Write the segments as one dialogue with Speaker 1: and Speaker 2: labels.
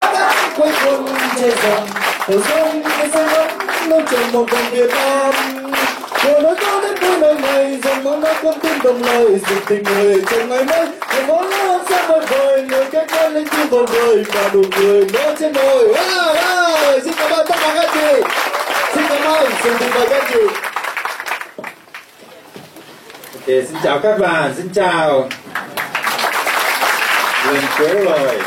Speaker 1: quanh quân chơi dần Hồ sông hay xa lắm Nông trường một vòng Việt Nam Vừa nói có đến vui nơi này Dòng máu nói quân tim đồng lời Dịp tình người trong ngày mới Người võ lớn sẽ vơi vời Người cách quan lên tim bầu đời Và đủ cười nữa trên đồi wow, wow. Xin cảm ơn tất cả các chị Xin cảm ơn, xin cảm ơn các chị Ok, xin chào các bạn, xin chào Lần cuối rồi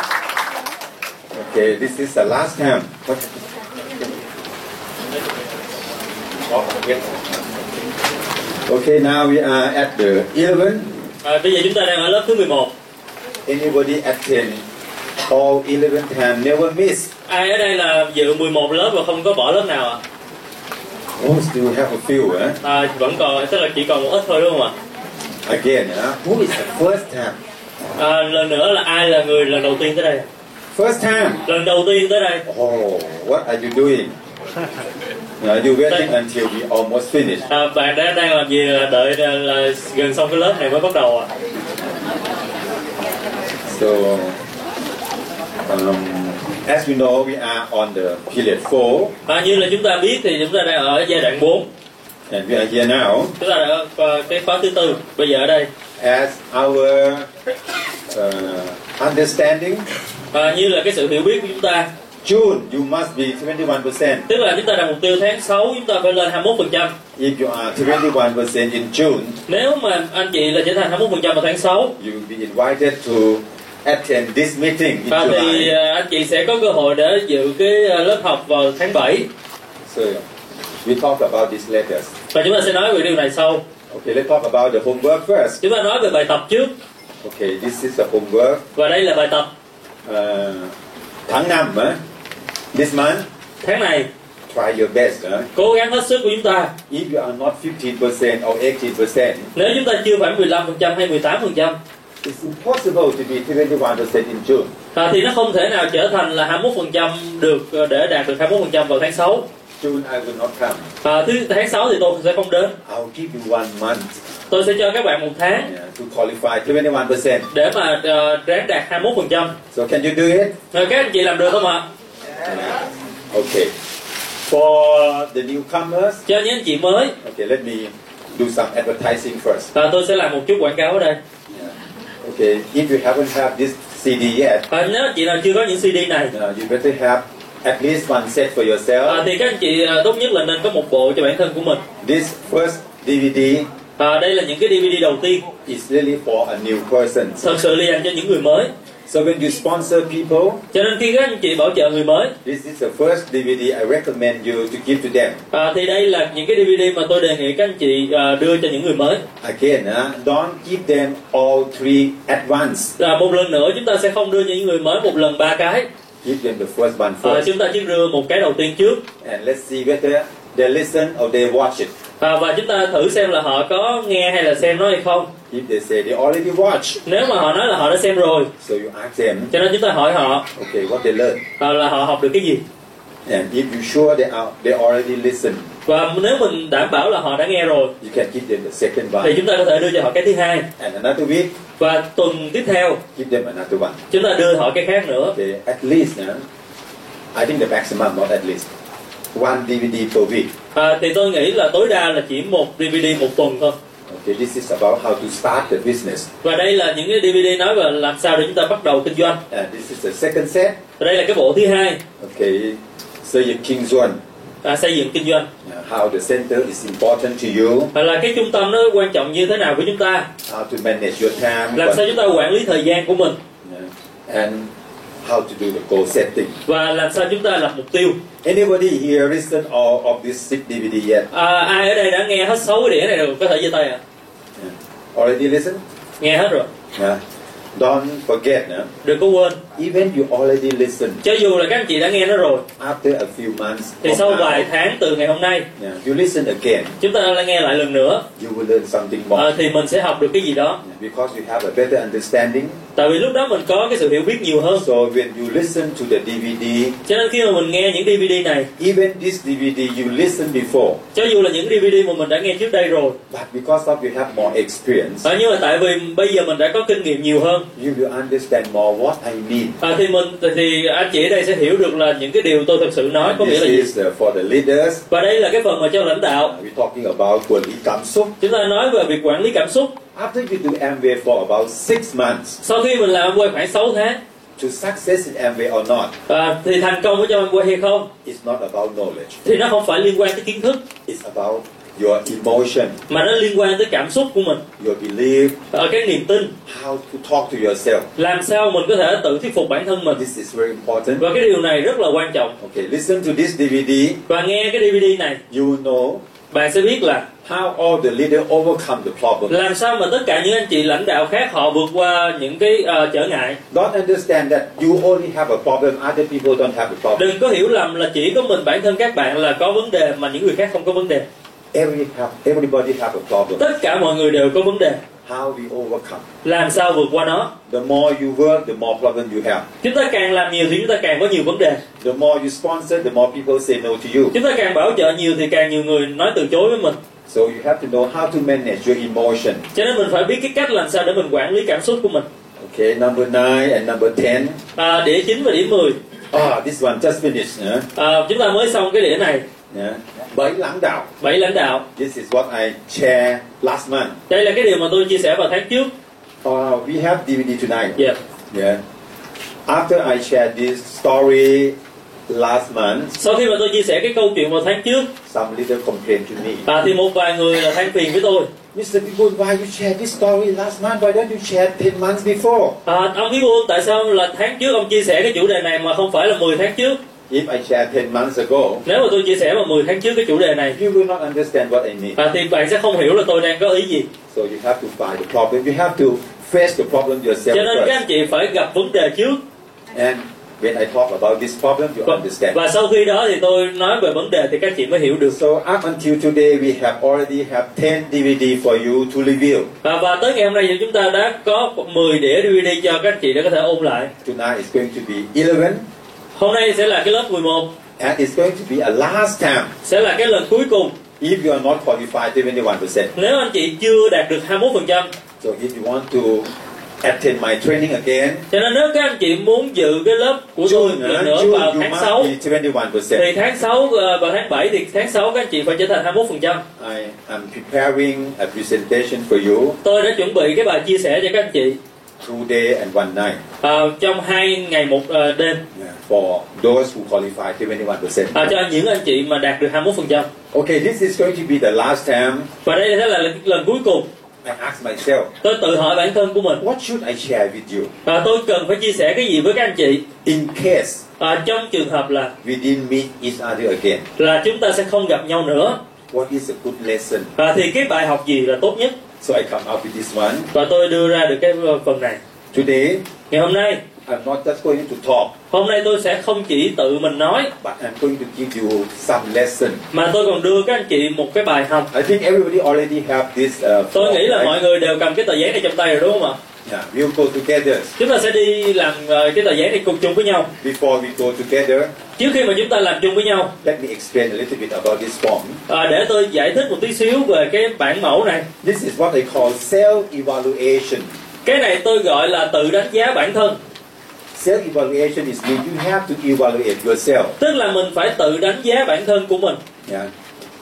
Speaker 1: Okay, this is the last time. What? Okay, now we are at the 11.
Speaker 2: À, bây giờ chúng ta đang ở lớp thứ 11
Speaker 1: Anybody attend all 11 time, never miss.
Speaker 2: Ai ở đây là dự 11 lớp và không có bỏ lớp nào ạ?
Speaker 1: Oh, still have a few, eh?
Speaker 2: À? vẫn còn, tức là chỉ còn một ít thôi đúng không ạ?
Speaker 1: Again, eh? who is the first time?
Speaker 2: À, lần nữa là ai là người lần đầu tiên tới đây?
Speaker 1: First time?
Speaker 2: Lần đầu tiên tới đây
Speaker 1: Oh, what are you doing? Are you waiting until we almost finish?
Speaker 2: à, Bạn đã đang làm gì là đợi là, là gần xong cái lớp này mới bắt đầu ạ?
Speaker 1: So, um, as we know, we are on the period 4,
Speaker 2: À, như là chúng ta biết thì chúng ta đang ở giai đoạn 4
Speaker 1: and we are here now.
Speaker 2: Chúng ta đang ở à, cái khóa thứ tư bây giờ ở đây
Speaker 1: as our uh, understanding.
Speaker 2: à, Như là cái sự hiểu biết của chúng ta
Speaker 1: June, you must be 21%.
Speaker 2: Tức là chúng ta đặt mục tiêu tháng 6 chúng ta phải lên 21%
Speaker 1: If you are 21% in June,
Speaker 2: Nếu mà anh chị là trở thành 21% vào tháng 6
Speaker 1: you will be invited to attend this meeting in
Speaker 2: Và thì
Speaker 1: July.
Speaker 2: à, anh chị sẽ có cơ hội để dự cái à, lớp học vào tháng 7
Speaker 1: So we talk about this later.
Speaker 2: Và chúng ta sẽ nói về điều này sau
Speaker 1: Okay, let's talk about the homework first.
Speaker 2: Chúng ta nói về bài tập trước
Speaker 1: Okay, this is the homework.
Speaker 2: Và đây là bài tập
Speaker 1: Uh, tháng năm, eh? this month,
Speaker 2: tháng này
Speaker 1: try your best. Eh?
Speaker 2: Cố gắng hết sức của chúng ta
Speaker 1: If you are not 15% or 18%,
Speaker 2: Nếu chúng ta chưa phải 15% hay 18%
Speaker 1: it's impossible to be 21% in June.
Speaker 2: à, Thì nó không thể nào trở thành là 21% được ờ, để đạt được 21% vào tháng 6
Speaker 1: June, I will not come.
Speaker 2: à, thứ Tháng 6 thì tôi sẽ không đến
Speaker 1: I'll give you one month
Speaker 2: Tôi sẽ cho các bạn một tháng
Speaker 1: yeah, to qualify 21%.
Speaker 2: để mà ờ, ráng đạt 21%
Speaker 1: So can you do it?
Speaker 2: Rồi các anh chị làm được không ạ?
Speaker 1: Yeah. Okay. For the newcomers,
Speaker 2: Cho những anh chị mới
Speaker 1: okay, let me do some advertising first.
Speaker 2: à, Tôi sẽ làm một chút quảng cáo ở đây
Speaker 1: Yeah. Okay, if you haven't have this CD yet,
Speaker 2: à, Nếu anh chị nào chưa có những CD này
Speaker 1: uh, you better have at least one set for
Speaker 2: à,
Speaker 1: yourself.
Speaker 2: Thì các anh chị ờ, tốt nhất là nên có một bộ cho bản thân của mình
Speaker 1: This first DVD
Speaker 2: à, Đây là những cái DVD đầu tiên
Speaker 1: is really for a new person.
Speaker 2: Thật sự là dành cho những người mới
Speaker 1: So when you sponsor people,
Speaker 2: Cho nên khi các anh chị bảo trợ người mới
Speaker 1: this is the first DVD I recommend you to give to them.
Speaker 2: à, thì đây là những cái DVD mà tôi đề nghị các anh chị à, đưa cho những người mới.
Speaker 1: Again, uh, don't give them all three at once.
Speaker 2: Là một lần nữa chúng ta sẽ không đưa cho những người mới một lần ba cái.
Speaker 1: Give them the first one
Speaker 2: À,
Speaker 1: first,
Speaker 2: chúng ta chỉ đưa một cái đầu tiên trước
Speaker 1: and let's see whether they listen or they watch it.
Speaker 2: à, và chúng ta thử xem là họ có nghe hay là xem nó hay không.
Speaker 1: If they say they already watch,
Speaker 2: Nếu mà họ nói là họ đã xem rồi,
Speaker 1: so you ask them,
Speaker 2: cho nên chúng ta hỏi họ
Speaker 1: okay, what they learn,
Speaker 2: à, là họ học được cái gì.
Speaker 1: and if you sure they are they already listen,
Speaker 2: Và nếu mình đảm bảo là họ đã nghe rồi
Speaker 1: you can give them the second
Speaker 2: thì
Speaker 1: one,
Speaker 2: chúng ta có thể đưa cho họ cái thứ hai
Speaker 1: and another week
Speaker 2: và tuần tiếp theo
Speaker 1: give them another one.
Speaker 2: chúng ta đưa họ cái khác nữa.
Speaker 1: Okay, at least, uh, I think the maximum, not at least, one DVD per week.
Speaker 2: À, thì tôi nghĩ là tối đa là chỉ một DVD một tuần thôi.
Speaker 1: Okay, this is about how to start the business,
Speaker 2: Và đây là những cái DVD nói về làm sao để chúng ta bắt đầu kinh doanh.
Speaker 1: and this is the second set.
Speaker 2: Và đây là cái bộ thứ hai
Speaker 1: Okay, so your King Zone,
Speaker 2: à, xây dựng kinh doanh.
Speaker 1: uh, how the center is important to you.
Speaker 2: Và là cái trung tâm nó quan trọng như thế nào với chúng ta.
Speaker 1: how to manage your time
Speaker 2: Làm sao
Speaker 1: what-
Speaker 2: chúng ta quản lý thời gian của mình
Speaker 1: Yeah. and how to do the goal setting.
Speaker 2: và làm sao chúng ta lập mục tiêu.
Speaker 1: Anybody here listen all of this sick DVD yet?
Speaker 2: À, ai ở đây đã nghe hết 6 cái đĩa này rồi có thể giơ tay ạ.
Speaker 1: Yeah. Already listen?
Speaker 2: Nghe hết rồi.
Speaker 1: Yeah. Don't forget, no?
Speaker 2: Đừng có quên.
Speaker 1: even you already listen
Speaker 2: Cho dù là các anh chị đã nghe nó rồi
Speaker 1: after a few months,
Speaker 2: thì
Speaker 1: from
Speaker 2: sau
Speaker 1: now,
Speaker 2: vài tháng từ ngày hôm nay
Speaker 1: yeah, you listen again,
Speaker 2: chúng ta lại nghe lại lần nữa
Speaker 1: you will learn something more
Speaker 2: à, thì mình sẽ học được cái gì đó.
Speaker 1: Yeah, because you have a better understanding
Speaker 2: Tại tại vì lúc đó mình có cái sự hiểu biết nhiều hơn
Speaker 3: So when you listen to the DVD,
Speaker 2: cho nên khi mà mình nghe những DVD này
Speaker 3: even this DVD you listened before,
Speaker 2: cho dù là những DVD mà mình đã nghe trước đây rồi
Speaker 3: but because of you have more experience,
Speaker 2: à, nhưng mà tại vì bây giờ mình đã có kinh nghiệm nhiều hơn
Speaker 3: you will understand more what I mean.
Speaker 2: à, thì mình thì, thì anh chị ở đây sẽ hiểu được là những cái điều tôi thực sự nói có
Speaker 3: And
Speaker 2: nghĩa
Speaker 3: this
Speaker 2: là gì
Speaker 3: is uh, for the leaders.
Speaker 2: và đây là cái phần mà cho lãnh đạo
Speaker 3: We're talking about Kuali Kamsuk.
Speaker 2: chúng ta nói về việc quản lý cảm xúc
Speaker 3: After you do MBA for about six months,
Speaker 2: sau khi mình làm quay khoảng 6 tháng
Speaker 3: to success in MBA or not,
Speaker 2: à, thì thành công của cho quay hay không
Speaker 3: it's not about knowledge.
Speaker 2: thì nó không phải liên quan tới kiến thức
Speaker 3: It's about your emotion,
Speaker 2: mà nó liên quan tới cảm xúc của mình
Speaker 3: your belief,
Speaker 2: ở cái niềm tin
Speaker 3: how to talk to yourself.
Speaker 2: làm sao mình có thể tự thuyết phục bản thân mình
Speaker 3: This is very important.
Speaker 2: và cái điều này rất là quan trọng
Speaker 3: Okay, listen to this DVD.
Speaker 2: và nghe cái DVD này
Speaker 3: You will know
Speaker 2: bạn sẽ biết là
Speaker 3: how all the leaders overcome the problem.
Speaker 2: làm sao mà tất cả những anh chị lãnh đạo khác họ vượt qua những cái ờ, trở ngại
Speaker 3: Don't understand that you only have a problem, other people don't have a problem.
Speaker 2: đừng có hiểu lầm là chỉ có mình bản thân các bạn là có vấn đề mà những người khác không có vấn đề
Speaker 3: Every have, everybody have a problem.
Speaker 2: tất cả mọi người đều có vấn đề
Speaker 3: How we overcome.
Speaker 2: làm sao vượt qua nó
Speaker 3: The more you work, the more problem you have.
Speaker 2: chúng ta càng làm nhiều thì chúng ta càng có nhiều vấn đề
Speaker 3: The more you sponsor, the more people say no to you.
Speaker 2: chúng ta càng bảo trợ nhiều thì càng nhiều người nói từ chối với mình
Speaker 3: So you have to know how to manage your emotion.
Speaker 2: cho nên mình phải biết cái cách làm sao để mình quản lý cảm xúc của mình
Speaker 3: Okay, number nine and number ten.
Speaker 2: à, đĩa 9 và đĩa 10
Speaker 3: Ah, this one just finished. Huh?
Speaker 2: à, chúng ta mới xong cái đĩa này
Speaker 3: Yeah. Bảy lãng đạo.
Speaker 2: bảy lãnh đạo
Speaker 3: This is what I share last month.
Speaker 2: đây là cái điều mà tôi chia sẻ vào tháng trước
Speaker 3: Uh, we have DVD tonight.
Speaker 2: yeah.
Speaker 3: Yeah. After I shared this story last month,
Speaker 2: sau khi mà tôi chia sẻ cái câu chuyện vào tháng trước
Speaker 3: some leader complained to me.
Speaker 2: à, thì một vài người là than phiền với tôi
Speaker 3: Mr. People, why you share this story last month? Why don't you share 10 months before?
Speaker 2: à, ông biết buôn tại sao là tháng trước ông chia sẻ cái chủ đề này mà không phải là 10 tháng trước
Speaker 3: If I share 10 months ago,
Speaker 2: nếu mà tôi chia sẻ vào 10 tháng trước cái chủ đề này
Speaker 3: you will not understand what I mean.
Speaker 2: à, thì bạn sẽ không hiểu là tôi đang có ý gì
Speaker 3: So you have to find the problem. You have to face the problem yourself
Speaker 2: cho nên các anh
Speaker 3: first.
Speaker 2: chị phải gặp vấn đề trước
Speaker 3: And when I talk about this problem, you
Speaker 2: và,
Speaker 3: understand.
Speaker 2: và sau khi đó thì tôi nói về vấn đề thì các anh chị mới hiểu được
Speaker 3: So up until today, we have already have 10 DVD for you to review.
Speaker 2: à, và tới ngày hôm nay thì chúng ta đã có 10 đĩa DVD cho các anh chị để có thể ôn lại
Speaker 3: Tonight is going to be 11,
Speaker 2: hôm nay sẽ là cái lớp 11
Speaker 3: and it's going to be a last time.
Speaker 2: sẽ là cái lần cuối cùng
Speaker 3: If you are not qualified, 71%.
Speaker 2: nếu anh chị chưa đạt được 21%
Speaker 3: So if you want to attend my training again,
Speaker 2: cho nên nếu các anh chị muốn dự cái lớp của tôi
Speaker 3: June,
Speaker 2: lần
Speaker 3: huh?
Speaker 2: nữa vào
Speaker 3: June you
Speaker 2: tháng 6
Speaker 3: must be 21%.
Speaker 2: thì tháng 6 ờ, và tháng 7 thì tháng 6 các anh chị phải trở thành 21%.
Speaker 3: I am preparing a presentation for you
Speaker 2: Tôi đã chuẩn bị cái bài chia sẻ cho các anh chị
Speaker 3: two day and one night
Speaker 2: ờ, trong hai ngày một ờ, đêm
Speaker 3: yeah, for those who qualify 21%.
Speaker 2: ờ, cho những anh chị mà đạt được 21%.
Speaker 3: Okay, this is going to be the last time
Speaker 2: Và đây là lần, lần cuối cùng
Speaker 3: I ask myself,
Speaker 2: tôi tự hỏi bản thân của mình
Speaker 3: what should I share with you
Speaker 2: Ờ, tôi cần phải chia sẻ cái gì với các anh chị
Speaker 3: in case
Speaker 2: Ờ, trong trường hợp là
Speaker 3: we didn't meet each other again?
Speaker 2: là chúng ta sẽ không gặp nhau nữa
Speaker 3: What is a good lesson?
Speaker 2: Ờ, thì cái bài học gì là tốt nhất
Speaker 3: So I come up with this one.
Speaker 2: và tôi đưa ra được cái ờ, phần này
Speaker 3: Today,
Speaker 2: ngày hôm nay
Speaker 3: I'm not just going to talk,
Speaker 2: hôm nay tôi sẽ không chỉ tự mình nói
Speaker 3: but I'm going to give you some lesson.
Speaker 2: mà tôi còn đưa các anh chị một cái bài học
Speaker 3: I think everybody already have this. Uh,
Speaker 2: tôi
Speaker 3: form,
Speaker 2: nghĩ là
Speaker 3: right?
Speaker 2: mọi người đều cầm cái tờ giấy này trong tay rồi đúng không ạ
Speaker 3: Yeah, we'll go together.
Speaker 2: chúng ta sẽ đi làm ờ, cái tờ giấy này cùng chung với nhau
Speaker 3: Before we go together,
Speaker 2: trước khi mà chúng ta làm chung với nhau
Speaker 3: let me explain a little bit about this form.
Speaker 2: ờ, để tôi giải thích một tí xíu về cái bản mẫu này
Speaker 3: This is what I call self-evaluation.
Speaker 2: cái này tôi gọi là tự đánh giá bản thân
Speaker 3: Self-evaluation is mean you have to evaluate yourself.
Speaker 2: tức là mình phải tự đánh giá bản thân của mình
Speaker 3: Yeah.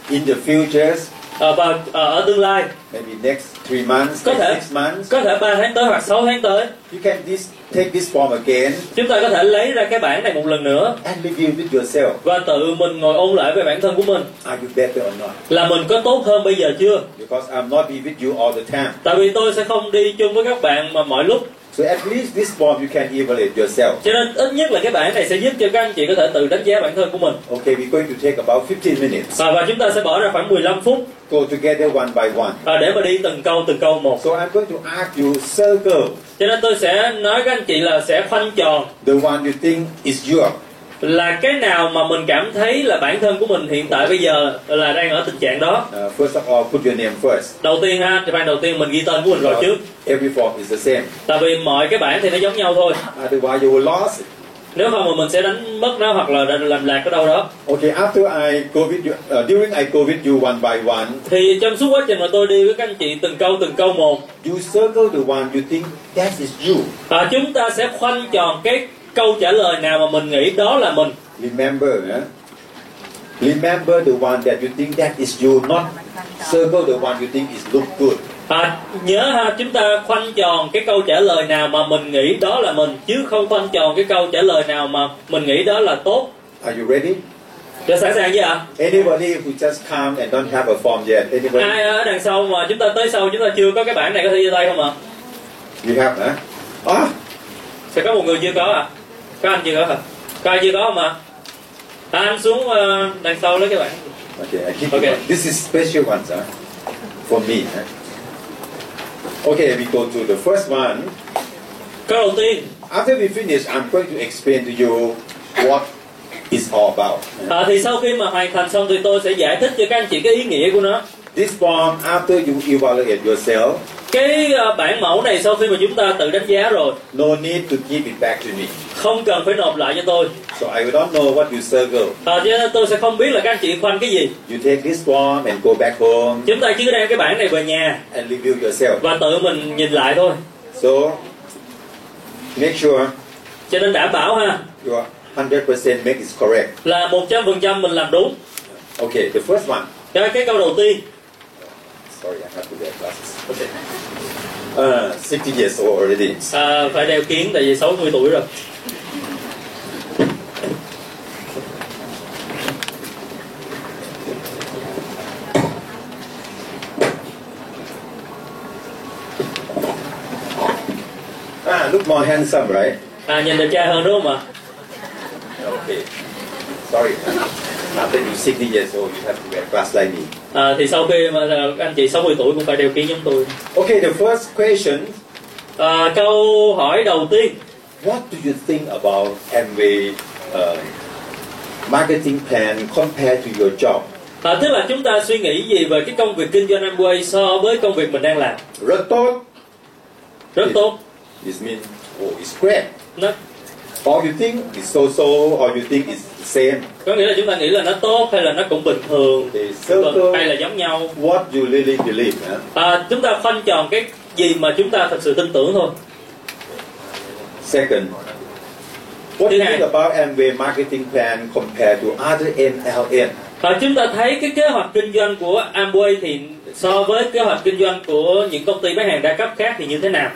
Speaker 3: In the futures,
Speaker 2: Ờ, và ờ, ở tương lai
Speaker 3: maybe next three months,
Speaker 2: Có
Speaker 3: next
Speaker 2: thể.
Speaker 3: six months,
Speaker 2: có thể 3 tháng tới hoặc 6 tháng tới
Speaker 3: you can this, take this form again
Speaker 2: chúng ta có thể lấy ra cái bản này một lần nữa
Speaker 3: and review with yourself.
Speaker 2: và tự mình ngồi ôn lại về bản thân của mình
Speaker 3: Are you better or not?
Speaker 2: là mình có tốt hơn bây giờ chưa
Speaker 3: Because I'm not be with you all the time.
Speaker 2: tại vì tôi sẽ không đi chung với các bạn mà mọi lúc
Speaker 3: So at least this form you can evaluate yourself.
Speaker 2: cho nên ít nhất là cái bản này sẽ giúp cho các anh chị có thể tự đánh giá bản thân của mình À,
Speaker 3: Okay, we're going to take about 15 minutes.
Speaker 2: và, và chúng ta sẽ bỏ ra khoảng 15 phút
Speaker 3: Go together one by one.
Speaker 2: à, để mà đi từng câu từng câu một
Speaker 3: So I'm going to ask you circle
Speaker 2: cho nên tôi sẽ nói các anh chị là sẽ khoanh tròn
Speaker 3: the one you think is your
Speaker 2: là cái nào mà mình cảm thấy là bản thân của mình hiện tại bây giờ là đang ở tình trạng đó
Speaker 3: Uh, first of all, put your name first.
Speaker 2: đầu tiên ha thì ban đầu tiên mình ghi tên của mình vào trước
Speaker 3: Every form is the same.
Speaker 2: tại vì mọi cái bản thì nó giống nhau thôi
Speaker 3: Otherwise, you will lost.
Speaker 2: nếu không mà mình sẽ đánh mất nó hoặc là đã làm lạc ở đâu đó
Speaker 3: Okay, after I go with you, uh, during I go with you one by one,
Speaker 2: thì trong suốt quá trình mà tôi đi với các anh chị từng câu từng câu một
Speaker 3: you circle the one you think that is you.
Speaker 2: à, chúng ta sẽ khoanh tròn cái câu trả lời nào mà mình nghĩ đó là mình
Speaker 3: Remember, eh? remember the one that you think that is you, not circle the one you think is look good.
Speaker 2: à, nhớ ha chúng ta khoanh tròn cái câu trả lời nào mà mình nghĩ đó là mình chứ không khoanh tròn cái câu trả lời nào mà mình nghĩ đó là tốt
Speaker 3: Are you ready?
Speaker 2: đã sẵn sàng chưa ạ
Speaker 3: Anybody who just come and don't have a form yet,
Speaker 2: ai
Speaker 3: anybody
Speaker 2: ở đằng sau mà chúng ta tới sau chúng ta chưa có cái bảng này có thể giơ tay không ạ
Speaker 3: you have, huh? Ah,
Speaker 2: sẽ có một người chưa có à có anh chưa có hả có ai chưa có không ạ à, anh xuống ờ, đằng sau lấy cái bảng
Speaker 3: okay. I keep
Speaker 2: Okay.
Speaker 3: okay. This is special ones, huh? For me. Huh? Okay, we go to the first one.
Speaker 2: câu đầu tiên
Speaker 3: After we finish, I'm going to explain to you what it's all about. huh?
Speaker 2: à, thì sau khi mà hoàn thành xong thì tôi sẽ giải thích cho các anh chị cái ý nghĩa của nó
Speaker 3: This form, after you evaluate yourself,
Speaker 2: cái ờ, bản mẫu này sau khi mà chúng ta tự đánh giá rồi
Speaker 3: no need to give it back to me.
Speaker 2: không cần phải nộp lại cho tôi
Speaker 3: So I don't know what you circle.
Speaker 2: à, cho nên tôi sẽ không biết là các anh chị khoanh cái gì
Speaker 3: You take this form and go back home
Speaker 2: chúng ta cứ đem cái bản này về nhà
Speaker 3: and review yourself.
Speaker 2: và tự mình nhìn lại thôi
Speaker 3: So make sure
Speaker 2: cho nên đảm bảo ha
Speaker 3: your 100% make is correct.
Speaker 2: là một trăm phần trăm mình làm đúng
Speaker 3: Okay, the first one.
Speaker 2: cái, cái câu đầu tiên
Speaker 3: Sorry, I have to wear glasses. Okay. Uh, 60 years old already.
Speaker 2: à, phải đeo kiến tại vì 60 tuổi rồi
Speaker 3: Ah, look more handsome, right?
Speaker 2: à, nhìn đẹp trai hơn đúng không ạ
Speaker 3: Okay. Sorry. After you 60 years old, you have to wear glasses like me.
Speaker 2: à, thì sau khi mà à, các anh chị 60 tuổi cũng phải đeo kiến giống tôi
Speaker 3: Okay, the first question.
Speaker 2: à, câu hỏi đầu tiên
Speaker 3: What do you think about Amway uh, marketing plan compared to your job?
Speaker 2: à, tức là chúng ta suy nghĩ gì về cái công việc kinh doanh Amway so với công việc mình đang làm
Speaker 3: Rất tốt.
Speaker 2: rất tốt
Speaker 3: This means, oh, it's great.
Speaker 2: nó
Speaker 3: Or you think it's so-so, or you think it's the same.
Speaker 2: có nghĩa là chúng ta nghĩ là nó tốt hay là nó cũng bình thường
Speaker 3: Thì
Speaker 2: cũng bình-
Speaker 3: sơ cơ-
Speaker 2: hay là giống nhau
Speaker 3: What you really believe. Huh?
Speaker 2: à, chúng ta khoanh tròn cái gì mà chúng ta thật sự tin tưởng thôi
Speaker 3: Second, what do you think about Amway marketing plan compared to other MLM?
Speaker 2: à, chúng ta thấy cái kế hoạch kinh doanh của Amway thì so với kế hoạch kinh doanh của những công ty bán hàng đa cấp khác thì như thế nào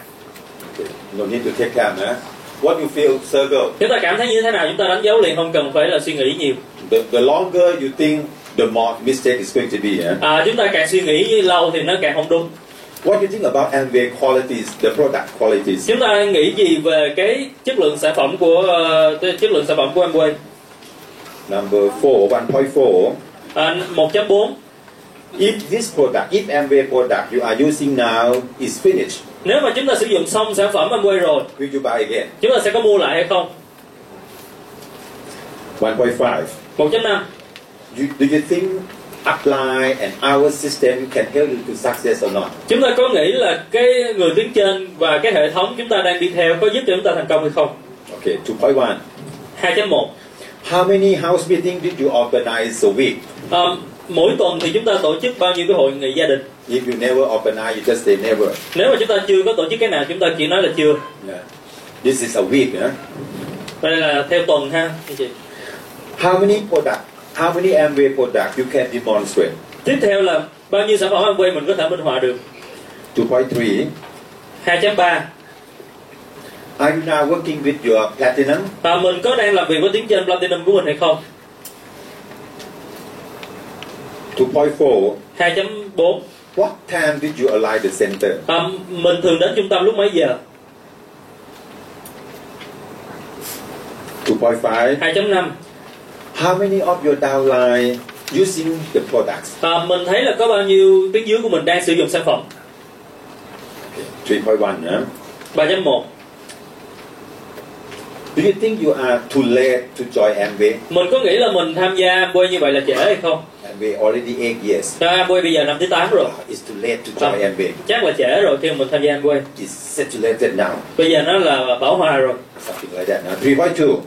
Speaker 3: No need to take time. Huh? What you feel, circle.
Speaker 2: chúng ta cảm thấy như thế nào chúng ta đánh dấu liền không cần phải là suy nghĩ nhiều
Speaker 3: The, the longer you think, the more mistake is going to be. eh? Huh?
Speaker 2: à, chúng ta càng suy nghĩ lâu thì nó càng không đúng
Speaker 3: What do you think about Amway qualities, the product qualities?
Speaker 2: chúng ta nghĩ gì về cái chất lượng sản phẩm của ờ, cái chất lượng sản phẩm của Amway
Speaker 3: Number four, 1.4.
Speaker 2: à, 1.4
Speaker 3: If this product, if Amway product you are using now is finished,
Speaker 2: nếu mà chúng ta sử dụng xong sản phẩm Amway rồi
Speaker 3: will you buy again?
Speaker 2: chúng ta sẽ có mua lại hay không
Speaker 3: 1.5.
Speaker 2: 1.5
Speaker 3: You, do you think apply and our system can help you to success or not?
Speaker 2: chúng ta có nghĩ là cái người tuyến trên và cái hệ thống chúng ta đang đi theo có giúp cho chúng ta thành công hay không
Speaker 3: Okay, 2.1.
Speaker 2: 2.1
Speaker 3: How many house meeting did you organize a week?
Speaker 2: Ờ, mỗi tuần thì chúng ta tổ chức bao nhiêu cái hội nghị gia đình
Speaker 3: If you never organize, you just say never.
Speaker 2: nếu mà chúng ta chưa có tổ chức cái nào chúng ta chỉ nói là chưa
Speaker 3: Yeah. This is a week. Yeah?
Speaker 2: đây là theo tuần ha anh chị
Speaker 3: How many product? How many Amway product you can demonstrate?
Speaker 2: tiếp theo là bao nhiêu sản phẩm Amway mình có thể minh họa được
Speaker 3: 2.3.
Speaker 2: 2.3
Speaker 3: Are you now working with your platinum?
Speaker 2: và mình có đang làm việc với tiếng trên Platinum của mình hay không
Speaker 3: 2.4.
Speaker 2: 2.4
Speaker 3: What time did you align the center?
Speaker 2: à, mình thường đến trung tâm lúc mấy giờ
Speaker 3: 2.5.
Speaker 2: 2.5
Speaker 3: How many of your downline using the products?
Speaker 2: à, mình thấy là có bao nhiêu tiếng dưới của mình đang sử dụng sản phẩm
Speaker 3: 3.1. Yeah?
Speaker 2: 3.1
Speaker 3: Do you think you are too late to join Amway?
Speaker 2: mình có nghĩ là mình tham gia Amway như vậy là trễ hay không
Speaker 3: Amway already eight years.
Speaker 2: Ra Amway bây giờ năm thứ 8 rồi
Speaker 3: Oh, it's too late to join Amway.
Speaker 2: chắc là trễ rồi khi mà mình tham gia Amway
Speaker 3: It's saturated now.
Speaker 2: bây giờ nó là bảo hòa rồi
Speaker 3: Something like that. Now, 3.2.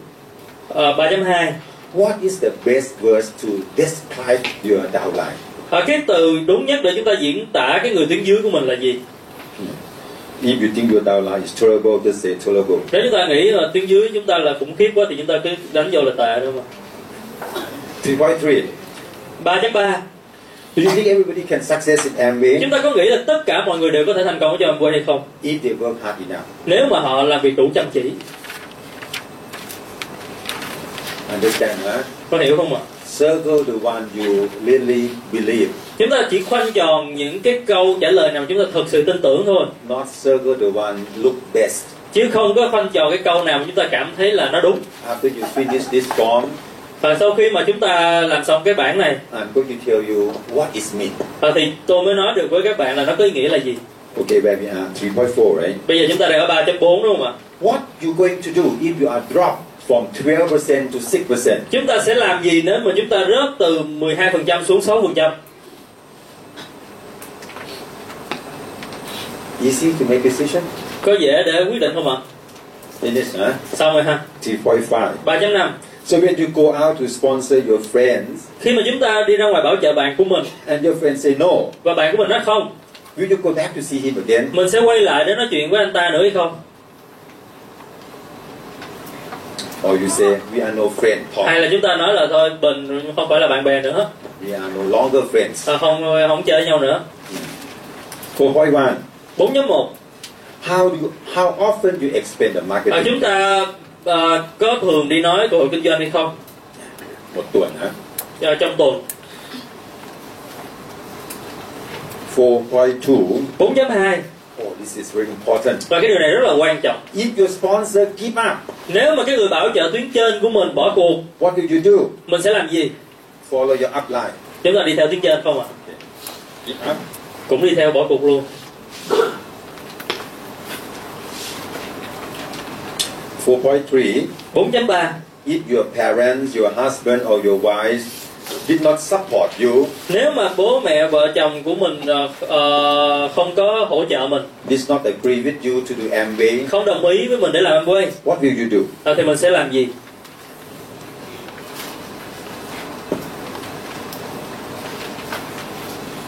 Speaker 2: à, 3.2
Speaker 3: What is the best verse to describe your downline?
Speaker 2: à, cái từ đúng nhất để chúng ta diễn tả cái người tuyến dưới của mình là gì
Speaker 3: If you think your downline is terrible, just say terrible.
Speaker 2: nếu chúng ta nghĩ là tuyến dưới chúng ta là khủng khiếp quá thì chúng ta cứ đánh vô là tệ đúng không
Speaker 3: 3.3.
Speaker 2: ạ 3.3
Speaker 3: Do you think everybody can success in
Speaker 2: chúng
Speaker 3: Amway
Speaker 2: ta có nghĩ là tất cả mọi người đều có thể thành công ở trong Amway hay không
Speaker 3: if they work hard enough?
Speaker 2: nếu mà họ làm việc đủ chăm chỉ
Speaker 3: Understand, huh?
Speaker 2: có hiểu không ạ
Speaker 3: Circle the one you really believe,
Speaker 2: chúng ta chỉ khoanh tròn những cái câu trả lời nào mà chúng ta thực sự tin tưởng thôi
Speaker 3: not circle the one look best.
Speaker 2: chứ không có khoanh tròn cái câu nào mà chúng ta cảm thấy là nó đúng
Speaker 3: After you finish this form,
Speaker 2: và sau khi mà chúng ta làm xong cái bản này
Speaker 3: I'm going to tell you what is me.
Speaker 2: à, thì tôi mới nói được với các bạn là nó có ý nghĩa là gì
Speaker 3: Okay, uh, where we are, 3.4, right?
Speaker 2: bây giờ chúng ta đang ở 3.4 đúng không ạ
Speaker 3: What you going to do if you are dropped from 12% to 6%?
Speaker 2: chúng ta sẽ làm gì nếu mà chúng ta rớt từ 12% xuống 6%
Speaker 3: Easy E to make decision?
Speaker 2: có dễ để quyết định không ạ
Speaker 3: Finish, huh?
Speaker 2: xong rồi ha
Speaker 3: 3.5.
Speaker 2: 3.5
Speaker 3: So when you go out to sponsor your friends,
Speaker 2: khi mà chúng ta đi ra ngoài bảo trợ bạn của mình
Speaker 3: and your friends say no,
Speaker 2: và bạn của mình nói không
Speaker 3: will you go back to see him again?
Speaker 2: mình sẽ quay lại để nói chuyện với anh ta nữa hay không
Speaker 3: Or you say, we are no friend, Paul.
Speaker 2: hay là chúng ta nói là thôi bình không phải là bạn bè nữa
Speaker 3: We are no longer friends.
Speaker 2: à, không không chơi với nhau nữa
Speaker 3: 4.1.
Speaker 2: 4.1
Speaker 3: How do you, how often you expand the
Speaker 2: à,
Speaker 3: marketing?
Speaker 2: chúng ta à, có thường đi nói cơ hội kinh doanh hay không
Speaker 3: Một tuần hả?
Speaker 2: à, trong tuần
Speaker 3: 4.2.
Speaker 2: 4.2
Speaker 3: Oh, this is very important.
Speaker 2: và cái điều này rất là quan trọng
Speaker 3: If your sponsor give up,
Speaker 2: nếu mà cái người bảo trợ tuyến trên của mình bỏ cuộc
Speaker 3: what do you do?
Speaker 2: mình sẽ làm gì
Speaker 3: Follow your upline.
Speaker 2: chúng ta đi theo tuyến trên không ạ
Speaker 3: Give up.
Speaker 2: cũng đi theo bỏ cuộc luôn
Speaker 3: 4.3.
Speaker 2: 4.3
Speaker 3: If your parents, your husband or your wife did not support you,
Speaker 2: nếu mà bố mẹ vợ chồng của mình ờ, ờ, không có hỗ trợ mình
Speaker 3: did not agree with you to do MBA,
Speaker 2: không đồng ý với mình để làm Amway
Speaker 3: what will you do?
Speaker 2: à, thì mình sẽ làm gì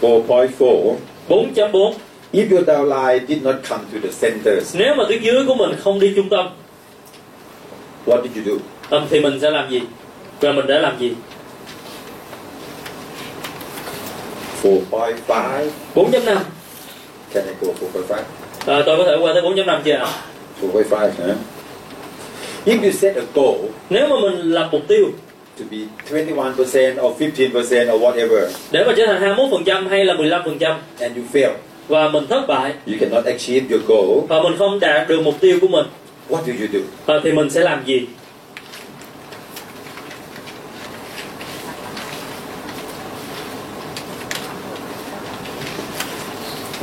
Speaker 3: Four point four.
Speaker 2: 4.4
Speaker 3: If your downline did not come to the centers,
Speaker 2: nếu mà tuyến dưới của mình không đi trung tâm
Speaker 3: what did you do?
Speaker 2: ờ, thì mình sẽ làm gì và mình đã làm gì
Speaker 3: Four point five.
Speaker 2: 4.5
Speaker 3: Can I go four point five?
Speaker 2: Ờ, tôi có thể qua tới 4.5 chưa ạ?
Speaker 3: Four point five, huh? If you set a goal
Speaker 2: Nếu mà mình lập mục tiêu
Speaker 3: to be twenty-one percent or fifteen percent or whatever,
Speaker 2: để mà trở thành 21% hay là 15%
Speaker 3: and you fail,
Speaker 2: và mình thất bại
Speaker 3: you cannot achieve your goal,
Speaker 2: và mình không đạt được mục tiêu của mình
Speaker 3: what do you do?
Speaker 2: ờ, thì mình sẽ làm gì?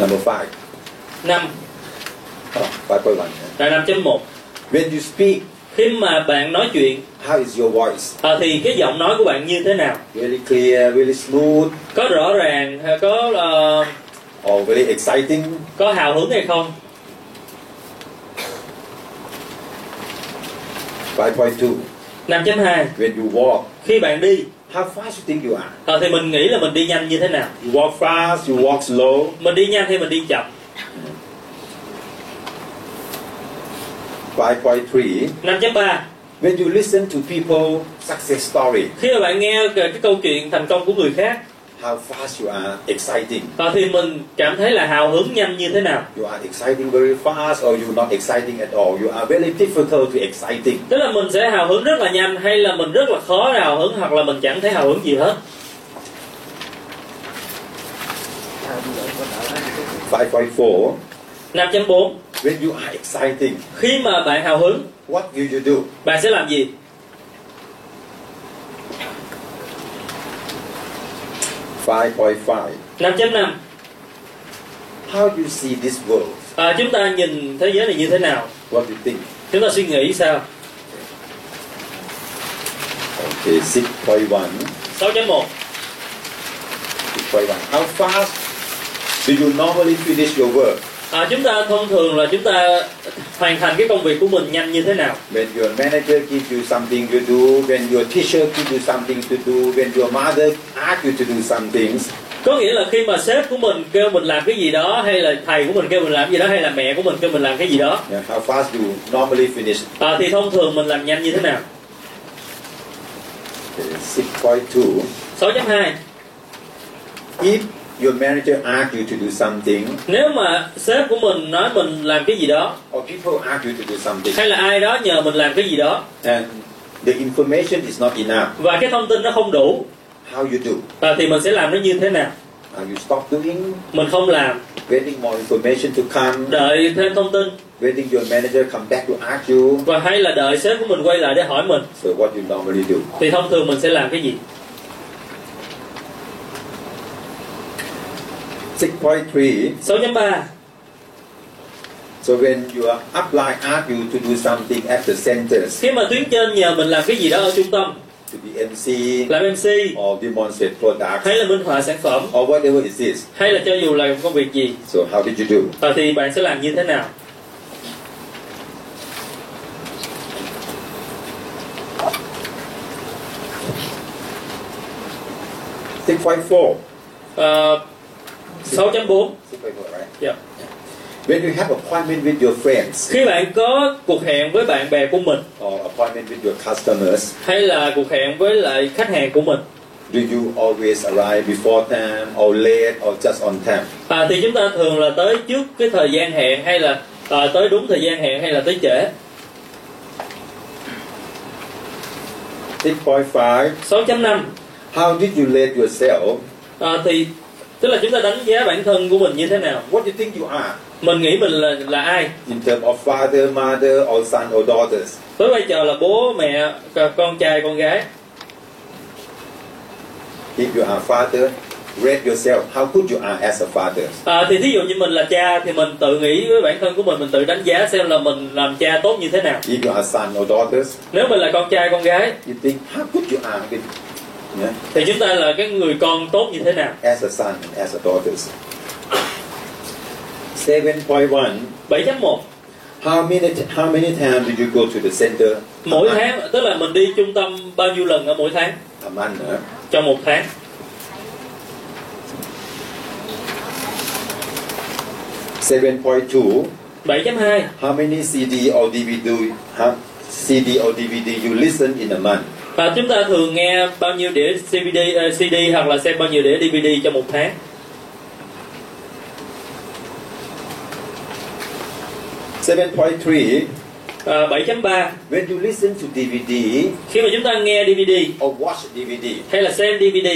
Speaker 3: Number five. Oh,
Speaker 2: 5
Speaker 3: Five point one.
Speaker 2: là 5.1
Speaker 3: When you speak,
Speaker 2: khi mà bạn nói chuyện
Speaker 3: how is your voice?
Speaker 2: ờ, thì cái giọng nói của bạn như thế nào?
Speaker 3: Really clear, really smooth,
Speaker 2: Có rõ ràng, ờ, có ờ,
Speaker 3: or very exciting?
Speaker 2: có hào hứng hay không?
Speaker 3: Five point two.
Speaker 2: 5.2
Speaker 3: When you walk,
Speaker 2: khi bạn đi
Speaker 3: how fast you think you are?
Speaker 2: ờ, thì mình nghĩ là mình đi nhanh như thế nào?
Speaker 3: You walk fast, you walk slow.
Speaker 2: Mình đi nhanh hay mình đi chậm?
Speaker 3: 5.3.
Speaker 2: 5.3
Speaker 3: When you listen to people success story,
Speaker 2: khi mà bạn nghe cái cái câu chuyện thành công của người khác
Speaker 3: how fast you are exciting.
Speaker 2: Ờ, thì mình cảm thấy là hào hứng nhanh như thế nào
Speaker 3: You are exciting very fast or you not exciting at all. You are very difficult to exciting.
Speaker 2: tức là mình sẽ hào hứng rất là nhanh hay là mình rất là khó hào hứng hoặc là mình chẳng thấy hào hứng gì hết
Speaker 3: 5.4.
Speaker 2: 5.4
Speaker 3: When you are exciting,
Speaker 2: khi mà bạn hào hứng
Speaker 3: what will you do?
Speaker 2: bạn sẽ làm gì
Speaker 3: 5.5.
Speaker 2: 5.5
Speaker 3: How you see this world?
Speaker 2: à, Ờ, chúng ta nhìn thế giới này như thế nào
Speaker 3: What you think?
Speaker 2: chúng ta suy nghĩ sao
Speaker 3: Okay, 6.1.
Speaker 2: 6.1
Speaker 3: 6.1. How fast do you normally finish your work
Speaker 2: à, chúng ta thông thường là chúng ta hoàn thành cái công việc của mình nhanh như thế nào
Speaker 3: When your manager gives you something to do, when your teacher gives you something to do, when your mother asks you to do some things,
Speaker 2: có nghĩa là khi mà sếp của mình kêu mình làm cái gì đó hay là thầy của mình kêu mình làm gì đó hay là mẹ của mình kêu mình làm cái gì đó
Speaker 3: yeah, how fast do you normally finish?
Speaker 2: à, thì thông thường mình làm nhanh như thế nào
Speaker 3: Okay, 6.2.
Speaker 2: 6.2
Speaker 3: If your manager asks you to do something,
Speaker 2: nếu mà sếp của mình nói mình làm cái gì đó
Speaker 3: or people ask you to do something,
Speaker 2: hay là ai đó nhờ mình làm cái gì đó
Speaker 3: and the information is not enough,
Speaker 2: và cái thông tin nó không đủ
Speaker 3: how you do?
Speaker 2: à, thì mình sẽ làm nó như thế nào
Speaker 3: Are you stop doing,
Speaker 2: mình không làm
Speaker 3: waiting more information to come,
Speaker 2: đợi thêm thông tin
Speaker 3: waiting your manager come back to ask you?
Speaker 2: và hay là đợi sếp của mình quay lại để hỏi mình
Speaker 3: So what you normally do?
Speaker 2: thì thông thường mình sẽ làm cái gì
Speaker 3: 6.3.
Speaker 2: 6.3
Speaker 3: So when your upline asks you to do something at the centers,
Speaker 2: khi mà tuyến trên nhờ mình làm cái gì đó ở trung tâm
Speaker 3: to be MC
Speaker 2: làm mc
Speaker 3: or demonstrate products
Speaker 2: hay là minh họa sản phẩm
Speaker 3: or whatever it is,
Speaker 2: hay là cho dù là một công việc gì
Speaker 3: so how did you do?
Speaker 2: ờ, thì bạn sẽ làm như thế nào
Speaker 3: 6.4.
Speaker 2: Ờ, 6.4
Speaker 3: 6.4, right?
Speaker 2: Yeah.
Speaker 3: When you have appointment with your friends
Speaker 2: Dạ. khi bạn có cuộc hẹn với bạn bè của mình
Speaker 3: or appointment with your customers,
Speaker 2: hay là cuộc hẹn với lại khách hàng của mình
Speaker 3: do you always arrive before time or late or just on time?
Speaker 2: à, thì chúng ta thường là tới trước cái thời gian hẹn hay là à, tới đúng thời gian hẹn hay là tới trễ
Speaker 3: 6.5.
Speaker 2: 6.5
Speaker 3: How did you rate yourself?
Speaker 2: à, thì tức là chúng ta đánh giá bản thân của mình như thế nào
Speaker 3: What do you think you are
Speaker 2: mình nghĩ mình là là ai
Speaker 3: in terms of father, mother, or son or daughters?
Speaker 2: với vai trò là bố mẹ c- con trai con gái
Speaker 3: If you are father, rate yourself how good you are as a father.
Speaker 2: à, thì thí dụ như mình là cha thì mình tự nghĩ với bản thân của mình mình tự đánh giá xem là mình làm cha tốt như thế nào
Speaker 3: If you are son or daughters,
Speaker 2: nếu mình là con trai con gái
Speaker 3: you think how good you are with, yeah,
Speaker 2: thì chúng ta là cái người con tốt như thế nào
Speaker 3: as a son and as a daughters. 7.1
Speaker 2: 7.1
Speaker 3: How many how many times did you go to the center?
Speaker 2: mỗi
Speaker 3: a, month?
Speaker 2: tháng tức là mình đi trung tâm bao nhiêu lần ở mỗi tháng
Speaker 3: a month. Huh?
Speaker 2: trong một tháng
Speaker 3: Seven point two.
Speaker 2: 7.2
Speaker 3: How many CD or DVD? How, CD or DVD you listen in a month?
Speaker 2: và chúng ta thường nghe bao nhiêu đĩa CVD, ờ, CD hoặc là xem bao nhiêu đĩa DVD trong một tháng
Speaker 3: Seven point three.
Speaker 2: à, 7.3
Speaker 3: When you listen to DVD
Speaker 2: khi mà chúng ta nghe DVD
Speaker 3: or watch DVD,
Speaker 2: hay là xem DVD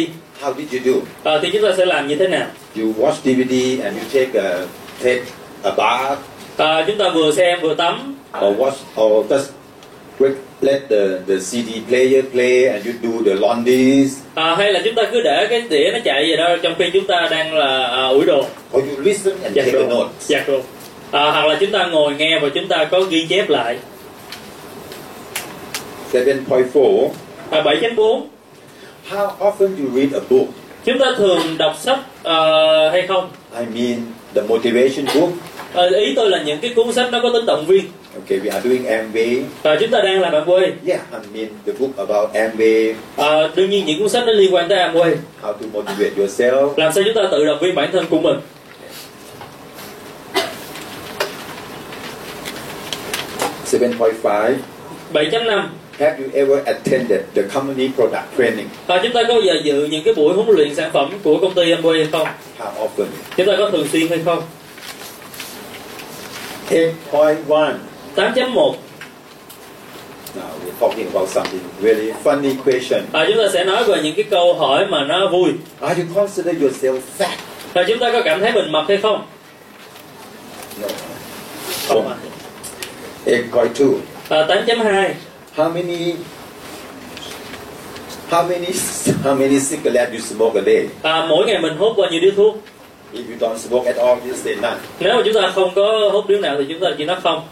Speaker 3: how did you do?
Speaker 2: ờ, thì chúng ta sẽ làm như thế nào
Speaker 3: You watch DVD and you take a take a bath
Speaker 2: Ờ, chúng ta vừa xem vừa tắm
Speaker 3: or watch or just quick let the, the CD player play and you do the laundries
Speaker 2: Ờ, hay là chúng ta cứ để cái đĩa nó chạy vậy đó trong khi chúng ta đang là à, ủi đồ
Speaker 3: or you listen and
Speaker 2: giặt
Speaker 3: take a
Speaker 2: đồ
Speaker 3: note.
Speaker 2: giặt đồ Ờ, hoặc là chúng ta ngồi nghe và chúng ta có ghi chép lại
Speaker 3: Seven point four.
Speaker 2: à, 7.4
Speaker 3: How often you read a book?
Speaker 2: chúng ta thường đọc sách ờ, hay không
Speaker 3: I mean the motivation book.
Speaker 2: Ờ, ý tôi là những cái cuốn sách nó có tính động viên
Speaker 3: Okay, we are doing MBA.
Speaker 2: Ờ, chúng ta đang làm bạn quê
Speaker 3: Yeah, I mean the book about MBA,
Speaker 2: Ờ, đương nhiên những cuốn sách nó liên quan tới Amway
Speaker 3: how to motivate yourself.
Speaker 2: làm sao chúng ta tự động viên bản thân của mình
Speaker 3: Seven point five.
Speaker 2: 7.5
Speaker 3: Have you ever attended the company product training?
Speaker 2: Ờ, chúng ta có bao giờ dự những cái buổi huấn luyện sản phẩm của công ty Amway hay không
Speaker 3: How often?
Speaker 2: chúng ta có thường xuyên hay không
Speaker 3: Eight point one.
Speaker 2: 8.1
Speaker 3: Now we're talking about something really funny question.
Speaker 2: Ờ, chúng ta sẽ nói về những cái câu hỏi mà nó vui
Speaker 3: Are you consider yourself fat?
Speaker 2: Ờ, chúng ta có cảm thấy mình mập hay không
Speaker 3: No.
Speaker 2: không ạ
Speaker 3: Eight point two.
Speaker 2: Ờ, 8.2
Speaker 3: How many? How many? How many cigarettes you smoke a day?
Speaker 2: Ờ, mỗi ngày mình hút bao nhiêu điếu thuốc
Speaker 3: If you don't smoke at all, you say none.
Speaker 2: nếu mà chúng ta không có hút điếu nào thì chúng ta chỉ nói không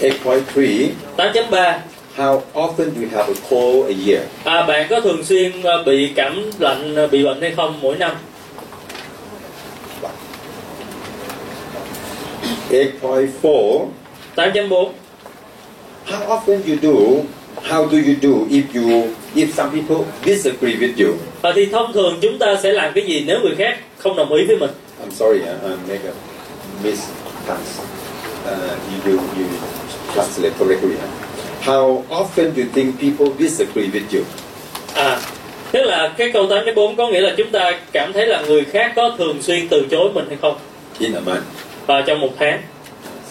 Speaker 3: Eight point three.
Speaker 2: 8.3
Speaker 3: How often do you have a cold a year?
Speaker 2: à, bạn có thường xuyên à, bị cảm lạnh à, bị bệnh hay không mỗi năm
Speaker 3: 8.4
Speaker 2: 8.4
Speaker 3: How often you do how do you do if you if some people disagree with you?
Speaker 2: và À, thì thông thường chúng ta sẽ làm cái gì nếu người khác không đồng ý với mình
Speaker 3: I'm sorry, I, I make a miss Uh, you, you, you translate correctly. huh? How often do you think people disagree with you?
Speaker 2: à tức là cái câu 8.4 có nghĩa là chúng ta cảm thấy là người khác có thường xuyên từ chối mình hay không
Speaker 3: In a month,
Speaker 2: và trong một tháng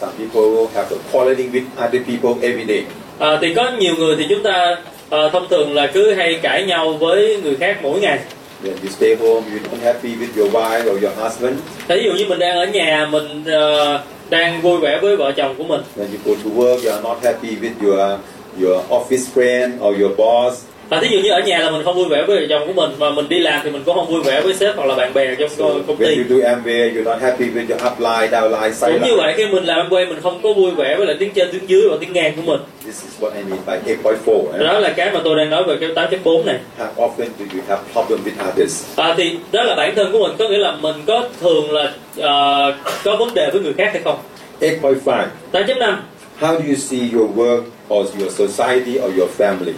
Speaker 3: some people have a quarreling with other people every day.
Speaker 2: à, thì có nhiều người thì chúng ta à, thông thường là cứ hay cãi nhau với người khác mỗi ngày
Speaker 3: When you stay home, you're not happy with your wife or your husband.
Speaker 2: thí dụ như mình đang ở nhà mình ờ, đang vui vẻ với vợ chồng của mình
Speaker 3: When you go to work, you are not happy with your your office friend or your boss.
Speaker 2: và thí dụ như ở nhà là mình không vui vẻ với vợ chồng của mình mà mình đi làm thì mình cũng không vui vẻ với sếp hoặc là bạn bè trong
Speaker 3: So
Speaker 2: co- công
Speaker 3: when
Speaker 2: ty
Speaker 3: you do MBA, you're not happy with your upline, downline,
Speaker 2: cũng như
Speaker 3: sideline.
Speaker 2: vậy khi mình làm quay mình không có vui vẻ với lại tiếng trên tiếng dưới và tiếng ngang của mình
Speaker 3: This is what I mean by 8.4. eh?
Speaker 2: đó là cái mà tôi đang nói về cái 8.4 này
Speaker 3: How often do you have problem with others?
Speaker 2: à, thì đó là bản thân của mình có nghĩa là mình có thường là ờ, có vấn đề với người khác hay không
Speaker 3: 8.5.
Speaker 2: 8.5
Speaker 3: How do you see your work or your society or your family?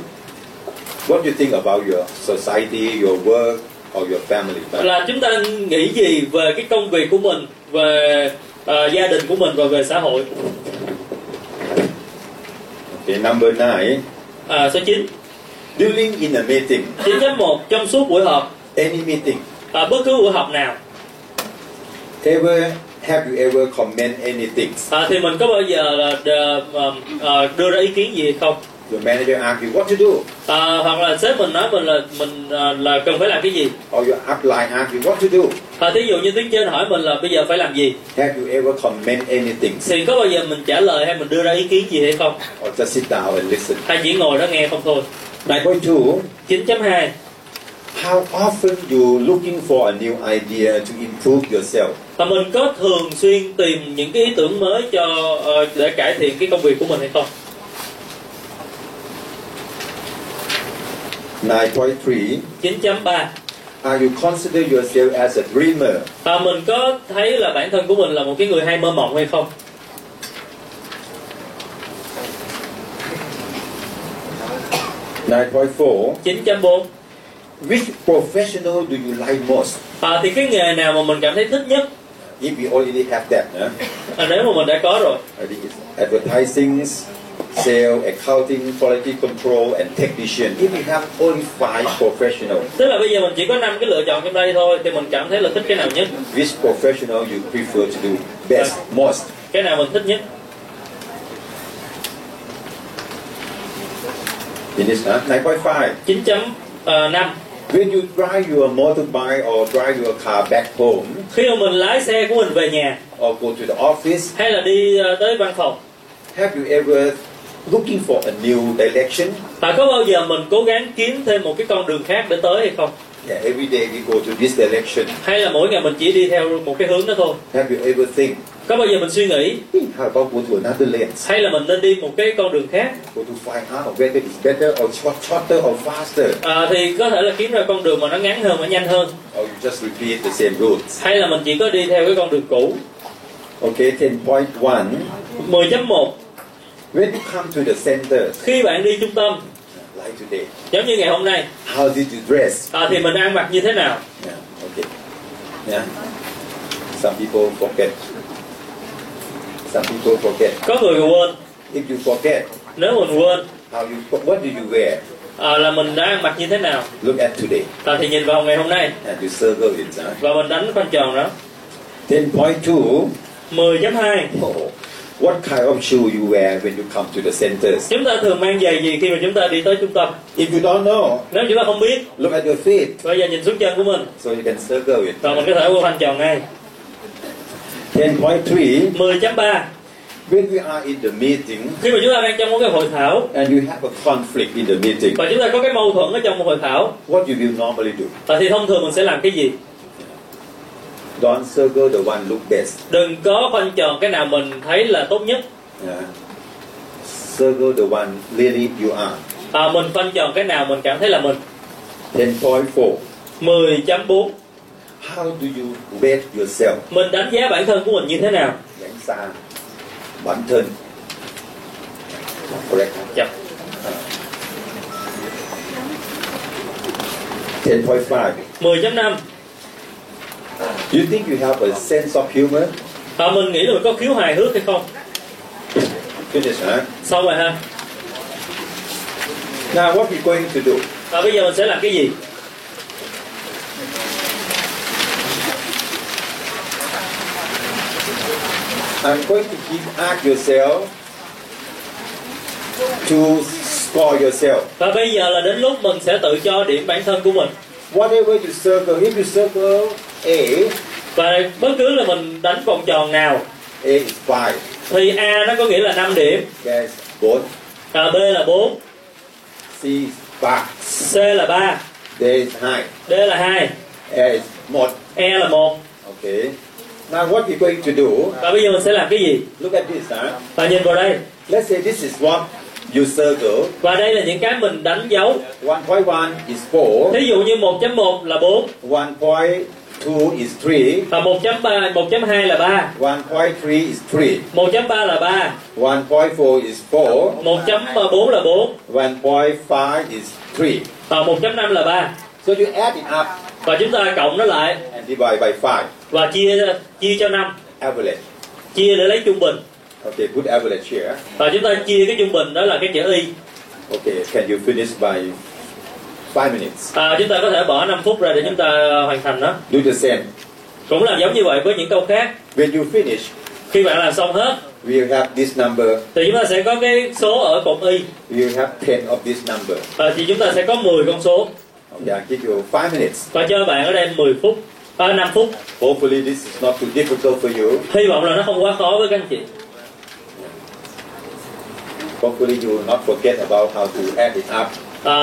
Speaker 3: What do you think about your society, your work, or your family?
Speaker 2: là chúng ta nghĩ gì về cái công việc của mình về ờ, gia đình của mình và về xã hội
Speaker 3: Okay, number nine.
Speaker 2: à, số 9
Speaker 3: During in a meeting,
Speaker 2: 9.1 trong suốt buổi họp
Speaker 3: any meeting,
Speaker 2: à, bất cứ buổi họp nào
Speaker 3: ever have you ever comment anything?
Speaker 2: à, thì mình có bao giờ là đờ- ờ, ờ, đưa ra ý kiến gì hay không
Speaker 3: Your manager asks you what to do,
Speaker 2: à, hoặc là sếp mình nói mình là mình ờ, là cần phải làm cái gì
Speaker 3: or your upline asks you what to do.
Speaker 2: à, thí dụ như tiếng trên hỏi mình là bây giờ phải làm gì
Speaker 3: Have you ever comment anything,
Speaker 2: thì có bao giờ mình trả lời hay mình đưa ra ý kiến gì hay không
Speaker 3: or just sit down and listen?
Speaker 2: hay chỉ ngồi đó nghe không thôi
Speaker 3: 9.2.
Speaker 2: 9.2
Speaker 3: How often you looking for a new idea to improve yourself?
Speaker 2: và À, mình có thường xuyên tìm những cái ý tưởng mới cho ờ, để cải thiện cái công việc của mình hay không
Speaker 3: 9.3.
Speaker 2: 9.3
Speaker 3: Are you consider yourself as a dreamer?
Speaker 2: và À, mình có thấy là bản thân của mình là một cái người hay mơ mộng hay không
Speaker 3: Nine point four.
Speaker 2: 9.4
Speaker 3: Which professional do you like most?
Speaker 2: à, thì cái nghề nào mà mình cảm thấy thích nhất
Speaker 3: If we already have that, huh?
Speaker 2: à, nếu mà mình đã có rồi
Speaker 3: I think it's advertising, sales, accounting, quality control, and technician. If we have only five professional,
Speaker 2: tức là bây giờ mình chỉ có năm cái lựa chọn trong đây thôi thì mình cảm thấy là thích cái nào nhất
Speaker 3: which professional you prefer to do best, most?
Speaker 2: cái nào mình thích nhất
Speaker 3: Finish, huh? Nine point five.
Speaker 2: 9.5
Speaker 3: When you drive your motorbike or drive your car back home
Speaker 2: khi mà mình lái xe của mình về nhà
Speaker 3: or go to the office,
Speaker 2: hay là đi ờ, tới văn phòng
Speaker 3: have you ever looking for a new direction?
Speaker 2: và à, có bao giờ mình cố gắng kiếm thêm một cái con đường khác để tới hay không
Speaker 3: Yeah, every day we go to this direction.
Speaker 2: hay là mỗi ngày mình chỉ đi theo một cái hướng đó thôi
Speaker 3: Have you ever think,
Speaker 2: có bao giờ mình suy nghĩ
Speaker 3: "Hmm, how about go to another lens?
Speaker 2: hay là mình nên đi một cái con đường khác
Speaker 3: Go to find out whether it's better or short, shorter or faster?
Speaker 2: à, thì có thể là kiếm ra con đường mà nó ngắn hơn và nhanh hơn
Speaker 3: Or Oh, you just repeat the same routes?
Speaker 2: hay là mình chỉ có đi theo cái con đường cũ
Speaker 3: Okay, 10.1.
Speaker 2: 10.1
Speaker 3: When you come to the center,
Speaker 2: khi bạn đi trung tâm
Speaker 3: like today,
Speaker 2: giống như ngày hôm nay
Speaker 3: how did you dress?
Speaker 2: à, thì mình ăn mặc như thế nào
Speaker 3: Yeah, okay. Yeah. Some people forget. Some people forget.
Speaker 2: có người quên
Speaker 3: If you forget,
Speaker 2: nếu mình quên
Speaker 3: how you what do you wear?
Speaker 2: à, là mình đã ăn mặc như thế nào
Speaker 3: Look at today.
Speaker 2: à, thì nhìn vào ngày hôm nay
Speaker 3: And you circle it. Huh?
Speaker 2: và mình đánh khoanh tròn đó
Speaker 3: 10.2.
Speaker 2: 10.2
Speaker 3: Oh, what kind of shoe you wear when you come to the centers?
Speaker 2: chúng ta thường mang giày gì khi mà chúng ta đi tới trung tâm
Speaker 3: If you don't know,
Speaker 2: nếu chúng ta không biết
Speaker 3: look at your feet
Speaker 2: bây giờ nhìn xuống chân của mình
Speaker 3: so you can circle it.
Speaker 2: và mình có thể quay khoanh tròn ngay
Speaker 3: 10.3
Speaker 2: 10.3
Speaker 3: When we are in the meeting
Speaker 2: khi mà chúng ta đang trong một cái hội thảo
Speaker 3: and you have a conflict in the meeting,
Speaker 2: và chúng ta có cái mâu thuẫn ở trong một hội thảo
Speaker 3: what you will normally do?
Speaker 2: và thì thông thường mình sẽ làm cái gì
Speaker 3: Don't circle the one look best.
Speaker 2: đừng có khoanh tròn cái nào mình thấy là tốt nhất
Speaker 3: Yeah. circle the one really you are.
Speaker 2: à, mình khoanh tròn cái nào mình cảm thấy là mình
Speaker 3: 10.4.
Speaker 2: 10.4
Speaker 3: How do you rate yourself?
Speaker 2: mình đánh giá bản thân của mình như thế nào
Speaker 3: Đánh giá bản thân. Correct. huh?
Speaker 2: Dạ.
Speaker 3: 10.5.
Speaker 2: 10.5
Speaker 3: Do you think you have a sense of humor?
Speaker 2: à, mình nghĩ là mình có khiếu hài hước hay không
Speaker 3: Finish, huh?
Speaker 2: xong rồi ha
Speaker 3: Now, what we're going to do,
Speaker 2: và Ờ, bây giờ mình sẽ làm cái gì
Speaker 3: I'm going to give ask yourself to score yourself.
Speaker 2: và bây giờ là đến lúc mình sẽ tự cho điểm bản thân của mình
Speaker 3: Whatever you circle, if you circle A,
Speaker 2: và bất cứ là mình đánh vòng tròn nào
Speaker 3: A is 5.
Speaker 2: thì A nó có nghĩa là 5 điểm
Speaker 3: There's 4,
Speaker 2: à, B là 4
Speaker 3: C is 3,
Speaker 2: C là 3
Speaker 3: D is 2,
Speaker 2: D là 2
Speaker 3: A is 1.
Speaker 2: E là 1
Speaker 3: Okay. Now what we're going to do,
Speaker 2: và bây giờ mình sẽ làm cái gì
Speaker 3: look at this, huh?
Speaker 2: và nhìn vào đây
Speaker 3: Let's say this is what you circle.
Speaker 2: và đây là những cái mình đánh dấu
Speaker 3: 1.1 is 4,
Speaker 2: thí dụ như 1.1 là 4
Speaker 3: 1.2 is 3,
Speaker 2: và 1.3 1.2 là 3
Speaker 3: 1.3 is 3,
Speaker 2: 1.3 là 3
Speaker 3: 1.4 is 4,
Speaker 2: 1.4 là 4
Speaker 3: 1.5 is 3.
Speaker 2: và 1.5 là 3
Speaker 3: So you add it up
Speaker 2: và chúng ta cộng nó lại
Speaker 3: and divide by 5.
Speaker 2: và chia chia cho 5
Speaker 3: Average.
Speaker 2: chia để lấy trung bình
Speaker 3: Okay, good average here.
Speaker 2: và chúng ta chia cái trung bình đó là cái chữ y
Speaker 3: Okay, can you finish by 5 minutes?
Speaker 2: à, chúng ta có thể bỏ 5 phút ra để chúng ta hoàn thành đó
Speaker 3: Do the same.
Speaker 2: cũng làm giống như vậy với những câu khác
Speaker 3: When you finish,
Speaker 2: khi bạn làm xong hết
Speaker 3: we will have this number,
Speaker 2: thì chúng ta sẽ có cái số ở cột y
Speaker 3: we will have 10 of this number.
Speaker 2: à, thì chúng ta sẽ có 10 con số
Speaker 3: Okay, I'll give you 5 minutes.
Speaker 2: và cho bạn ở đây 10 phút à, 5 phút
Speaker 3: Hopefully this is not too difficult for you.
Speaker 2: hy vọng là nó không quá khó với các anh chị
Speaker 3: Hopefully you will not forget about how to add it up.
Speaker 2: à,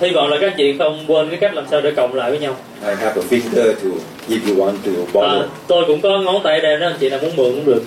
Speaker 2: hy vọng là các anh chị không quên cái cách làm sao để cộng lại với nhau
Speaker 3: I have a finger to if you want to
Speaker 2: à,
Speaker 3: borrow.
Speaker 2: tôi cũng có ngón tay đây đó anh chị nào muốn mượn cũng được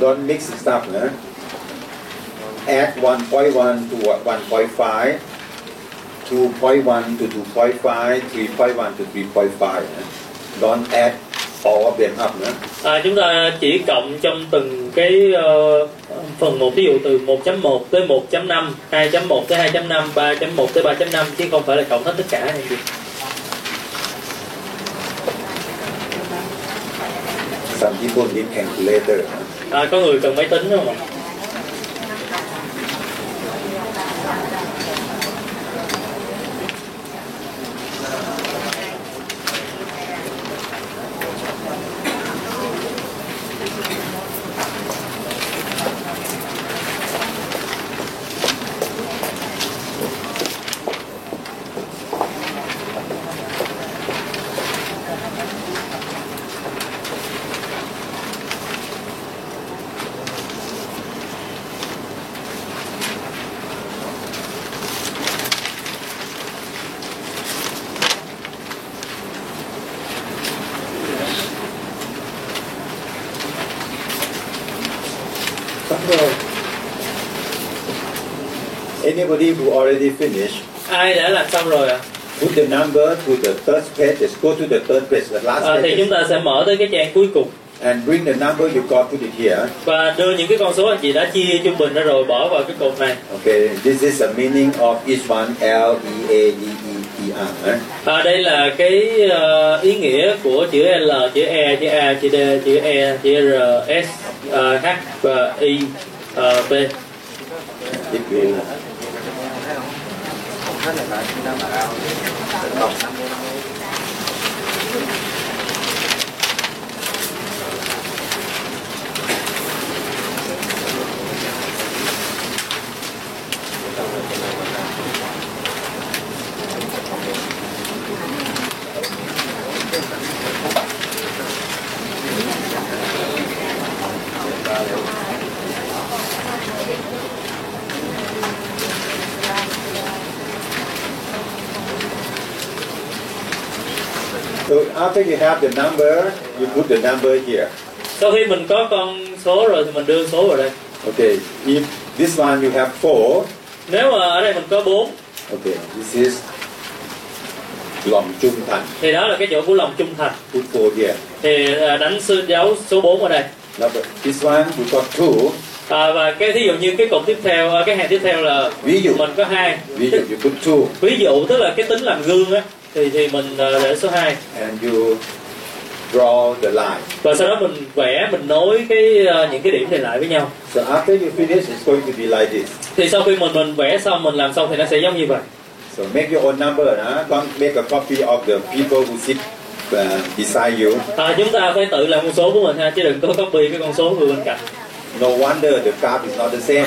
Speaker 3: Don't mix it up, huh? Add 1.1 to what- 1.5, 2.1 to 2.5, 3.1 to 3.5. huh? Don't add all of them up, huh?
Speaker 2: à, chúng ta chỉ cộng trong từng cái ờ, phần một ví dụ từ 1.1 tới 1.5 2.1 tới 2.5 3.1 tới 3.5 chứ không phải là cộng hết tất cả anh chị
Speaker 3: Some people need calculator. huh?
Speaker 2: à, có người cần máy tính đúng không ạ
Speaker 3: Anybody who already finished,
Speaker 2: ai đã làm xong rồi ạ
Speaker 3: put the number to the third page. Just go to the third page, the last
Speaker 2: à, thì
Speaker 3: page,
Speaker 2: chúng ta sẽ mở tới cái trang cuối cùng
Speaker 3: and bring the number you got. Put it here.
Speaker 2: và đưa những cái con số anh chị đã chia trung bình ra rồi bỏ vào cái cột này
Speaker 3: Okay. This is the meaning of each one. L E A D E E อ่านนะ
Speaker 2: À, đây là cái ờ, ý nghĩa của chữ L, chữ E, chữ A, chữ D, chữ E, chữ R, S, ờ, H, và I, ờ, B.
Speaker 3: ที่เป็น so after you have the number you put the number here
Speaker 2: Sau khi mình có con số rồi thì mình đưa số vào đây.
Speaker 3: okay if this one you have four
Speaker 2: Nếu mà ở đây mình có 4
Speaker 3: okay this is หล่อมจุมพัน
Speaker 2: thì đó là cái chỗ của lòng trung thành.
Speaker 3: put four here
Speaker 2: Thì ờ, đánh sư dấu số 4 ở đây.
Speaker 3: number this one you got two
Speaker 2: À, và cái thí dụ như cái cột tiếp theo, ờ, cái hàng tiếp theo là
Speaker 3: ví dụ
Speaker 2: mình có hai.
Speaker 3: ví dụ you put two
Speaker 2: Ví dụ tức là cái tính làm gương á thì thì mình ờ, để số 2
Speaker 3: and you draw the line
Speaker 2: và sau đó mình vẽ mình nối cái ờ, những cái điểm này lại với nhau.
Speaker 3: so after you finish it's going to be like this
Speaker 2: thì sau khi mình mình vẽ xong mình làm xong thì nó sẽ giống như vậy
Speaker 3: So make your own number, huh? Don't make a copy of the people who sit uh, beside you.
Speaker 2: à, chúng ta phải tự làm con số của mình ha chứ đừng có copy cái con số người bên cạnh
Speaker 3: No wonder the cup is not the same.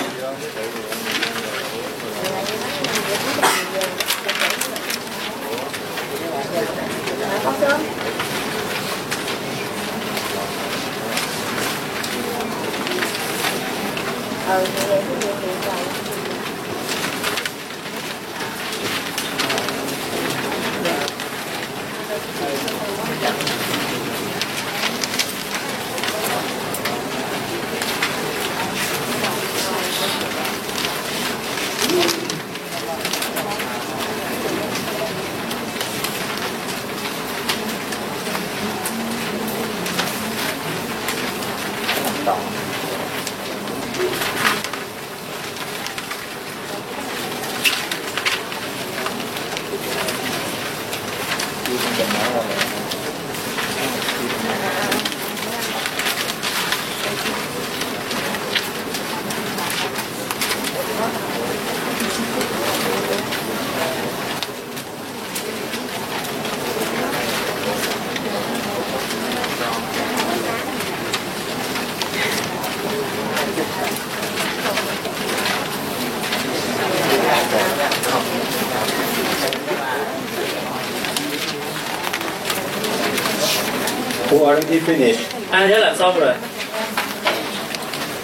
Speaker 3: Who already finished?
Speaker 2: ai đã làm xong rồi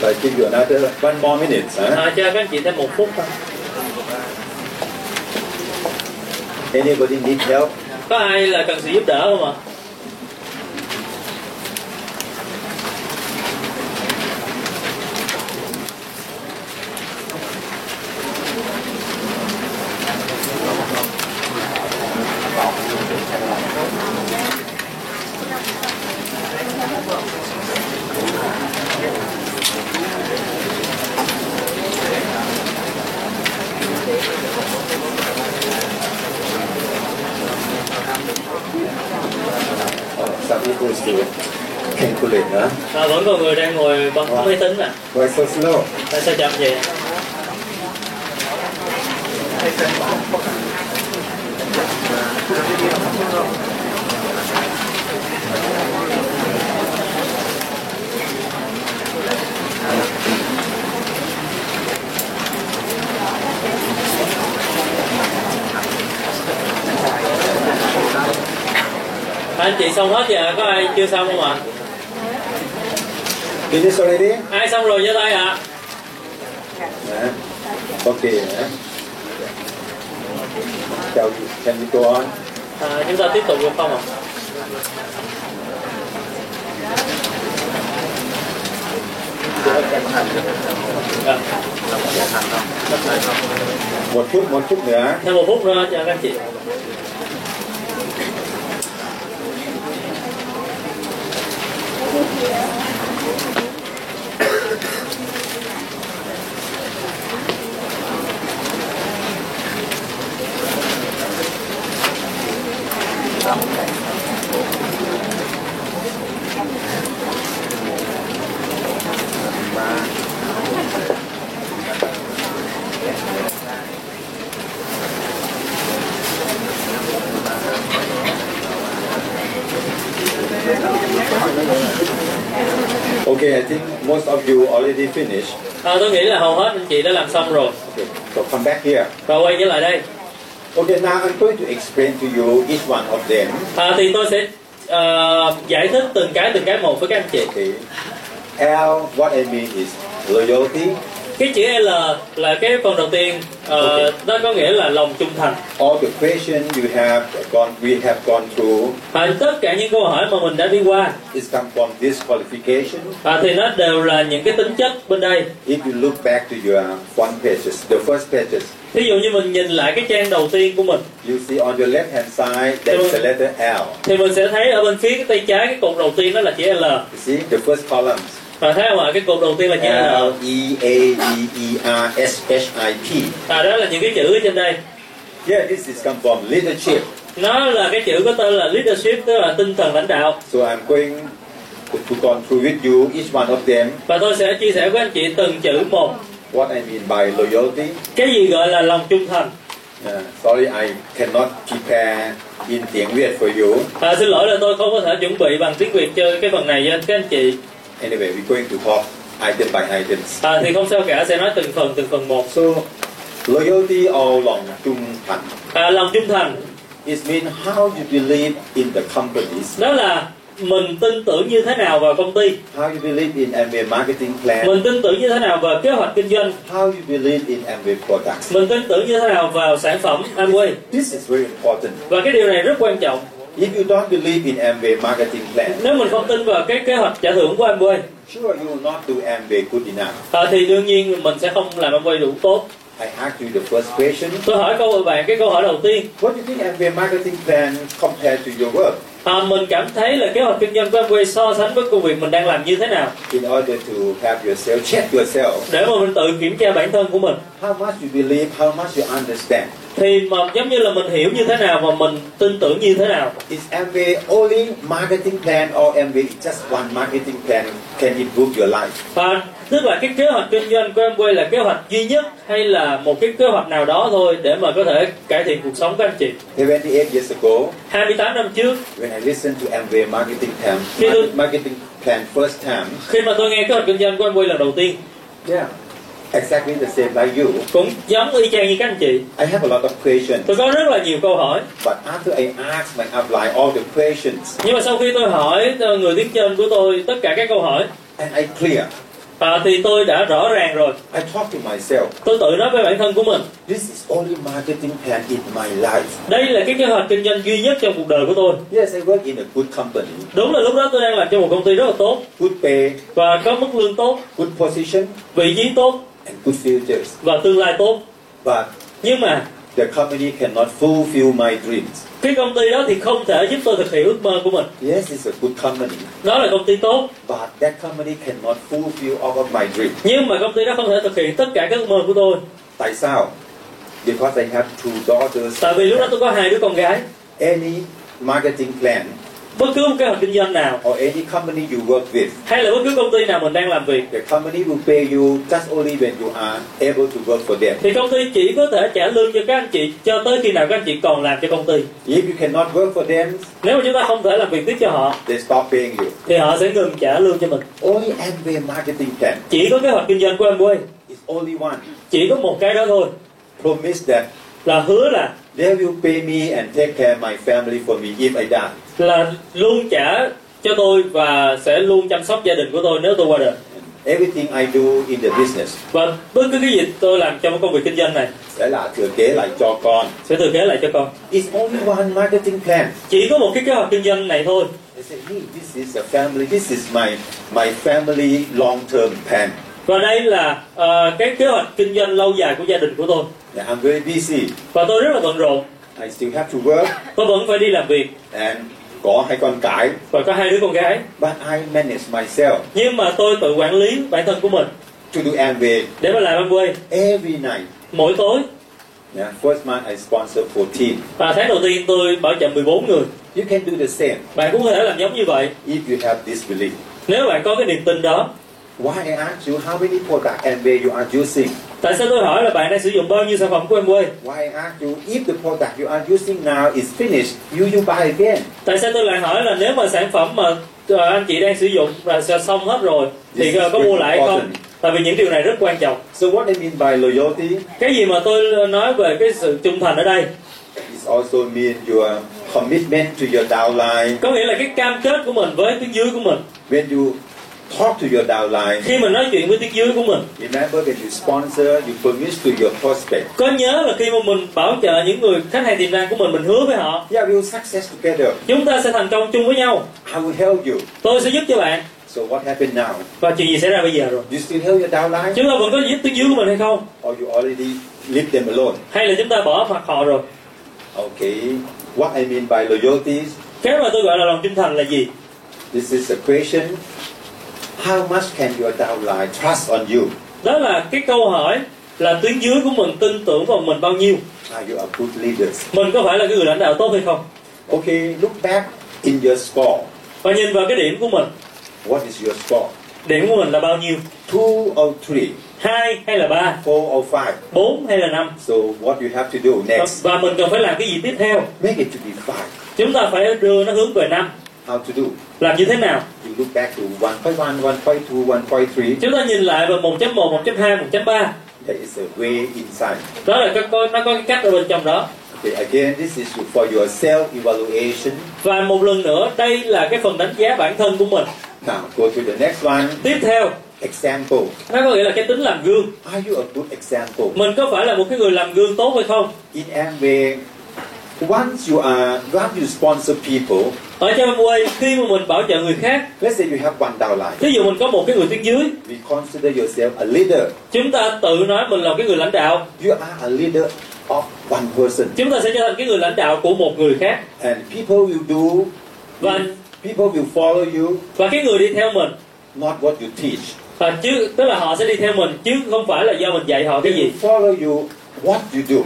Speaker 3: So I give you another one more minute. Huh?
Speaker 2: à, cho các anh chị thêm một phút thôi
Speaker 3: Anybody need help?
Speaker 2: có ai là cần sự giúp đỡ không ạ
Speaker 3: Oh, some people still calculate. Huh?
Speaker 2: à, vẫn còn người đang ngồi bấm máy tính à
Speaker 3: Why so slow?
Speaker 2: tại sao chậm vậy anh chị xong hết giờ có ai chưa xong không ạ
Speaker 3: Finish already?
Speaker 2: ai xong rồi giơ tay ạ
Speaker 3: Huh? Okay. Huh? Shall we, can we go on?
Speaker 2: À, chúng ta tiếp tục được không ạ? Dạ,
Speaker 3: Một phút, một phút nữa.
Speaker 2: thêm một phút nữa cho các anh chị.
Speaker 3: Okay, I think most of you already finished.
Speaker 2: à, tôi nghĩ là hầu hết anh chị đã làm xong rồi
Speaker 3: Okay, so come back here.
Speaker 2: và quay trở lại đây
Speaker 3: Okay, now I'm going to explain to you each one of them.
Speaker 2: à, thì tôi sẽ ờ, giải thích từng cái từng cái một với các anh chị
Speaker 3: Okay. L, what I mean is loyalty,
Speaker 2: cái chữ L là cái phần đầu tiên ờ, nó có nghĩa là lòng trung thành
Speaker 3: all the question you have gone, we have gone through,
Speaker 2: và À, tất cả những câu hỏi mà mình đã đi qua
Speaker 3: is come from this qualification.
Speaker 2: à, thì nó đều là những cái tính chất bên đây
Speaker 3: If you look back to your front pages, the first pages,
Speaker 2: ví dụ như mình nhìn lại cái trang đầu tiên của mình
Speaker 3: you see on your left hand side, there's the letter L.
Speaker 2: thì mình sẽ thấy ở bên phía cái tay trái cái cột đầu tiên đó là chữ L
Speaker 3: You see the first columns.
Speaker 2: và thấy không ạ cái cột đầu tiên là chữ L
Speaker 3: L E A E E R S H I P.
Speaker 2: à, đó là những cái chữ ở trên đây
Speaker 3: Yeah, this is come from leadership.
Speaker 2: nó là cái chữ có tên là leadership tức là tinh thần lãnh đạo
Speaker 3: So I'm going to, to go through with you each one of them.
Speaker 2: và tôi sẽ chia sẻ với anh chị từng chữ một
Speaker 3: What I mean by loyalty.
Speaker 2: cái gì gọi là lòng trung thành
Speaker 3: Yeah, sorry, I cannot prepare in tiếng Việt for you.
Speaker 2: à, xin lỗi là tôi không có thể chuẩn bị bằng tiếng việt cho cái phần này cho các anh chị
Speaker 3: Anyway, we're going to talk item by items.
Speaker 2: à, thì không sao cả sẽ nói từng phần từng phần một
Speaker 3: So, loyalty or lòng trung thành
Speaker 2: à, lòng trung thành
Speaker 3: is mean how you believe in the companies,
Speaker 2: đó là mình tin tưởng như thế nào vào công ty
Speaker 3: how you believe in Amway marketing plan,
Speaker 2: mình tin tưởng như thế nào vào kế hoạch kinh doanh
Speaker 3: how you believe in Amway products.
Speaker 2: mình tin tưởng như thế nào vào sản phẩm Amway
Speaker 3: This is very important.
Speaker 2: và cái điều này rất quan trọng
Speaker 3: If you don't believe in Amway marketing plan,
Speaker 2: nếu mình không tin vào cái kế hoạch trả thưởng của Amway
Speaker 3: sure you will not do Amway good enough.
Speaker 2: à, thì đương nhiên mình sẽ không làm Amway đủ tốt
Speaker 3: I ask you the first question.
Speaker 2: tôi hỏi câu bạn cái câu hỏi đầu tiên
Speaker 3: What do you think Amway marketing plan compared to your work?
Speaker 2: à, mình cảm thấy là kế hoạch kinh doanh của Amway so sánh với công việc mình đang làm như thế nào
Speaker 3: In order to have yourself check yourself,
Speaker 2: để mà mình tự kiểm tra bản thân của mình
Speaker 3: how much you believe, how much you understand.
Speaker 2: thì mà giống như là mình hiểu như thế nào và mình tin tưởng như thế nào
Speaker 3: Is Amway only marketing plan or Amway is just one marketing plan can improve your life?
Speaker 2: và Ờ, tức là cái kế hoạch kinh doanh của Amway là kế hoạch duy nhất hay là một cái kế hoạch nào đó thôi để mà có thể cải thiện cuộc sống của anh chị
Speaker 3: 28 years ago,
Speaker 2: 28 năm trước
Speaker 3: when I listened to Amway marketing plan,
Speaker 2: Khi tôi-
Speaker 3: marketing plan first time,
Speaker 2: khi mà tôi nghe kế hoạch kinh doanh của Amway lần đầu tiên
Speaker 3: yeah, exactly the same like you.
Speaker 2: cũng giống y chang như các anh chị
Speaker 3: I have a lot of questions,
Speaker 2: tôi có rất là nhiều câu hỏi
Speaker 3: but after I ask my apply all the questions
Speaker 2: nhưng mà sau khi tôi hỏi ờ, người tiếng trên của tôi tất cả các câu hỏi
Speaker 3: and I clear,
Speaker 2: à, thì tôi đã rõ ràng rồi
Speaker 3: I talk to myself.
Speaker 2: tôi tự nói với bản thân của mình
Speaker 3: This is only marketing plan in my life.
Speaker 2: đây là cái kế hoạch kinh doanh duy nhất trong cuộc đời của tôi
Speaker 3: Yes, I work in a good company,
Speaker 2: đúng là lúc đó tôi đang làm cho một công ty rất là tốt
Speaker 3: good pay,
Speaker 2: và có mức lương tốt
Speaker 3: good position,
Speaker 2: vị trí tốt
Speaker 3: and good futures.
Speaker 2: và tương lai tốt
Speaker 3: But
Speaker 2: nhưng mà
Speaker 3: the company cannot fulfill my dreams.
Speaker 2: cái công ty đó thì không thể giúp tôi thực hiện ước mơ của mình
Speaker 3: Yes, it's a good company,
Speaker 2: đó là công ty tốt
Speaker 3: but that company cannot fulfill all of my dreams.
Speaker 2: nhưng mà công ty đó không thể thực hiện tất cả các ước mơ của tôi
Speaker 3: Tại sao? Because I have two daughters.
Speaker 2: tại vì lúc đó tôi có hai đứa con gái
Speaker 3: Any marketing plan
Speaker 2: bất cứ một kế hoạch kinh doanh nào
Speaker 3: or any company you work with,
Speaker 2: hay là bất cứ công ty nào mình đang làm việc
Speaker 3: the company will pay you just only when you are able to work for them.
Speaker 2: thì công ty chỉ có thể trả lương cho các anh chị cho tới khi nào các anh chị còn làm cho công ty
Speaker 3: If you cannot work for them,
Speaker 2: nếu mà chúng ta không thể làm việc tiếp cho họ
Speaker 3: they stop paying you.
Speaker 2: thì họ sẽ ngừng trả lương cho mình
Speaker 3: Only Amway marketing plan
Speaker 2: chỉ có kế hoạch kinh doanh của Amway
Speaker 3: is only one.
Speaker 2: chỉ có một cái đó thôi
Speaker 3: Promise that
Speaker 2: là hứa là
Speaker 3: they will pay me and take care of my family for me if I die.
Speaker 2: là luôn trả cho tôi và sẽ luôn chăm sóc gia đình của tôi nếu tôi qua đời
Speaker 3: And everything I do in the business
Speaker 2: và bất cứ cái gì tôi làm trong công việc kinh doanh này
Speaker 3: sẽ là thừa kế lại cho con.
Speaker 2: sẽ thừa kế lại cho con
Speaker 3: It's only one marketing plan.
Speaker 2: chỉ có một cái kế hoạch kinh doanh này thôi
Speaker 3: They say, hey, this is a family. This is my my family long-term plan.
Speaker 2: và đây là ờ, cái kế hoạch kinh doanh lâu dài của gia đình của tôi
Speaker 3: Yeah, I'm very busy.
Speaker 2: và tôi rất là bận rộn
Speaker 3: I still have to work
Speaker 2: tôi vẫn phải đi làm việc
Speaker 3: and có hai con cái.
Speaker 2: và có hai đứa con gái
Speaker 3: But I manage myself
Speaker 2: nhưng mà tôi tự quản lý bản thân của mình
Speaker 3: to do Amway
Speaker 2: để mà làm Amway
Speaker 3: every night.
Speaker 2: mỗi tối
Speaker 3: Yeah, first month I sponsor 14.
Speaker 2: và tháng đầu tiên tôi bảo trợ 14 người
Speaker 3: You can do the same
Speaker 2: bạn cũng có thể làm giống như vậy
Speaker 3: if you have this belief.
Speaker 2: nếu bạn có cái niềm tin đó
Speaker 3: Why I ask you how many product Amway you are using?
Speaker 2: tại sao tôi hỏi là bạn đang sử dụng bao nhiêu sản phẩm của em quê
Speaker 3: Why ask you if the product you are using now is finished, you you buy again?
Speaker 2: tại sao tôi lại hỏi là nếu mà sản phẩm mà ờ, anh chị đang sử dụng là sẽ xong hết rồi thì
Speaker 3: This is
Speaker 2: ờ, có mua
Speaker 3: very
Speaker 2: lại không
Speaker 3: important.
Speaker 2: tại vì những điều này rất quan trọng
Speaker 3: So what I mean by loyalty
Speaker 2: cái gì mà tôi nói về cái sự trung thành ở đây
Speaker 3: is also mean your commitment to your downline.
Speaker 2: có nghĩa là cái cam kết của mình với tiếng dưới của mình
Speaker 3: When you talk to your downline,
Speaker 2: khi mình nói chuyện với tiếng dưới của mình
Speaker 3: remember that you sponsor, you promise to your prospect.
Speaker 2: có nhớ là khi mà mình bảo trợ những người khách hàng tiềm năng của mình mình hứa với họ
Speaker 3: Yeah, we will success together.
Speaker 2: chúng ta sẽ thành công chung với nhau
Speaker 3: I will help you.
Speaker 2: tôi sẽ giúp cho bạn
Speaker 3: So what happened now?
Speaker 2: và chuyện gì xảy ra bây giờ rồi
Speaker 3: You still help your downline,
Speaker 2: chúng ta vẫn có giúp tiếng dưới của mình hay không
Speaker 3: or you already leave them alone?
Speaker 2: hay là chúng ta bỏ mặt họ rồi
Speaker 3: Okay. What I mean by loyalty,
Speaker 2: cái mà tôi gọi là lòng trung thành là gì
Speaker 3: this is a question. How much can your downline trust on you?
Speaker 2: đó là cái câu hỏi là tuyến dưới của mình tin tưởng vào mình bao nhiêu
Speaker 3: Are you a good leader?
Speaker 2: mình có phải là cái người lãnh đạo tốt hay không
Speaker 3: Okay, look back in your score.
Speaker 2: và nhìn vào cái điểm của mình
Speaker 3: What is your score?
Speaker 2: điểm của mình là bao nhiêu
Speaker 3: Two or three,
Speaker 2: hai hay là ba
Speaker 3: four or five.
Speaker 2: bốn hay là năm
Speaker 3: So what you have to do next?
Speaker 2: và mình cần phải làm cái gì tiếp theo
Speaker 3: Make it to be five.
Speaker 2: chúng ta phải đưa nó hướng về năm
Speaker 3: How to do?
Speaker 2: làm như thế nào
Speaker 3: You look back to 1.1, 1.2, 1.3.
Speaker 2: chúng ta nhìn lại vào 1.1 1.2 1.3
Speaker 3: There is a way inside.
Speaker 2: đó là các con nó có cái cách ở bên trong đó
Speaker 3: Okay, again, this is for your self-evaluation.
Speaker 2: và một lần nữa đây là cái phần đánh giá bản thân của mình
Speaker 3: Now go to the next one.
Speaker 2: tiếp theo
Speaker 3: Example.
Speaker 2: nó có nghĩa là cái tính làm gương
Speaker 3: Are you a good example?
Speaker 2: mình có phải là một cái người làm gương tốt hay không
Speaker 3: In Amway, once you are, once you sponsor people,
Speaker 2: ở trong quay khi mà mình bảo trợ người khác
Speaker 3: let's say you have one downline,
Speaker 2: thí dụ mình có một cái người tuyến dưới
Speaker 3: we consider yourself a leader.
Speaker 2: chúng ta tự nói mình là cái người lãnh đạo
Speaker 3: You are a leader of one person,
Speaker 2: chúng ta sẽ trở thành cái người lãnh đạo của một người khác
Speaker 3: and people will do,
Speaker 2: và
Speaker 3: people will follow you,
Speaker 2: và cái người đi theo mình
Speaker 3: not what you teach.
Speaker 2: à, chứ tức là họ sẽ đi theo mình chứ không phải là do mình dạy họ
Speaker 3: They
Speaker 2: cái
Speaker 3: will
Speaker 2: gì
Speaker 3: follow you what you do.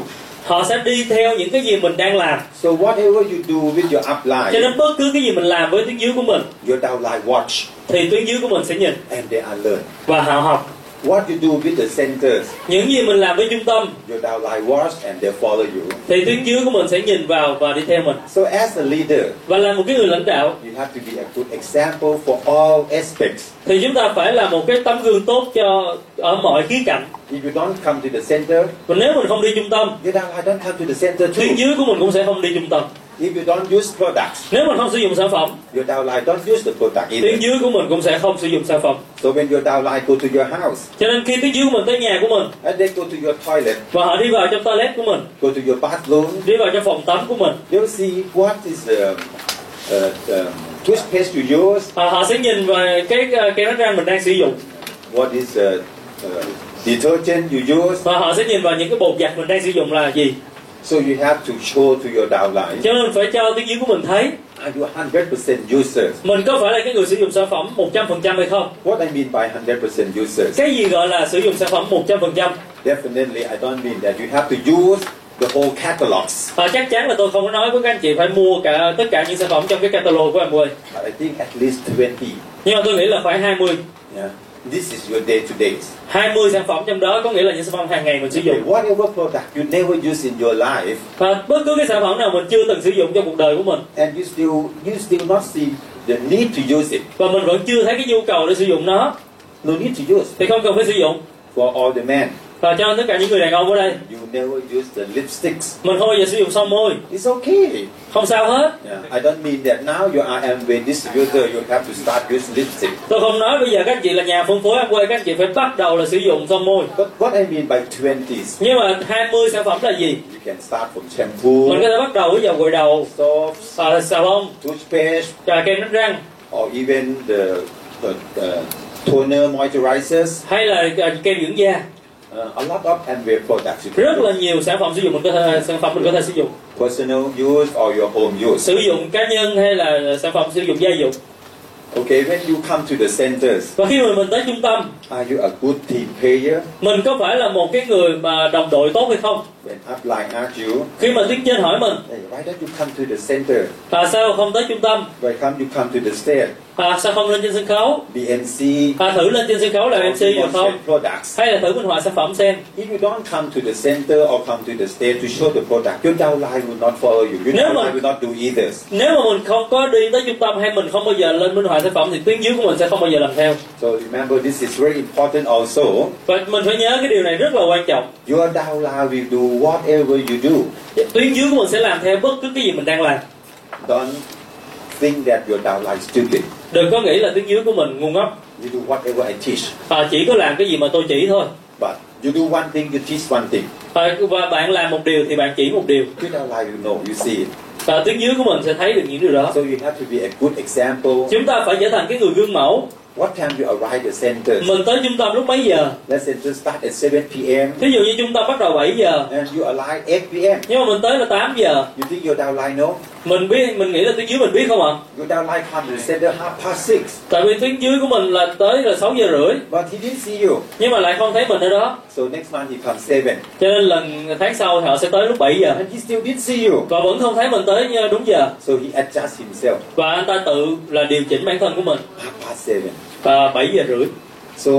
Speaker 2: họ sẽ đi theo những cái gì mình đang làm
Speaker 3: So whatever you do with your
Speaker 2: cho
Speaker 3: upline,
Speaker 2: nên bất cứ cái gì mình làm với tuyến dưới của mình
Speaker 3: your downline watch,
Speaker 2: thì tuyến dưới của mình sẽ nhìn
Speaker 3: and they are learn.
Speaker 2: và họ học
Speaker 3: What you do with the centers,
Speaker 2: những gì mình làm với trung tâm
Speaker 3: your downline watch, and they follow you.
Speaker 2: thì tuyến dưới của mình sẽ nhìn vào và đi theo mình
Speaker 3: So as a leader,
Speaker 2: và là một cái người lãnh đạo
Speaker 3: you have to be a good example for all aspects.
Speaker 2: thì chúng ta phải là một cái tấm gương tốt cho ở mọi khía cạnh
Speaker 3: If you don't come to the center,
Speaker 2: và nếu mình không đi trung tâm
Speaker 3: your downline don't come to the center
Speaker 2: tuyến
Speaker 3: too.
Speaker 2: dưới của mình cũng sẽ không đi trung tâm
Speaker 3: If you don't use products,
Speaker 2: nếu mình không sử dụng sản phẩm
Speaker 3: Your downline don't use the product
Speaker 2: tuyến
Speaker 3: either.
Speaker 2: dưới của mình cũng sẽ không sử dụng sản phẩm
Speaker 3: So when your downline go to your house
Speaker 2: cho nên khi tuyến dưới của mình tới nhà của mình
Speaker 3: and they go to your toilet,
Speaker 2: và họ đi vào trong toilet của mình
Speaker 3: go to your bathroom,
Speaker 2: đi vào trong phòng tắm của mình
Speaker 3: they'll see what is the uh, um, toothpaste you use,
Speaker 2: à, họ sẽ nhìn vào cái ờ, kem đánh răng mình đang sử dụng
Speaker 3: what is the uh, detergent you use.
Speaker 2: và họ sẽ nhìn vào những cái bột giặt mình đang sử dụng là gì
Speaker 3: So you have to show to your downline.
Speaker 2: cho nên phải cho tuyến dưới của mình thấy
Speaker 3: Are you 100% users?
Speaker 2: mình có phải là cái người sử dụng sản phẩm 100% hay không
Speaker 3: What I mean by 100% users?
Speaker 2: cái gì gọi là sử dụng sản phẩm 100%
Speaker 3: Definitely, I don't mean that you have to use the whole catalogs.
Speaker 2: và chắc chắn là tôi không có nói với các anh chị phải mua cả tất cả những sản phẩm trong cái catalog của Amway
Speaker 3: But I think at least 20.
Speaker 2: nhưng mà tôi nghĩ là khoảng 20
Speaker 3: Yeah. This is your day-to-day.
Speaker 2: 20 sản phẩm trong đó có nghĩa là những sản phẩm hàng ngày mình sử
Speaker 3: Okay,
Speaker 2: dụng
Speaker 3: whatever product you never use in your life,
Speaker 2: và bất cứ cái sản phẩm nào mình chưa từng sử dụng trong cuộc đời của mình
Speaker 3: and you still you still not see the need to use it.
Speaker 2: và mình vẫn chưa thấy cái nhu cầu để sử dụng nó
Speaker 3: No need to use
Speaker 2: thì không cần phải sử dụng
Speaker 3: for all the men.
Speaker 2: và cho tất cả những người đàn ông ở đây
Speaker 3: You never use the lipsticks.
Speaker 2: mình thôi giờ sử dụng son môi
Speaker 3: It's okay.
Speaker 2: không sao hết
Speaker 3: Yeah. I don't mean that now you are Amway distributor. You have to start using lipstick.
Speaker 2: tôi không nói bây giờ các anh chị là nhà phân phối Amway các anh chị phải bắt đầu là sử dụng son môi
Speaker 3: But what I mean by twenties,
Speaker 2: nhưng mà 20 sản phẩm là gì
Speaker 3: you can start from
Speaker 2: mình có
Speaker 3: shampoo,
Speaker 2: thể bắt đầu với dầu gội đầu
Speaker 3: soaps,
Speaker 2: à, xà bông
Speaker 3: toothpaste,
Speaker 2: trà kem đánh răng
Speaker 3: or even the the, the toner moisturizers.
Speaker 2: hay là à, kem dưỡng da
Speaker 3: Uh, a lot of Amway products. You
Speaker 2: rất
Speaker 3: can
Speaker 2: là
Speaker 3: do.
Speaker 2: nhiều sản phẩm sử dụng mình có thể sản phẩm mình có thể sử dụng
Speaker 3: Personal use or your home use.
Speaker 2: sử dụng cá nhân hay là sản phẩm sử dụng gia dụng
Speaker 3: Okay, when you come to the centers,
Speaker 2: và khi mà mình tới trung tâm
Speaker 3: are you a good team player?
Speaker 2: mình có phải là một cái người mà đồng đội tốt hay không
Speaker 3: When when upline asks you,
Speaker 2: khi mà tiếng trên hỏi mình
Speaker 3: hey, why don't you come to the center?
Speaker 2: bà sao không tới trung tâm
Speaker 3: Why can't you come to the stage?
Speaker 2: bà sao không lên trên sân khấu
Speaker 3: BNC,
Speaker 2: bà thử lên trên sân khấu làm mc được không
Speaker 3: products.
Speaker 2: hay là thử minh họa sản phẩm xem
Speaker 3: If you don't come to the center or come to the stage to show the product, your downline will not follow you. Your
Speaker 2: Nếu mà-
Speaker 3: downline will not do either.
Speaker 2: nếu mà mình không có đi tới trung tâm hay mình không bao giờ lên minh họa sản phẩm thì tuyến dưới của mình sẽ không bao giờ làm theo
Speaker 3: So remember, this is very important also.
Speaker 2: và mình phải nhớ cái điều này rất là quan trọng
Speaker 3: Your downline will do whatever you do.
Speaker 2: tuyến dưới của mình sẽ làm theo bất cứ cái gì mình đang làm
Speaker 3: Don't think that your downline is stupid.
Speaker 2: đừng có nghĩ là tuyến dưới của mình ngu ngốc
Speaker 3: You do whatever I teach.
Speaker 2: Họ chỉ có làm cái gì mà tôi chỉ thôi
Speaker 3: But you do one thing, you teach one thing.
Speaker 2: Ờ, và bạn làm một điều thì bạn chỉ một điều
Speaker 3: Your downline will know, you see it.
Speaker 2: và tuyến dưới của mình sẽ thấy được những điều đó
Speaker 3: So you have to be a good example.
Speaker 2: chúng ta phải trở thành cái người gương mẫu
Speaker 3: What time you arrive the center?
Speaker 2: mình tới trung tâm lúc mấy giờ
Speaker 3: Let's say just start at 7 p.m.
Speaker 2: thí dụ như trung tâm bắt đầu 7 giờ
Speaker 3: and you arrive 8 p.m.
Speaker 2: nhưng mà mình tới là 8 giờ
Speaker 3: You think your downline know?
Speaker 2: mình biết mình nghĩ là tuyến dưới mình biết không ạ
Speaker 3: Your downline come to the center half past six,
Speaker 2: tại vì tuyến dưới của mình là tới là 6 giờ rưỡi
Speaker 3: but he didn't see you.
Speaker 2: nhưng mà lại không thấy mình ở đó
Speaker 3: So next month he comes seven,
Speaker 2: cho nên lần tháng sau thì họ sẽ tới lúc 7 giờ
Speaker 3: and he still didn't see you.
Speaker 2: và vẫn không thấy mình tới như đúng giờ
Speaker 3: So he adjusts himself
Speaker 2: và anh ta tự là điều chỉnh bản thân của mình
Speaker 3: half past seven.
Speaker 2: và 7 giờ rưỡi
Speaker 3: So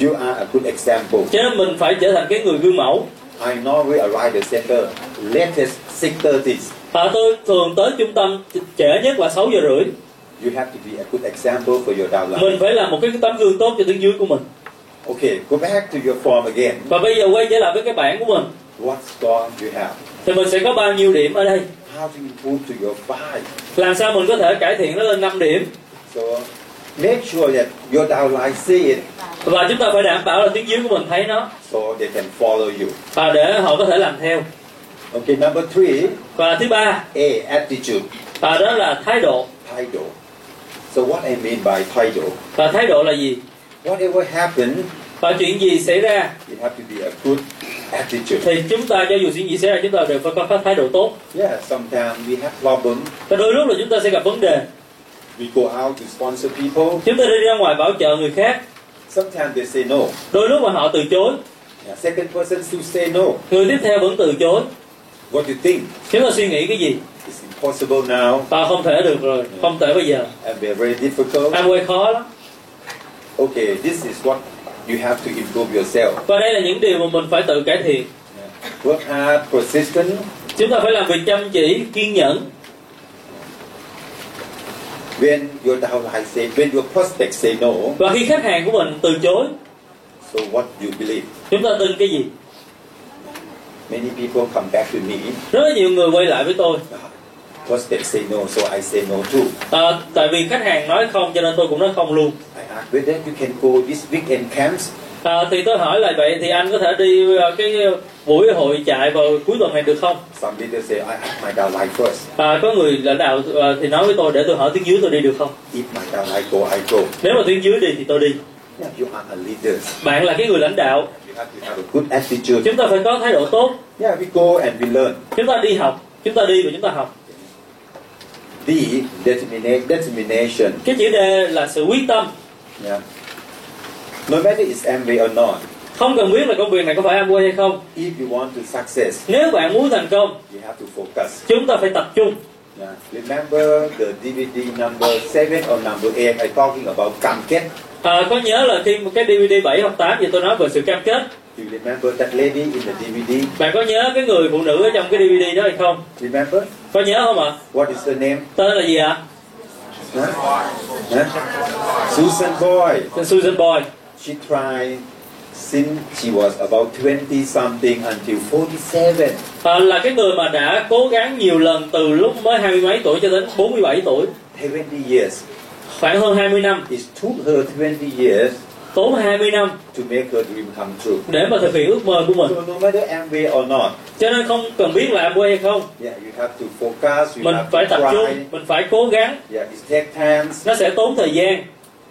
Speaker 3: you are a good example.
Speaker 2: cho nên mình phải trở thành cái người gương mẫu
Speaker 3: I normally arrive the center latest six thirty.
Speaker 2: À, tôi thường tới trung tâm trễ nhất là 6 giờ rưỡi
Speaker 3: You have to be a good example for your downline.
Speaker 2: Mình phải làm một cái tấm gương tốt cho tuyến dưới của mình
Speaker 3: Okay, go back to your form again.
Speaker 2: Và bây giờ quay trở lại với cái bảng của mình
Speaker 3: What score you have?
Speaker 2: Thì mình sẽ có bao nhiêu điểm ở đây
Speaker 3: How to improve to your five?
Speaker 2: Làm sao mình có thể cải thiện nó lên 5 điểm
Speaker 3: So make sure that your downline see it,
Speaker 2: Và chúng ta phải đảm bảo là tuyến dưới của mình thấy nó
Speaker 3: so they can follow you.
Speaker 2: Và để họ có thể làm theo
Speaker 3: Okay, number three.
Speaker 2: Và thứ ba
Speaker 3: A. Attitude,
Speaker 2: và đó là thái độ
Speaker 3: title. So what I mean by title,
Speaker 2: Và thái độ là gì
Speaker 3: whatever happened,
Speaker 2: Và chuyện gì xảy ra
Speaker 3: you have to be a good attitude.
Speaker 2: Thì chúng ta cho dù chuyện gì xảy ra chúng ta đều phải có cái thái độ tốt
Speaker 3: Yeah, sometimes we have problem.
Speaker 2: Và đôi lúc là chúng ta sẽ gặp vấn đề
Speaker 3: We go out to sponsor people.
Speaker 2: Chúng ta đi ra ngoài bảo trợ người khác
Speaker 3: Sometimes they say no.
Speaker 2: Đôi lúc mà họ từ chối
Speaker 3: Yeah, second person still say no.
Speaker 2: Người tiếp theo vẫn từ chối
Speaker 3: What do you think?
Speaker 2: Chúng ta suy nghĩ cái gì
Speaker 3: It's impossible now
Speaker 2: Và không thể được rồi, không thể bây giờ
Speaker 3: and they're very difficult.
Speaker 2: Ăn quay khó lắm
Speaker 3: Okay, this is what you have to improve yourself.
Speaker 2: Và đây là những điều mà mình phải tự cải thiện
Speaker 3: Yeah. Work hard, persistent.
Speaker 2: Chúng ta phải làm việc chăm chỉ, kiên nhẫn
Speaker 3: When your downline say, when your prospect say no,
Speaker 2: Và khi khách hàng của mình từ chối
Speaker 3: so what do you believe?
Speaker 2: Chúng ta tin cái gì?
Speaker 3: Many people come back to me.
Speaker 2: Rất là nhiều người quay lại với tôi
Speaker 3: Prospect say no, so I say no too.
Speaker 2: à, Tại vì khách hàng nói không cho nên tôi cũng nói không luôn
Speaker 3: I ask whether you can go this weekend camps.
Speaker 2: à, Thì tôi hỏi là vậy thì anh có thể đi ờ, cái buổi hội chạy vào cuối tuần này được không?
Speaker 3: Some leader say I ask my downline first.
Speaker 2: À, có người lãnh đạo ờ, thì nói với tôi để tôi hỏi tiếng dưới tôi đi được không?
Speaker 3: If my downline go, I go.
Speaker 2: Nếu mà tiếng dưới đi thì tôi đi
Speaker 3: Yeah, you are a leader.
Speaker 2: Bạn là cái người lãnh đạo
Speaker 3: You have to have a good attitude.
Speaker 2: Chúng ta phải có thái độ tốt
Speaker 3: Yeah, we go and we learn.
Speaker 2: Chúng ta đi học Chúng ta đi và chúng ta học
Speaker 3: D determina- determination.
Speaker 2: Cái chữ D là sự quyết tâm
Speaker 3: Yeah. No matter it's MV or not,
Speaker 2: Không cần biết là công việc này có phải Amway hay không
Speaker 3: if you want to success,
Speaker 2: Nếu bạn muốn thành công
Speaker 3: you have to focus.
Speaker 2: Chúng ta phải tập trung
Speaker 3: Yeah. Remember the DVD number seven or number eight? I talking about Kamket.
Speaker 2: à, Có nhớ là khi một cái DVD 7 hoặc 8 Thì tôi nói về sự cam kết
Speaker 3: You remember that lady in the DVD?
Speaker 2: Bạn có nhớ cái người phụ nữ ở trong cái DVD đó hay không
Speaker 3: Remember?
Speaker 2: Có nhớ không ạ
Speaker 3: What is her name?
Speaker 2: Tên là gì ạ
Speaker 3: Huh? Huh? Susan Boy.
Speaker 2: Tên Susan Boyd
Speaker 3: She tried since she was about 20 something until 47.
Speaker 2: à, Là cái người mà đã cố gắng nhiều lần Từ lúc mới hai mươi mấy tuổi cho đến 47 tuổi
Speaker 3: 20 years.
Speaker 2: Khoảng hơn 20 năm
Speaker 3: It took her 20 years
Speaker 2: Tốn 20 năm
Speaker 3: to make her dream come true.
Speaker 2: để mà thực hiện ước mơ của mình
Speaker 3: So no matter MBA or not,
Speaker 2: Cho nên không cần biết là Amway hay không
Speaker 3: yeah, you have to focus, you
Speaker 2: Mình
Speaker 3: have
Speaker 2: phải
Speaker 3: to
Speaker 2: tập
Speaker 3: try.
Speaker 2: trung Mình phải cố gắng
Speaker 3: Yeah, it takes time.
Speaker 2: Nó sẽ tốn thời gian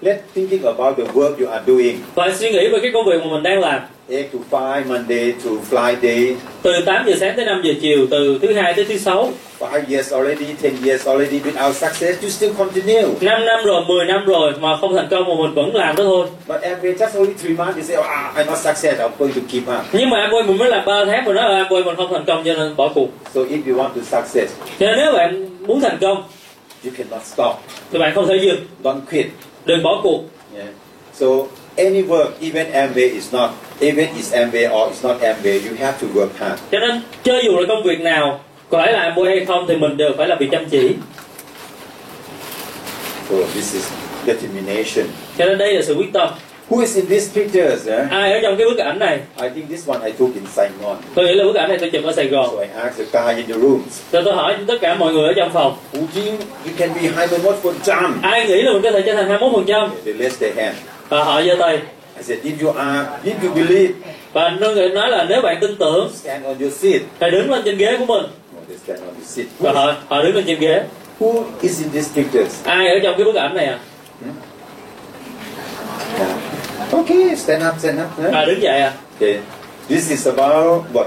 Speaker 3: Let thinking about the work you are doing.
Speaker 2: Phải suy nghĩ về cái công việc mà mình đang làm
Speaker 3: 8 to 5, Monday to Friday.
Speaker 2: từ 8 giờ sáng tới 5 giờ chiều từ thứ hai tới thứ sáu
Speaker 3: Five years already, ten years already without success, you still continue.
Speaker 2: 5 năm rồi 10 năm rồi mà không thành công mà mình vẫn làm đó thôi
Speaker 3: But every just only three months, you say, ah, I'm not success, I'm going to give up.
Speaker 2: nhưng mà Amway mình mới làm 3 tháng rồi đó Amway mình không thành công cho nên bỏ cuộc
Speaker 3: So if you want to success,
Speaker 2: cho nên nếu bạn muốn thành công
Speaker 3: you cannot stop.
Speaker 2: thì bạn không thể dừng
Speaker 3: Don't quit.
Speaker 2: đừng bỏ cuộc
Speaker 3: Yeah. So any work, even MBA is not, even it's MBA or it's not MBA, you have to work hard.
Speaker 2: cho nên cho dù là công việc nào có phải là Amway hay không thì mình đều phải là việc chăm chỉ
Speaker 3: So this is determination.
Speaker 2: cho nên đây là sự quyết tâm
Speaker 3: Who is in these pictures? eh?
Speaker 2: ai ở trong cái bức ảnh này
Speaker 3: I think this one I took in Saigon.
Speaker 2: tôi nghĩ là bức ảnh này tôi chụp ở Sài Gòn
Speaker 3: So I asked the guy in the rooms,
Speaker 2: rồi tôi hỏi tất cả mọi người ở trong phòng
Speaker 3: would you, you can be high remote for jump?
Speaker 2: ai nghĩ là mình có thể trở thành 21 phần trăm
Speaker 3: They raised their hand.
Speaker 2: và họ giơ tay
Speaker 3: I said, if you are, if you believe,
Speaker 2: và nó người nói là nếu bạn tin tưởng
Speaker 3: stand on your seat.
Speaker 2: thì đứng lên trên ghế của mình
Speaker 3: No, they stand on the seat.
Speaker 2: và họ họ đứng lên trên ghế
Speaker 3: Who is in these pictures?
Speaker 2: ai ở trong cái bức ảnh này à,
Speaker 3: Yeah. Okay, stand up, stand up. huh?
Speaker 2: à đứng dậy à
Speaker 3: Okay. This is about what?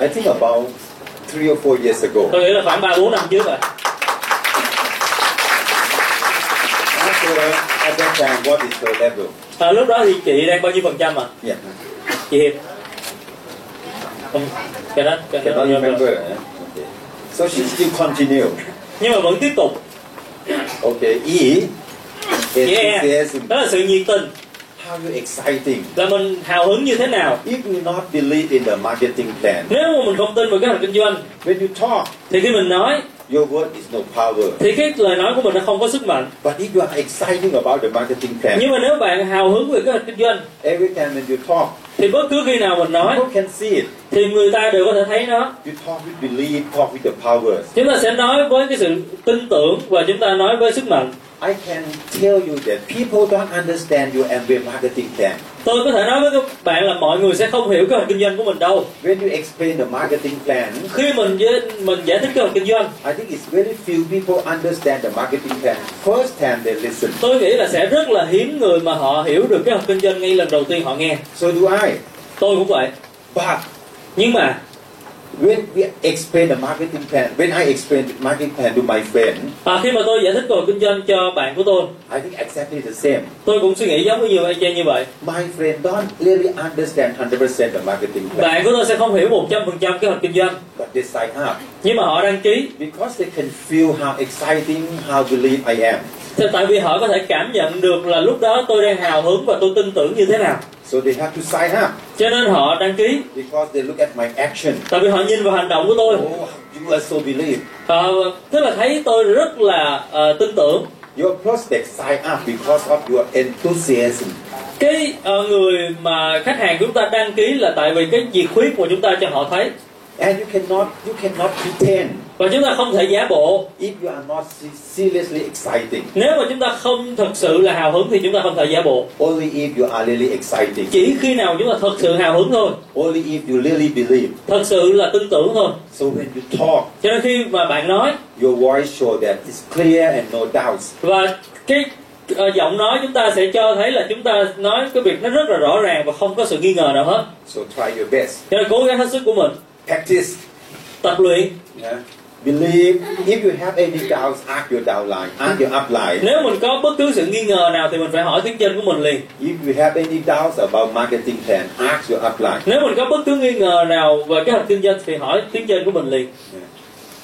Speaker 3: I think about three or four years ago.
Speaker 2: tôi nghĩ là khoảng ba bốn năm trước à
Speaker 3: After, at that time, what is your level?
Speaker 2: À, lúc đó thì chị đang bao nhiêu phần trăm à?
Speaker 3: Yeah.
Speaker 2: Chị Hiệp Không, cái đó, cái đó
Speaker 3: Cannot
Speaker 2: nhớ rồi.
Speaker 3: remember. huh? Okay. So she still continue.
Speaker 2: Nhưng mà vẫn tiếp tục
Speaker 3: Okay. E.
Speaker 2: Yeah,
Speaker 3: Enthusiasm.
Speaker 2: đó là sự nhiệt tình
Speaker 3: How you exciting.
Speaker 2: Là mình hào hứng như thế nào
Speaker 3: If you not believe in the marketing plan,
Speaker 2: Nếu mà mình không tin vào kế hoạch kinh doanh
Speaker 3: when you talk,
Speaker 2: Thì khi mình nói
Speaker 3: your word is no power.
Speaker 2: Thì cái lời nói của mình nó không có sức mạnh
Speaker 3: But if you are exciting about the marketing plan,
Speaker 2: Nhưng mà nếu bạn hào hứng về kế hoạch kinh doanh
Speaker 3: every time when you talk,
Speaker 2: Thì bất cứ khi nào mình nói
Speaker 3: people can see it.
Speaker 2: Thì người ta đều có thể thấy nó
Speaker 3: You talk with belief, talk with the powers.
Speaker 2: Chúng ta sẽ nói với cái sự tin tưởng Và chúng ta nói với sức mạnh
Speaker 3: I can tell you that people don't understand your MBA marketing plan.
Speaker 2: Tôi có thể nói với các bạn là mọi người sẽ không hiểu kế hoạch kinh doanh của mình đâu
Speaker 3: When you explain the marketing plan,
Speaker 2: Khi mình mình giải thích kế hoạch kinh doanh
Speaker 3: I think it's very few people understand the marketing plan. First time they listen.
Speaker 2: Tôi nghĩ là sẽ rất là hiếm người mà họ hiểu được cái học kinh doanh ngay lần đầu tiên họ nghe.
Speaker 3: So do I.
Speaker 2: Tôi cũng vậy.
Speaker 3: But
Speaker 2: Nhưng mà
Speaker 3: when we explain the marketing plan, when I explain the marketing plan to my friend,
Speaker 2: à, khi mà tôi giải thích về kinh doanh cho bạn của tôi,
Speaker 3: I think exactly the same.
Speaker 2: tôi cũng suy nghĩ giống với nhiều anh chị như vậy.
Speaker 3: My friend don't really understand 100% the marketing plan,
Speaker 2: Bạn của tôi sẽ không hiểu 100% kế hoạch kinh doanh,
Speaker 3: but they sign up
Speaker 2: nhưng mà họ đăng ký
Speaker 3: because they can feel how exciting, how believe I am.
Speaker 2: thì tại vì họ có thể cảm nhận được là lúc đó tôi đang hào hứng và tôi tin tưởng như thế nào.
Speaker 3: So they have to sign up
Speaker 2: Cho nên họ đăng ký,
Speaker 3: because they look at my action.
Speaker 2: tại vì họ nhìn vào hành động của tôi,
Speaker 3: Oh, you are so believe.
Speaker 2: Ờ, tức là thấy tôi rất là ờ, tin tưởng.
Speaker 3: Your prospects sign up because of your enthusiasm.
Speaker 2: Cái ờ, người mà khách hàng của chúng ta đăng ký là tại vì cái nhiệt huyết mà chúng ta cho họ thấy.
Speaker 3: And you cannot you cannot pretend
Speaker 2: và chúng ta không thể giả bộ
Speaker 3: if you are not se- seriously exciting.
Speaker 2: nếu mà chúng ta không thật sự là hào hứng thì chúng ta không thể giả bộ
Speaker 3: Only if you are really exciting.
Speaker 2: chỉ khi nào chúng ta thật sự hào hứng thôi
Speaker 3: Only if you really believe.
Speaker 2: thật sự là tin tưởng thôi
Speaker 3: So when you talk,
Speaker 2: cho nên khi mà bạn nói
Speaker 3: your voice show that it's clear and no doubts.
Speaker 2: và cái ờ, giọng nói chúng ta sẽ cho thấy là chúng ta nói cái việc nó rất là rõ ràng và không có sự nghi ngờ nào hết
Speaker 3: So try your best.
Speaker 2: cho nên cố gắng hết sức của mình
Speaker 3: Practice.
Speaker 2: tập luyện
Speaker 3: Yeah. Believe. If you have any doubts, ask your downline, ask your upline.
Speaker 2: nếu mình có bất cứ sự nghi ngờ nào thì mình phải hỏi tiếng trên của mình liền
Speaker 3: If you have any doubts about marketing plan, ask your upline.
Speaker 2: nếu mình có bất cứ nghi ngờ nào về cái hoạch kinh doanh thì hỏi tiếng trên của mình liền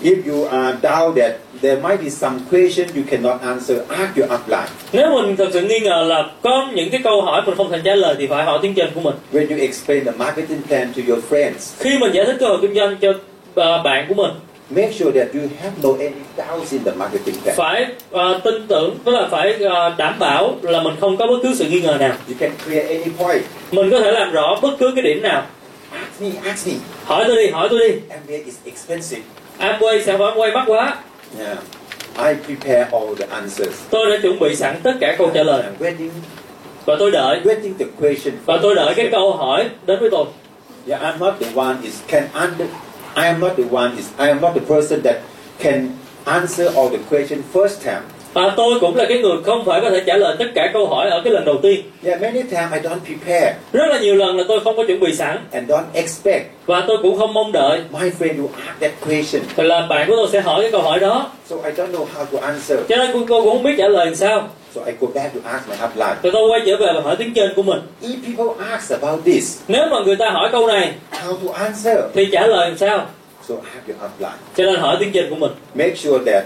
Speaker 3: If you are doubt that there might be some question you cannot answer, ask your upline.
Speaker 2: Nếu mình thật sự nghi ngờ là có những cái câu hỏi mình không thể trả lời thì phải hỏi tiếng trên của mình.
Speaker 3: When you explain the marketing plan to your friends,
Speaker 2: Khi mình giải thích cơ hội kinh doanh cho ờ, bạn của mình
Speaker 3: make sure that you have no any doubts in the marketing plan.
Speaker 2: phải ờ, tin tưởng tức là phải ờ, đảm bảo là mình không có bất cứ sự nghi ngờ nào.
Speaker 3: You can clear any point.
Speaker 2: Mình có thể làm rõ bất cứ cái điểm nào.
Speaker 3: Ask me, ask me.
Speaker 2: Hỏi tôi đi, hỏi tôi đi.
Speaker 3: MBA is expensive.
Speaker 2: Amway sản phẩm Amway mắc quá.
Speaker 3: Yeah. I prepare all the answers.
Speaker 2: Tôi đã chuẩn bị sẵn tất cả câu trả lời
Speaker 3: I'm waiting,
Speaker 2: và tôi đợi
Speaker 3: waiting the question.
Speaker 2: và tôi đợi cái câu hỏi đến với tôi.
Speaker 3: Yeah, I'm not the one is can under. I am not the one is. I am not the person that can answer all the question first time.
Speaker 2: và tôi cũng là cái người không phải có thể trả lời tất cả câu hỏi ở cái lần đầu tiên
Speaker 3: Yeah, many times I don't prepare
Speaker 2: rất là nhiều lần là tôi không có chuẩn bị sẵn
Speaker 3: and don't expect
Speaker 2: và tôi cũng không mong đợi
Speaker 3: my friend to ask that question.
Speaker 2: là bạn của tôi sẽ hỏi cái câu hỏi đó
Speaker 3: So I don't know how to answer.
Speaker 2: cho nên cô, cô cũng không biết trả lời làm sao
Speaker 3: So I go back to ask my upline.
Speaker 2: rồi tôi quay trở về và hỏi tiếng trên của mình
Speaker 3: If people ask about this,
Speaker 2: nếu mà người ta hỏi câu này
Speaker 3: how to answer?
Speaker 2: thì trả lời làm sao
Speaker 3: So ask your upline.
Speaker 2: cho nên hỏi tiếng trên của mình
Speaker 3: Make sure that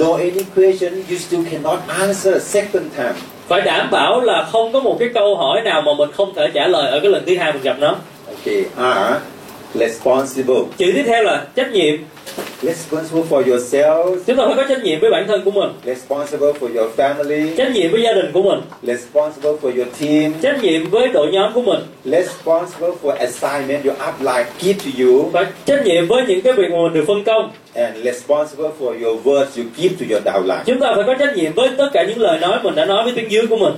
Speaker 3: no any question you still cannot answer second time.
Speaker 2: phải đảm bảo là không có một cái câu hỏi nào mà mình không thể trả lời ở cái lần thứ hai mình gặp nó
Speaker 3: Okay, are responsible.
Speaker 2: chữ tiếp theo là trách nhiệm
Speaker 3: Responsible for yourself,
Speaker 2: chúng ta phải có trách nhiệm với bản thân của mình
Speaker 3: responsible for your family,
Speaker 2: trách nhiệm với gia đình của mình
Speaker 3: responsible for your team,
Speaker 2: trách nhiệm với đội nhóm của mình
Speaker 3: responsible for assignment your upline give to you,
Speaker 2: và trách nhiệm với những cái việc mà mình được phân công
Speaker 3: and responsible for your words you give to your downline.
Speaker 2: chúng ta phải có trách nhiệm với tất cả những lời nói mình đã nói với tuyến dưới của mình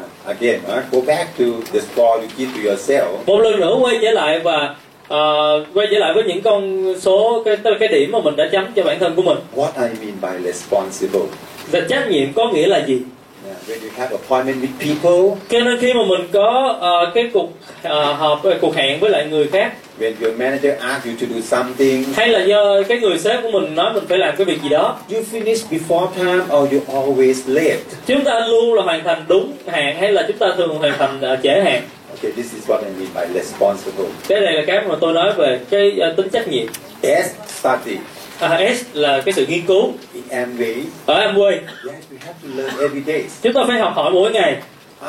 Speaker 3: Uh, again, uh, go back to the score you give to yourself.
Speaker 2: một lần nữa quay trở lại và ờ, quay trở lại với những con số cái tức là cái điểm mà mình đã chấm cho bản thân của mình
Speaker 3: What I mean by responsible?
Speaker 2: là trách nhiệm có nghĩa là gì
Speaker 3: Yeah, when you have appointment with people,
Speaker 2: cho nên khi mà mình có ờ, cái cuộc ờ, họp cuộc hẹn với lại người khác
Speaker 3: when your manager asks you to do something,
Speaker 2: hay là do cái người sếp của mình nói mình phải làm cái việc gì đó
Speaker 3: you finish before time or you always late.
Speaker 2: chúng ta luôn là hoàn thành đúng hạn hay là chúng ta thường hoàn thành ờ, trễ hạn
Speaker 3: Okay, this is what I mean by responsible.
Speaker 2: cái này là cái mà tôi nói về cái ờ, tính trách nhiệm
Speaker 3: S study
Speaker 2: à, S là cái sự nghiên cứu
Speaker 3: in Amway.
Speaker 2: ở Amway
Speaker 3: Yes, we have to learn every day.
Speaker 2: chúng ta phải học hỏi mỗi ngày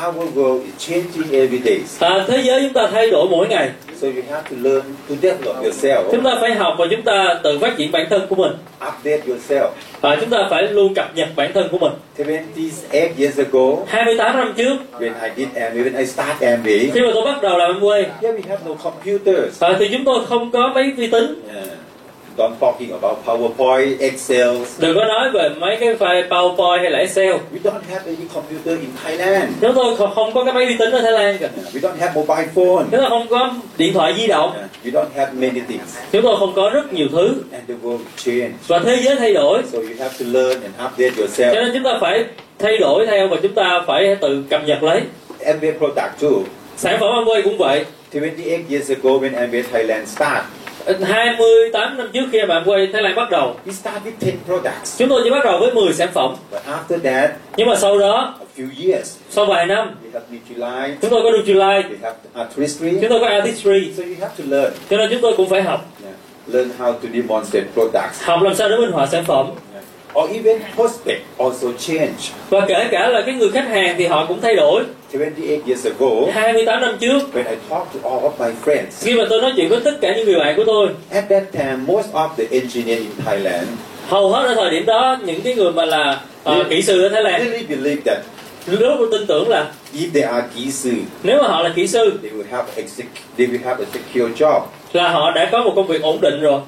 Speaker 3: Our world is changing every day,
Speaker 2: à, thế giới chúng ta thay đổi mỗi ngày
Speaker 3: so you have to learn to develop yourself,
Speaker 2: chúng ta phải học và chúng ta tự phát triển bản thân của mình
Speaker 3: update yourself.
Speaker 2: và chúng ta phải luôn cập nhật bản thân của mình
Speaker 3: 28 years ago,
Speaker 2: 28 năm trước
Speaker 3: when I did Amway, when I start Amway,
Speaker 2: khi mà tôi bắt đầu làm Amway
Speaker 3: Yeah, we have no computers.
Speaker 2: à, thì chúng tôi không có máy vi tính
Speaker 3: Yeah. Don't talking about PowerPoint, Excel.
Speaker 2: đừng có nói về mấy cái file PowerPoint hay là Excel
Speaker 3: We don't have any computer in Thailand.
Speaker 2: chúng tôi không- không có cái máy vi tính ở Thái Lan cả
Speaker 3: Yeah, We don't have mobile phone.
Speaker 2: chúng tôi không có điện thoại di động
Speaker 3: Yeah, We don't have many things.
Speaker 2: chúng tôi không có rất nhiều thứ
Speaker 3: And the world change.
Speaker 2: và thế giới thay đổi
Speaker 3: So you have to learn and update
Speaker 2: cho
Speaker 3: yourself.
Speaker 2: nên chúng ta phải thay đổi theo và chúng ta phải tự cập nhật lấy
Speaker 3: Amway product too.
Speaker 2: sản phẩm Amway cũng vậy
Speaker 3: 28 years ago when Amway Thailand start,
Speaker 2: 28 năm trước khi mà Amway Thái Lan bắt đầu
Speaker 3: we start with 10 products.
Speaker 2: chúng tôi chỉ bắt đầu với 10 sản phẩm
Speaker 3: But after that,
Speaker 2: nhưng mà sau đó
Speaker 3: a few years,
Speaker 2: sau vài năm
Speaker 3: we have Nutrilite,
Speaker 2: chúng tôi có July
Speaker 3: we have artistry.
Speaker 2: chúng tôi có artistry
Speaker 3: So you have to learn.
Speaker 2: cho nên chúng tôi cũng phải học
Speaker 3: Yeah. Learn how to demonstrate products.
Speaker 2: học làm sao để minh họa sản phẩm
Speaker 3: or even prospect also change.
Speaker 2: và kể cả là cái người khách hàng thì họ cũng thay đổi
Speaker 3: 28 years ago,
Speaker 2: 28 năm trước
Speaker 3: when I talked to all of my friends,
Speaker 2: khi mà tôi nói chuyện với tất cả những người bạn của tôi
Speaker 3: at that time, most of the engineers in Thailand
Speaker 2: hầu hết ở thời điểm đó những cái người mà là ờ,
Speaker 3: Ừ.
Speaker 2: kỹ sư ở Thái Lan
Speaker 3: really believe that
Speaker 2: lúc tôi tin tưởng là
Speaker 3: if they are Gisu,
Speaker 2: nếu mà họ là kỹ sư
Speaker 3: they will have exec- they will have a secure job.
Speaker 2: là họ đã có một công việc ổn định rồi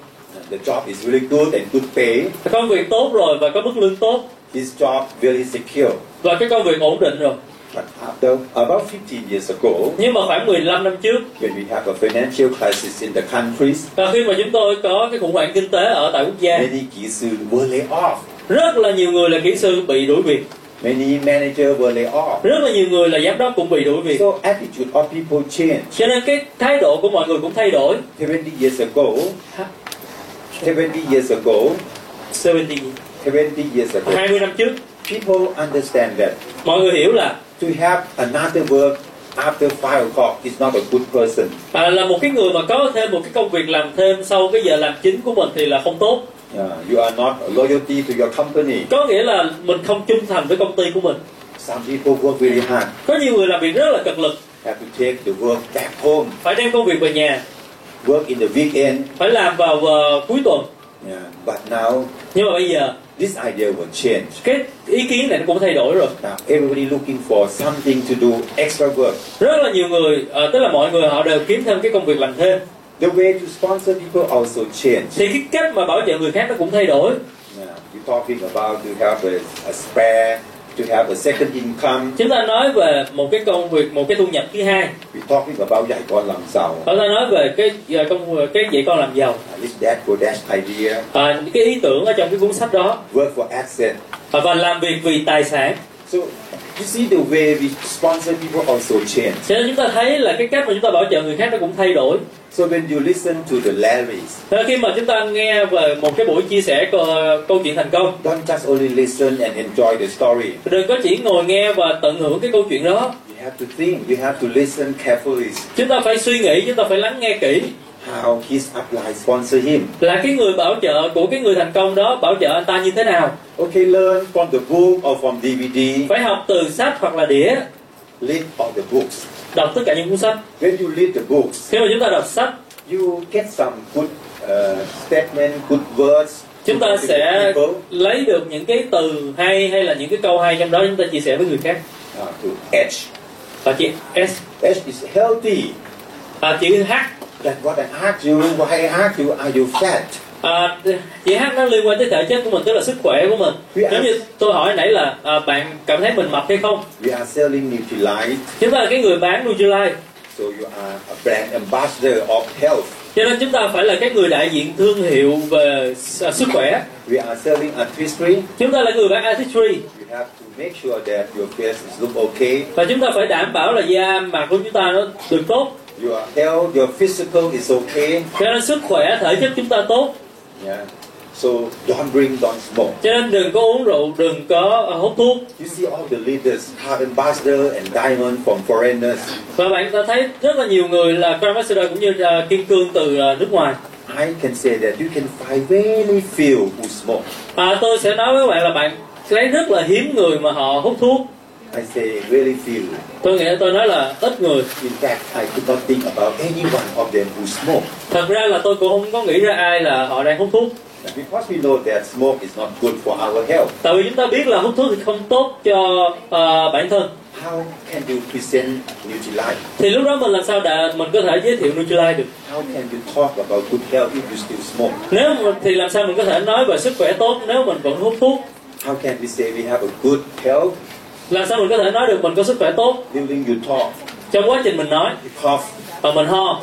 Speaker 3: The job is really good and good pay.
Speaker 2: công việc tốt rồi và có mức lương tốt
Speaker 3: His job very secure.
Speaker 2: và cái công việc ổn định rồi
Speaker 3: But after about 15 years ago,
Speaker 2: nhưng mà khoảng 15 năm trước
Speaker 3: when we have a financial crisis in the countries,
Speaker 2: và khi mà chúng tôi có cái khủng hoảng kinh tế ở tại quốc gia
Speaker 3: many Gisu were laid off.
Speaker 2: rất là nhiều người là kỹ sư bị đuổi việc
Speaker 3: Many managers were laid off.
Speaker 2: rất là nhiều người là giám đốc cũng bị đuổi việc
Speaker 3: So attitude of people change.
Speaker 2: cho nên cái thái độ của mọi người cũng thay đổi
Speaker 3: 70 years ago, 70 years ago,
Speaker 2: 70
Speaker 3: 70 years ago,
Speaker 2: 20 năm trước
Speaker 3: people understand that
Speaker 2: mọi người hiểu là
Speaker 3: to have another work after 5 o'clock is not a good person.
Speaker 2: à, là một cái người mà có thêm một cái công việc làm thêm sau cái giờ làm chính của mình thì là không tốt
Speaker 3: Uh, you are not loyalty to your company.
Speaker 2: có nghĩa là mình không trung thành với công ty của mình
Speaker 3: Some people work really hard,
Speaker 2: có nhiều người làm việc rất là cực lực
Speaker 3: have to take the work back home,
Speaker 2: phải đem công việc về nhà
Speaker 3: work in the weekend.
Speaker 2: phải làm vào ờ, cuối tuần
Speaker 3: Yeah. But now,
Speaker 2: nhưng mà bây giờ
Speaker 3: this idea will change.
Speaker 2: cái ý kiến này nó cũng thay đổi rồi
Speaker 3: Now, everybody looking for something to do, extra work.
Speaker 2: rất là nhiều người ờ, tức là mọi người họ đều kiếm thêm cái công việc làm thêm
Speaker 3: The way to sponsor people also change.
Speaker 2: thì cái cách mà bảo vệ người khác nó cũng thay đổi
Speaker 3: Yeah, you're talking about to have a, a spare, to have a second income.
Speaker 2: chúng ta nói về một cái công việc một cái thu nhập thứ hai
Speaker 3: We're talking about dạy con làm giàu.
Speaker 2: chúng ta nói về cái ờ, công cái dạy con làm giàu
Speaker 3: This that go that idea.
Speaker 2: à, những cái ý tưởng ở trong cái cuốn sách đó
Speaker 3: Work for asset,
Speaker 2: và, và làm việc vì tài sản
Speaker 3: So you see the way we sponsor people also change.
Speaker 2: cho nên chúng ta thấy là cái cách mà chúng ta bảo trợ người khác nó cũng thay đổi
Speaker 3: So when you listen to the Larrys,
Speaker 2: Thế khi mà chúng ta nghe về một cái buổi chia sẻ co- câu chuyện thành công
Speaker 3: don't just only listen and enjoy the story.
Speaker 2: đừng có chỉ ngồi nghe và tận hưởng cái câu chuyện đó
Speaker 3: You have to think, you have to listen carefully
Speaker 2: chúng ta phải suy nghĩ chúng ta phải lắng nghe kỹ
Speaker 3: how his upline sponsor him.
Speaker 2: là cái người bảo trợ của cái người thành công đó bảo trợ anh ta như thế nào
Speaker 3: Okay, learn from the book or from DVD.
Speaker 2: phải học từ sách hoặc là đĩa
Speaker 3: Read all the books.
Speaker 2: đọc tất cả những cuốn sách
Speaker 3: When you read the books,
Speaker 2: khi mà chúng ta đọc sách
Speaker 3: you get some good uh, statement, good words.
Speaker 2: chúng ta
Speaker 3: good
Speaker 2: sẽ
Speaker 3: people,
Speaker 2: lấy được những cái từ hay hay là những cái câu hay trong đó chúng ta chia sẻ với người khác
Speaker 3: uh, to edge.
Speaker 2: và chữ S
Speaker 3: Edge is healthy.
Speaker 2: à, chữ H
Speaker 3: That's what I asked you. Why I asked you, are you fat?
Speaker 2: à, chữ H nó liên quan tới thể chất của mình tức là sức khỏe của mình
Speaker 3: Dạ.
Speaker 2: giống như tôi hỏi nãy là à, bạn cảm thấy mình mập hay không
Speaker 3: We are selling Nutrilite,
Speaker 2: chúng ta là cái người bán Nutrilite
Speaker 3: so you are a brand ambassador of health.
Speaker 2: cho nên chúng ta phải là cái người đại diện thương hiệu về s- à, sức khỏe
Speaker 3: We are selling artistry.
Speaker 2: chúng ta là người bán artistry
Speaker 3: You have to make sure that your face is look okay.
Speaker 2: và chúng ta phải đảm bảo là da mặt của chúng ta nó được tốt
Speaker 3: Your health, your physical is okay.
Speaker 2: cho nên sức khỏe thể chất chúng ta tốt
Speaker 3: Yeah. So don't drink, don't smoke.
Speaker 2: cho nên đừng có uống rượu đừng có ờ, hút thuốc
Speaker 3: You see all the leaders have ambassador and diamond from foreigners.
Speaker 2: và bạn ta thấy rất là nhiều người là Grand Ambassador cũng như là kim cương từ ờ, nước ngoài
Speaker 3: I can say that you can find very few who smoke.
Speaker 2: à, tôi sẽ nói với bạn là bạn thấy rất là hiếm người mà họ hút thuốc
Speaker 3: I say very few.
Speaker 2: tôi nghĩ tôi nói là ít người
Speaker 3: In fact, I could not think about any one of them who smoke.
Speaker 2: thật ra là tôi cũng không có nghĩ ra ai là họ đang hút thuốc
Speaker 3: Because we know that smoke is not good for our health.
Speaker 2: tại vì chúng ta biết là hút thuốc thì không tốt cho ờ, bản thân
Speaker 3: How can you present Nutrilite?
Speaker 2: thì lúc đó mình làm sao để mình có thể giới thiệu Nutrilite được
Speaker 3: How can you talk about good health if you still smoke?
Speaker 2: nếu mà- thì làm sao mình có thể nói về sức khỏe tốt nếu mình vẫn hút thuốc
Speaker 3: How can we say we have a good health
Speaker 2: làm sao mình có thể nói được mình có sức khỏe tốt
Speaker 3: during you talk?
Speaker 2: trong quá trình mình nói
Speaker 3: You cough
Speaker 2: và mình ho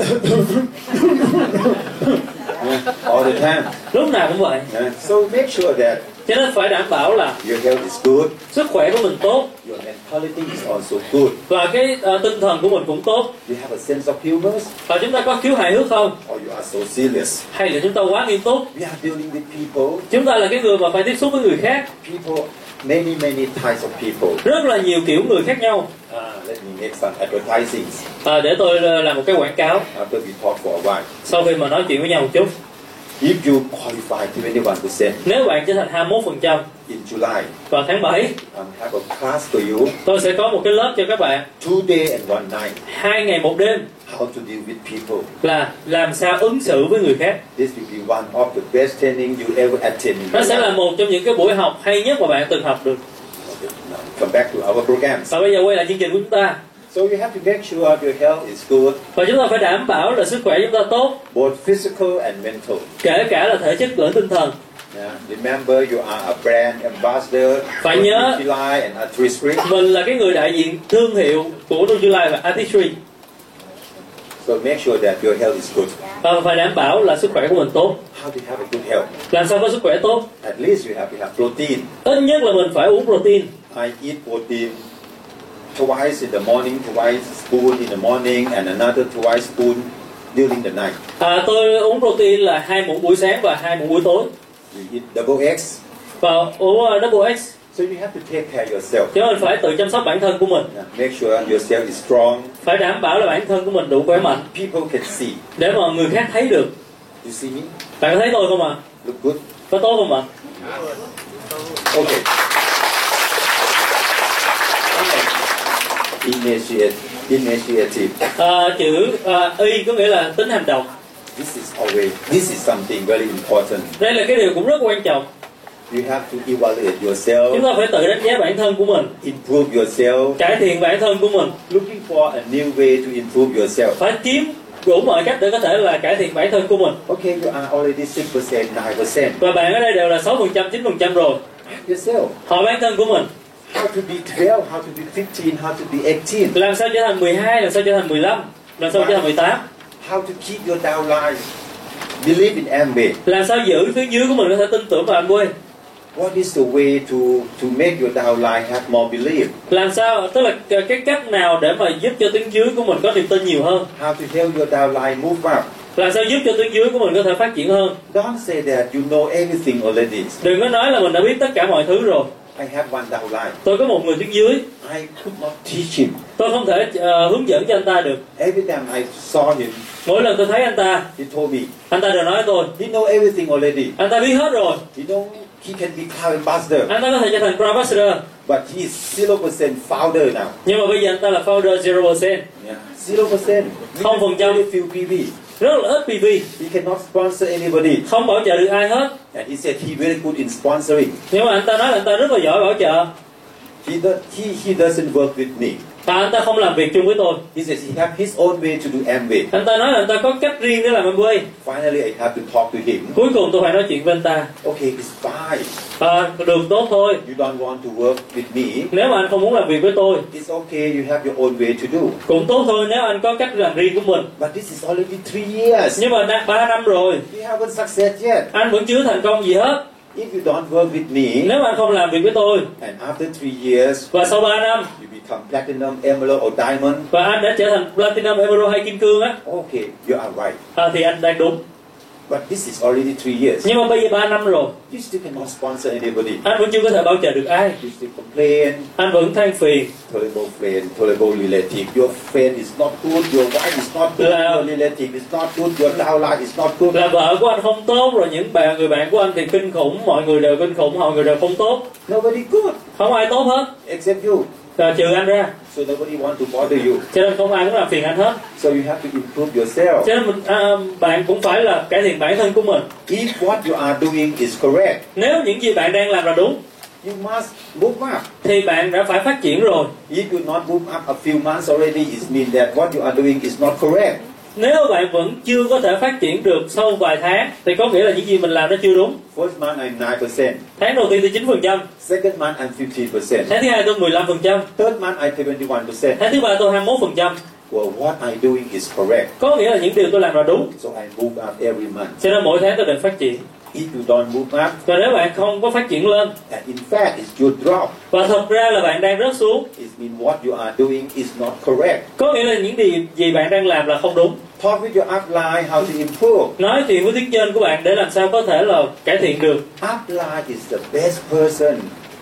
Speaker 3: yeah, all the time.
Speaker 2: lúc nào cũng vậy
Speaker 3: yeah. So make sure that
Speaker 2: cho nên phải đảm bảo là
Speaker 3: your health is good,
Speaker 2: sức khỏe của mình tốt
Speaker 3: your mentality is also good.
Speaker 2: và cái ờ, tinh thần của mình cũng tốt
Speaker 3: You have a sense of humor
Speaker 2: và chúng ta có khiếu hài hước không
Speaker 3: or you are so serious.
Speaker 2: hay là chúng ta quá nghiêm túc
Speaker 3: We are dealing with people,
Speaker 2: chúng ta là cái người mà phải tiếp xúc với người khác
Speaker 3: people, many, many types of people.
Speaker 2: rất là nhiều kiểu người khác nhau
Speaker 3: Ah, let me make some advertisings
Speaker 2: à, để tôi ờ, làm một cái quảng cáo
Speaker 3: after we talk for a while.
Speaker 2: sau khi mà nói chuyện với nhau một chút
Speaker 3: If you qualify 21%
Speaker 2: nếu bạn trở thành 21%
Speaker 3: in July,
Speaker 2: vào tháng 7
Speaker 3: um, have a class for you,
Speaker 2: tôi sẽ có một cái lớp cho các bạn
Speaker 3: two day and one night,
Speaker 2: hai ngày một đêm
Speaker 3: how to deal with people.
Speaker 2: là làm sao ứng xử với người khác
Speaker 3: This will be one of the best training you ever attend. in
Speaker 2: nó
Speaker 3: your
Speaker 2: sẽ là
Speaker 3: life.
Speaker 2: một trong những cái buổi học hay nhất mà bạn từng học được
Speaker 3: Now, come back to our programs.
Speaker 2: và bây giờ quay lại chương trình của chúng ta
Speaker 3: So you have to make sure your health is good,
Speaker 2: và chúng ta phải đảm bảo là sức khỏe chúng ta tốt
Speaker 3: both physical and mental.
Speaker 2: kể cả là thể chất lẫn tinh thần
Speaker 3: Yeah. Remember, you are a brand ambassador,
Speaker 2: Phải nhớ.
Speaker 3: for July and artistry.
Speaker 2: mình là cái người đại diện thương hiệu của Nutrilite và Artistry
Speaker 3: So make sure that your health is good.
Speaker 2: và Ờ, phải đảm bảo là sức khỏe của mình tốt
Speaker 3: How do you have a good health?
Speaker 2: làm sao có sức khỏe tốt
Speaker 3: At least you have to have protein.
Speaker 2: ít nhất là mình phải uống protein
Speaker 3: I eat protein twice in the morning, twice spoon in the morning, and another twice spoon during the night.
Speaker 2: à, tôi uống protein là hai muỗng buổi sáng và hai muỗng buổi tối
Speaker 3: You eat double eggs.
Speaker 2: và uống ờ, double X
Speaker 3: So you have to take care of yourself.
Speaker 2: cho nên phải tự chăm sóc bản thân của mình
Speaker 3: Yeah, Make sure yourself is strong.
Speaker 2: phải đảm bảo là bản thân của mình đủ khỏe mạnh
Speaker 3: People can see.
Speaker 2: để mà người khác thấy được
Speaker 3: You see me?
Speaker 2: bạn có thấy tôi không ạ à?
Speaker 3: Look good?
Speaker 2: có tốt không ạ à?
Speaker 3: Okay. Initiate, initiative.
Speaker 2: Ờ, chữ ờ, y có nghĩa là tính hành động
Speaker 3: This is always. This is something very important.
Speaker 2: đây là cái điều cũng rất quan trọng
Speaker 3: You have to evaluate yourself,
Speaker 2: chúng ta phải tự đánh giá bản thân của mình
Speaker 3: improve yourself,
Speaker 2: cải thiện bản thân của mình
Speaker 3: looking for a new way to improve yourself.
Speaker 2: phải kiếm đủ mọi cách để có thể là cải thiện bản thân của mình
Speaker 3: Okay, you are already six percent, nine percent.
Speaker 2: và bạn ở đây đều là 6% 9% rồi
Speaker 3: Yourself.
Speaker 2: hỏi bản thân của mình
Speaker 3: How to be twelve? How to be fifteen? How to be eighteen?
Speaker 2: làm sao trở thành 12 làm sao trở thành 15 làm sao trở thành 18
Speaker 3: How to keep your downline? Believe in Amway.
Speaker 2: làm sao giữ phía dưới của mình có thể tin tưởng vào anh quê
Speaker 3: What is the way to, to make your downline have more belief?
Speaker 2: làm sao tức là c- cái cách nào để mà giúp cho tuyến dưới của mình có niềm tin nhiều hơn
Speaker 3: How to tell your downline move up?
Speaker 2: làm sao giúp cho tuyến dưới của mình có thể phát triển hơn
Speaker 3: Don't say that you know everything already.
Speaker 2: đừng có nói là mình đã biết tất cả mọi thứ rồi
Speaker 3: I have one downline.
Speaker 2: tôi có một người tuyến dưới
Speaker 3: I could not teach him.
Speaker 2: tôi không thể ờ, hướng dẫn cho anh ta được
Speaker 3: Every time I saw him,
Speaker 2: mỗi lần tôi thấy anh ta
Speaker 3: he told me
Speaker 2: anh ta đều nói với tôi
Speaker 3: he know everything already.
Speaker 2: anh ta biết hết rồi
Speaker 3: You know he can be cloud ambassador,
Speaker 2: anh ta có thể trở thành Grand Ambassador
Speaker 3: but he is zero percent founder now.
Speaker 2: nhưng mà bây giờ anh ta là founder zero percent
Speaker 3: Yeah, zero percent.
Speaker 2: Không phần trăm.
Speaker 3: Very few PV.
Speaker 2: rất là ít PV
Speaker 3: He cannot sponsor anybody,
Speaker 2: không bảo trợ được ai hết
Speaker 3: and he said he very good in sponsoring.
Speaker 2: nhưng mà anh ta nói là anh ta rất là giỏi bảo trợ
Speaker 3: He do, he he doesn't work with me.
Speaker 2: và anh ta không làm việc chung với tôi
Speaker 3: He says he have his own way to do Amway.
Speaker 2: anh ta nói là anh ta có cách riêng để làm em quay
Speaker 3: Finally, I have to talk to him.
Speaker 2: cuối cùng tôi phải nói chuyện với anh ta
Speaker 3: Okay, it's fine.
Speaker 2: à, đường tốt thôi
Speaker 3: You don't want to work with me.
Speaker 2: nếu mà anh không muốn làm việc với tôi
Speaker 3: It's okay. You have your own way to do.
Speaker 2: cũng tốt thôi nếu anh có cách làm riêng của mình
Speaker 3: But this is already three years.
Speaker 2: nhưng mà đã 3 năm rồi
Speaker 3: You haven't succeeded yet.
Speaker 2: anh vẫn chưa thành công gì hết
Speaker 3: If you don't work with me,
Speaker 2: nếu mà anh không làm việc với tôi
Speaker 3: and after three years
Speaker 2: và sau 3 năm
Speaker 3: you become platinum, emerald, or diamond,
Speaker 2: và anh đã trở thành platinum emerald hay kim cương á
Speaker 3: okay, you are right.
Speaker 2: à, thì anh đang đúng
Speaker 3: But this is already three years.
Speaker 2: nhưng mà bây giờ 3 năm rồi
Speaker 3: You still cannot sponsor anybody.
Speaker 2: anh vẫn chưa có thể bảo trợ được ai
Speaker 3: You still complain,
Speaker 2: anh vẫn than phiền
Speaker 3: tolerable friend, tolerable relative. Your friend is not good, your wife is not good,
Speaker 2: Là-
Speaker 3: your relative is not good, your downline is not good.
Speaker 2: là vợ của anh không tốt rồi những bạn người bạn của anh thì kinh khủng mọi người đều kinh khủng mọi người đều không tốt
Speaker 3: Nobody good
Speaker 2: không ai tốt hết
Speaker 3: except you.
Speaker 2: à, trừ anh ra
Speaker 3: So nobody want to bother you.
Speaker 2: cho nên không ai muốn làm phiền anh hết
Speaker 3: So you have to improve yourself.
Speaker 2: cho nên mình, à, bạn cũng phải là cải thiện bản thân của mình
Speaker 3: If what you are doing is correct,
Speaker 2: nếu những gì bạn đang làm là đúng
Speaker 3: you must move up.
Speaker 2: thì bạn đã phải phát triển rồi
Speaker 3: If you not move up a few months already, it means that what you are doing is not correct.
Speaker 2: nếu bạn vẫn chưa có thể phát triển được sau vài tháng thì có nghĩa là những gì mình làm nó chưa đúng
Speaker 3: First month I'm nine percent.
Speaker 2: tháng đầu tiên tôi chín phần trăm
Speaker 3: Second month I'm fifteen percent.
Speaker 2: tháng thứ hai tôi 15 phần trăm
Speaker 3: Third month I'm twenty one percent.
Speaker 2: tháng thứ ba tôi 21 phần trăm
Speaker 3: Well, what I'm doing is correct.
Speaker 2: có nghĩa là những điều tôi làm là đúng
Speaker 3: So I move up every month.
Speaker 2: cho nên mỗi tháng tôi định phát triển
Speaker 3: If you don't move up,
Speaker 2: và nếu bạn không có phát triển lên
Speaker 3: and in fact it's your drop,
Speaker 2: và thật ra là bạn đang rớt xuống
Speaker 3: it means what you are doing is not correct.
Speaker 2: có nghĩa là những điều gì bạn đang làm là không đúng
Speaker 3: Talk with your upline how to improve.
Speaker 2: nói chuyện với tuyến trên của bạn để làm sao có thể là cải thiện được
Speaker 3: Upline is the best person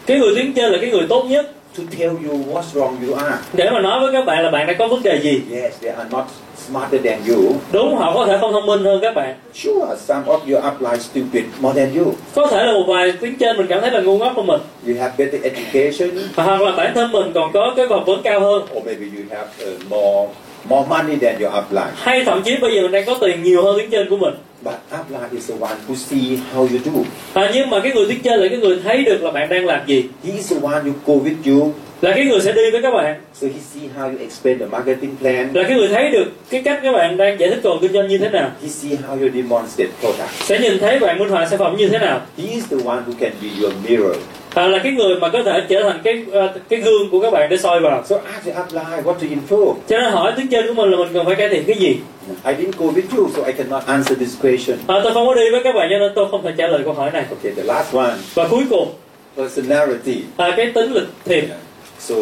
Speaker 2: cái người tuyến trên là cái người tốt nhất
Speaker 3: to tell you what's wrong you are.
Speaker 2: để mà nói với các bạn là bạn đã có vấn đề gì
Speaker 3: Yes, they are not smarter than you.
Speaker 2: đúng họ có thể không thông minh hơn các bạn
Speaker 3: Sure, some of your upline stupid more than you.
Speaker 2: có thể là một vài tuyến trên mình cảm thấy là ngu ngốc của mình
Speaker 3: You have better education,
Speaker 2: hoặc là bản thân mình còn có cái học vấn cao hơn
Speaker 3: or maybe you have uh, more more money than your upline.
Speaker 2: hay thậm chí bây giờ mình đang có tiền nhiều hơn tuyến trên của mình
Speaker 3: But upline is the one who see how you do.
Speaker 2: à, nhưng mà cái người tuyến trên là cái người thấy được là bạn đang làm gì
Speaker 3: He is the one who go with you,
Speaker 2: là cái người sẽ đi với các bạn
Speaker 3: so he see how you explain the marketing plan.
Speaker 2: là cái người thấy được cái cách các bạn đang giải thích còn kinh doanh như thế nào
Speaker 3: He see how you demonstrate product.
Speaker 2: sẽ nhìn thấy bạn minh họa sản phẩm như thế nào
Speaker 3: He is the one who can be your mirror.
Speaker 2: à, là cái người mà có thể trở thành cái ờ, cái gương của các bạn để soi vào
Speaker 3: So ask your upline what to improve.
Speaker 2: cho nên hỏi tuyến trên của mình là mình cần phải cải thiện cái gì
Speaker 3: I didn't go with you, so I cannot answer this question.
Speaker 2: à, tôi không có đi với các bạn cho nên tôi không thể trả lời câu hỏi này
Speaker 3: Okay, the last one,
Speaker 2: và cuối cùng
Speaker 3: personality.
Speaker 2: à, cái tính lịch thiệp
Speaker 3: Yeah. So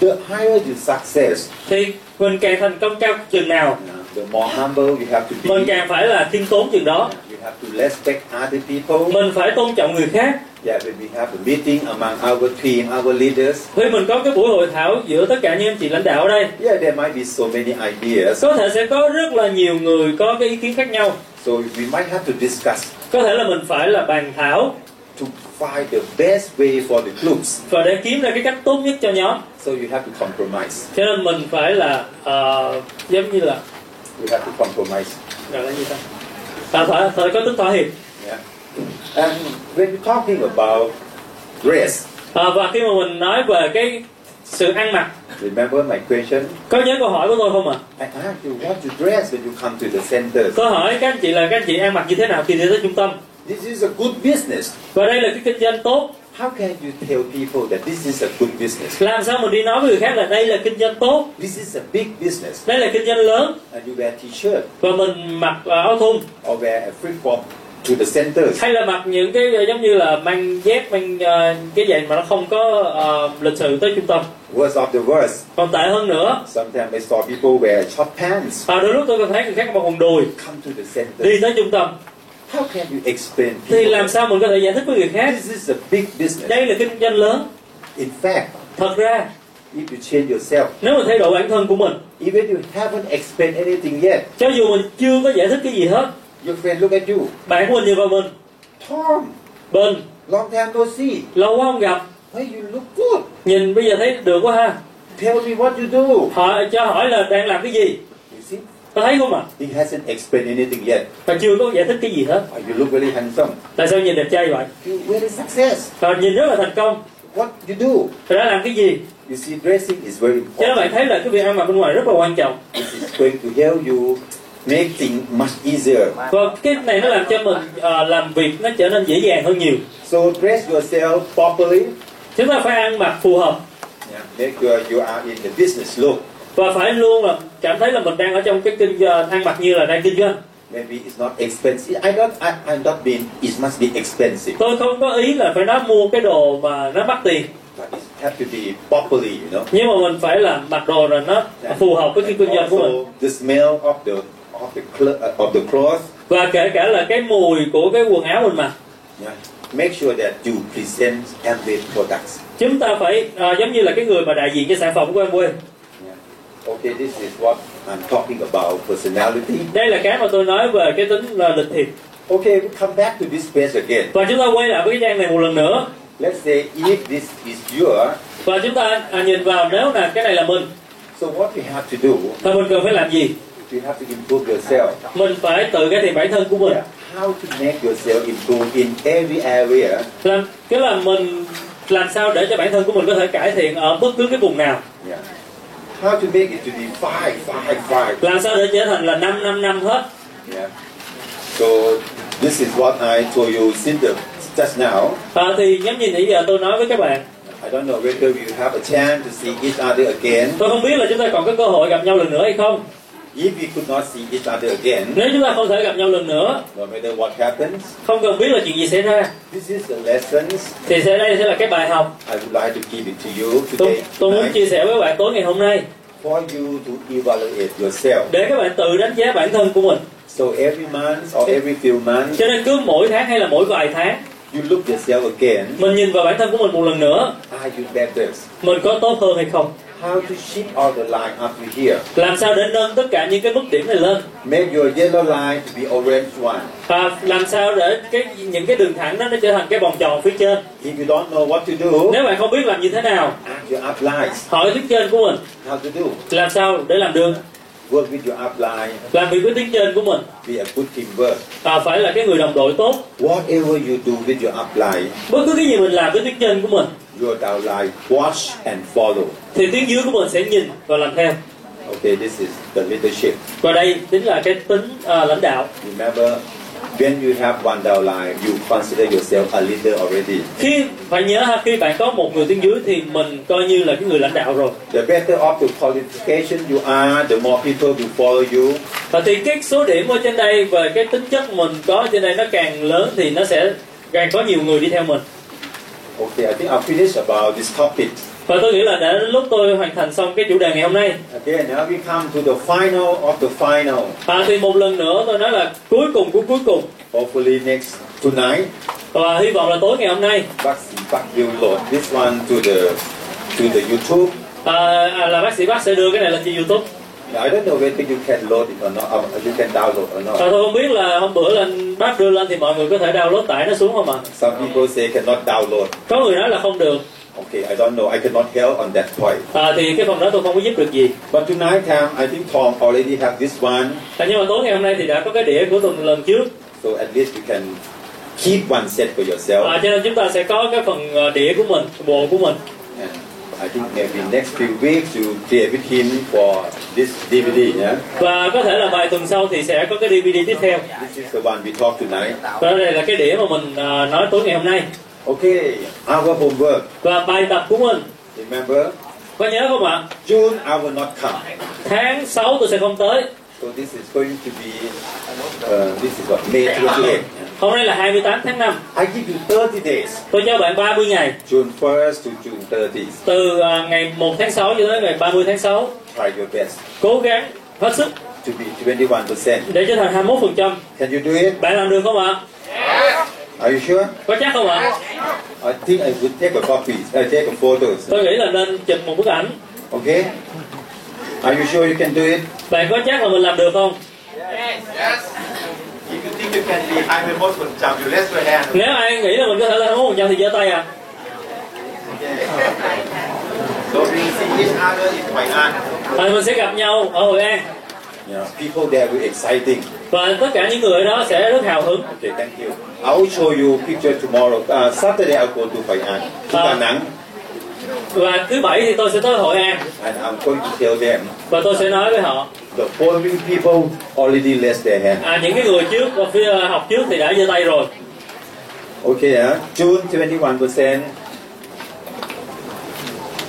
Speaker 3: the higher your success,
Speaker 2: thì mình càng thành công cao chừng nào
Speaker 3: uh, the more humble you have to be.
Speaker 2: mình càng phải là khiêm tốn chừng đó
Speaker 3: You have to respect other people.
Speaker 2: mình phải tôn trọng người khác
Speaker 3: Yeah, when we have a meeting among our team, our leaders,
Speaker 2: khi mình có cái buổi hội thảo giữa tất cả những anh chị lãnh đạo ở đây
Speaker 3: yeah, there might be so many ideas.
Speaker 2: có thể sẽ có rất là nhiều người có cái ý kiến khác nhau
Speaker 3: So we might have to discuss
Speaker 2: có thể là mình phải là bàn thảo
Speaker 3: to find the best way for the groups.
Speaker 2: và để kiếm ra cái cách tốt nhất cho nhóm
Speaker 3: So you have to compromise.
Speaker 2: cho nên mình phải là ờ, giống như là
Speaker 3: You have to compromise.
Speaker 2: gọi là gì ta à, phải phải có tính thỏa hiệp
Speaker 3: Yeah. And when we're talking about dress,
Speaker 2: à, và khi mà mình nói về cái sự ăn mặc
Speaker 3: remember my question?
Speaker 2: có nhớ câu hỏi của tôi không ạ
Speaker 3: I asked you what to dress when you come to the center.
Speaker 2: tôi hỏi các anh chị là các anh chị ăn mặc như thế nào khi đi tới trung tâm
Speaker 3: This is a good business.
Speaker 2: và đây là cái kinh doanh tốt
Speaker 3: How can you tell people that this is a good business?
Speaker 2: làm sao mình đi nói với người khác là đây là kinh doanh tốt
Speaker 3: This is a big business.
Speaker 2: đây là kinh doanh lớn
Speaker 3: And you wear t-shirt
Speaker 2: và mình mặc ờ, áo thun
Speaker 3: or wear a free form to the centers.
Speaker 2: hay là mặc những cái ờ, giống như là mang dép mang ờ, cái dạng mà nó không có ờ, lịch sự tới trung tâm
Speaker 3: Worst of the worst,
Speaker 2: còn tệ hơn nữa
Speaker 3: sometimes I saw people wear short pants.
Speaker 2: à, đôi lúc tôi còn thấy người khác mặc quần đùi
Speaker 3: Come to the center.
Speaker 2: đi tới trung tâm
Speaker 3: How can you explain
Speaker 2: thì làm
Speaker 3: people?
Speaker 2: sao mình có thể giải thích với người khác
Speaker 3: This is a big business.
Speaker 2: đây là kinh doanh lớn
Speaker 3: In fact,
Speaker 2: thật ra
Speaker 3: if you change yourself,
Speaker 2: nếu mình thay đổi bản thân của mình
Speaker 3: even you haven't explained anything yet,
Speaker 2: cho dù mình chưa có giải thích cái gì hết
Speaker 3: your friend look at you.
Speaker 2: bạn của mình nhìn vào mình
Speaker 3: Tom,
Speaker 2: bình
Speaker 3: long time no see.
Speaker 2: lâu quá không gặp
Speaker 3: Hey, you look good.
Speaker 2: nhìn bây giờ thấy được quá ha
Speaker 3: Tell me what you do.
Speaker 2: họ cho hỏi là đang làm cái gì
Speaker 3: You see,
Speaker 2: tôi thấy không à
Speaker 3: he hasn't explained anything yet.
Speaker 2: mà chưa có giải thích cái gì hết
Speaker 3: Oh, you look very handsome.
Speaker 2: tại sao nhìn đẹp trai vậy
Speaker 3: You very success.
Speaker 2: và nhìn rất là thành công
Speaker 3: What you do?
Speaker 2: rồi đã làm cái gì
Speaker 3: You see, dressing is very
Speaker 2: cho nên
Speaker 3: important.
Speaker 2: bạn thấy là cái việc ăn mặc bên ngoài rất là quan trọng
Speaker 3: This is going to help you make things much easier.
Speaker 2: và cái này nó làm cho mình ờ, làm việc nó trở nên dễ dàng hơn nhiều
Speaker 3: So dress yourself properly.
Speaker 2: chúng ta phải ăn mặc phù hợp
Speaker 3: Yeah. Make sure you are in the business look.
Speaker 2: và phải luôn là cảm thấy là mình đang ở trong cái kinh doanh ăn mặc như là đang kinh doanh
Speaker 3: Maybe it's not expensive. I don't. I, I'm not being. It must be expensive,
Speaker 2: tôi không có ý là phải nó mua cái đồ mà nó mắc tiền
Speaker 3: but it have to be properly. You know.
Speaker 2: nhưng mà mình phải làm mặc đồ là nó phù hợp với cái kinh doanh của mình
Speaker 3: Also, the smell of the of the cl- uh, of the cloth.
Speaker 2: và kể cả là cái mùi của cái quần áo mình mặc
Speaker 3: Yeah. Make sure that you present every products.
Speaker 2: chúng ta phải ờ, giống như là cái người mà đại diện cho sản phẩm của Amway
Speaker 3: Yeah. Okay, this is what I'm talking about personality.
Speaker 2: đây là cái mà tôi nói về cái tính ờ, lịch thiệp
Speaker 3: Okay, we come back to this page again.
Speaker 2: và chúng ta quay lại với cái trang này một lần nữa
Speaker 3: Let's say if this is your,
Speaker 2: và chúng ta à, nhìn vào nếu là cái này là mình
Speaker 3: so what you have to do,
Speaker 2: thì mình cần phải làm gì
Speaker 3: you have to improve yourself.
Speaker 2: mình phải tự cải thiện bản thân của mình
Speaker 3: Yeah. How to make yourself improve in every area.
Speaker 2: làm cái là mình làm sao để cho bản thân của mình có thể cải thiện ở bất cứ cái vùng nào
Speaker 3: Yeah. How to make it to be five, five, five.
Speaker 2: làm sao để trở thành là 5 năm năm hết
Speaker 3: Yeah. So this is what I told you since the, just now.
Speaker 2: à, thì nhắm nhìn nãy giờ tôi nói với các bạn
Speaker 3: I don't know whether you have a chance to see each other again.
Speaker 2: tôi không biết là chúng ta còn có cơ hội gặp nhau lần nữa hay không
Speaker 3: If we could not see each other again,
Speaker 2: nếu chúng ta không thể gặp nhau lần nữa
Speaker 3: no matter what happens,
Speaker 2: không cần biết là chuyện gì xảy ra
Speaker 3: this is the lessons
Speaker 2: thì sẽ đây sẽ là cái bài học
Speaker 3: I would like to give it to you
Speaker 2: tôi,
Speaker 3: today
Speaker 2: tôi muốn
Speaker 3: tonight,
Speaker 2: chia sẻ với các bạn tối ngày hôm nay
Speaker 3: for you to evaluate yourself.
Speaker 2: để các bạn tự đánh giá bản thân của mình
Speaker 3: So every month or every few months,
Speaker 2: cho nên cứ mỗi tháng hay là mỗi vài tháng
Speaker 3: you look yourself again.
Speaker 2: mình nhìn vào bản thân của mình một lần nữa
Speaker 3: Are you better?
Speaker 2: mình có tốt hơn hay không
Speaker 3: How to shift all the line up to here?
Speaker 2: làm sao để nâng tất cả những cái mức điểm này lên
Speaker 3: Make your yellow line to be orange one.
Speaker 2: và làm sao để cái những cái đường thẳng đó nó trở thành cái vòng tròn phía trên
Speaker 3: If you don't know what to do,
Speaker 2: nếu bạn không biết làm như thế nào
Speaker 3: ask your uplines
Speaker 2: hỏi tiếng trên của mình
Speaker 3: how to do.
Speaker 2: làm sao để làm được
Speaker 3: Work with your upline.
Speaker 2: làm việc với tiếng trên của mình
Speaker 3: Be a good teamwork.
Speaker 2: và phải là cái người đồng đội tốt
Speaker 3: Whatever you do with your upline,
Speaker 2: bất cứ cái gì mình làm với tiếng trên của mình
Speaker 3: your downline watch and follow.
Speaker 2: thì tiếng dưới của mình sẽ nhìn và làm theo
Speaker 3: Okay, this is the leadership.
Speaker 2: và đây chính là cái tính à, lãnh đạo
Speaker 3: Remember, when you have one downline, you consider yourself a leader already.
Speaker 2: khi phải nhớ ha khi bạn có một người tiếng dưới thì mình coi như là cái người lãnh đạo rồi
Speaker 3: The better off the qualification you are, the more people will follow you.
Speaker 2: và thì cái số điểm ở trên đây và cái tính chất mình có trên đây nó càng lớn thì nó sẽ càng có nhiều người đi theo mình
Speaker 3: Okay, I think I'll finish about this topic.
Speaker 2: và tôi nghĩ là đã đến lúc tôi hoàn thành xong cái chủ đề ngày hôm nay
Speaker 3: Okay, now we come to the final of the final.
Speaker 2: à, thì một lần nữa tôi nói là cuối cùng của cuối cùng
Speaker 3: Hopefully next tonight,
Speaker 2: và hy vọng là tối ngày hôm nay
Speaker 3: bác sĩ Park will load this one to the to the YouTube.
Speaker 2: à, à, là bác sĩ bác sẽ đưa cái này lên trên youtube
Speaker 3: Now, I don't know whether you can load it or not, or you can download or
Speaker 2: và
Speaker 3: not.
Speaker 2: tôi À, không biết là hôm bữa lên bác đưa lên thì mọi người có thể download tải nó xuống không ạ
Speaker 3: Some people say cannot download.
Speaker 2: có người nói là không được
Speaker 3: Okay, I don't know. I cannot help on that point.
Speaker 2: à, thì cái phần đó tôi không có giúp được gì
Speaker 3: But tonight, Tom, I think Tom already have this one,
Speaker 2: à, nhưng mà tối ngày hôm nay thì đã có cái đĩa của tuần lần trước
Speaker 3: so at least you can keep one set for yourself.
Speaker 2: à, cho nên chúng ta sẽ có cái phần ờ, đĩa của mình bộ của mình
Speaker 3: And I think maybe next few weeks you play with him for this DVD. Yeah,
Speaker 2: và có thể là vài tuần sau thì sẽ có cái DVD tiếp theo
Speaker 3: this is the one we talk tonight.
Speaker 2: và đây là cái đĩa mà mình ờ, nói tối ngày hôm nay
Speaker 3: Okay, our homework.
Speaker 2: và bài tập của mình
Speaker 3: Remember,
Speaker 2: có nhớ không ạ
Speaker 3: June I will not come.
Speaker 2: tháng 6 tôi sẽ không tới
Speaker 3: So this is going to be uh, this is what May 28.
Speaker 2: Hôm nay là 28 tháng 5,
Speaker 3: I give you 30 days,
Speaker 2: tôi cho bạn 30 ngày.
Speaker 3: June 1st to June 30th.
Speaker 2: Từ à, ngày 1 tháng 6 cho tới ngày 30 tháng 6,
Speaker 3: Try your best
Speaker 2: cố gắng hết sức
Speaker 3: to be 21%.
Speaker 2: để trở thành 21%.
Speaker 3: Can you do it?
Speaker 2: Bạn làm được không ạ?
Speaker 3: Are you sure?
Speaker 2: Có chắc không ạ?
Speaker 3: I think I would take a copy, uh, take a photos.
Speaker 2: Tôi nghĩ là nên chụp một bức ảnh.
Speaker 3: Okay? Are you sure you can do it?
Speaker 2: Bạn có chắc là mình làm được không?
Speaker 4: Yes. If you think you can be 21%, you raise your hand.
Speaker 2: Nếu ai nghĩ là mình có thể lên 21% thì giơ tay à.
Speaker 4: Okay. So we see each other in Hội An.
Speaker 2: Rồi À, mình sẽ gặp nhau ở Hội An
Speaker 3: Yeah. People there were exciting.
Speaker 2: và tất cả những người đó sẽ rất hào hứng.
Speaker 3: Okay, thank you. I'll show you picture tomorrow. Uh, Saturday I'll go to Hoi An, to
Speaker 2: Ah.
Speaker 3: Da Nang,
Speaker 2: Và thứ bảy thì tôi sẽ tới Hội An
Speaker 3: and I'm going to tell them
Speaker 2: và tôi sẽ nói với họ
Speaker 3: the following people already raised their hand.
Speaker 2: à, những cái người trước ở phía à, học trước thì đã giơ tay rồi.
Speaker 3: Okay, huh? June 21%.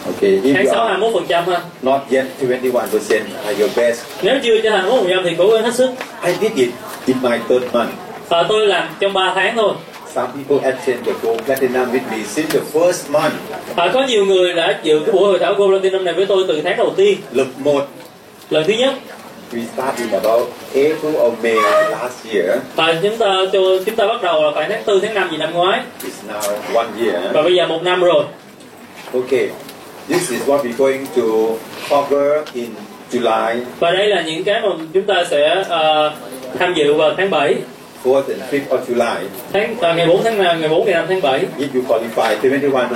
Speaker 3: Okay, if
Speaker 2: Tháng
Speaker 3: you
Speaker 2: 6
Speaker 3: are
Speaker 2: 21% ha.
Speaker 3: not yet 21%, are your best.
Speaker 2: Nếu chưa trở thành 21% thì cố gắng hết sức.
Speaker 3: I did it in my third month.
Speaker 2: À, tôi làm trong 3 tháng thôi.
Speaker 3: Some people attend the gold platinum with me since the first month.
Speaker 2: À, có nhiều người đã dự cái buổi hội thảo Gold Platinum này với tôi từ tháng đầu tiên,
Speaker 3: Look more.
Speaker 2: lần thứ nhất.
Speaker 3: We started about April or May last year.
Speaker 2: Và chúng ta cho chúng ta bắt đầu là phải tháng 4 tháng 5 gì năm ngoái
Speaker 3: It's now one year.
Speaker 2: và bây giờ một năm rồi.
Speaker 3: Okay, this is what we're going to cover in July,
Speaker 2: Và đây là những cái mà chúng ta sẽ à, tham dự vào tháng 7
Speaker 3: 4th and 5th of July.
Speaker 2: tháng à, ngày 4 tháng ngày 4 ngày 5 tháng 7.
Speaker 3: If you qualify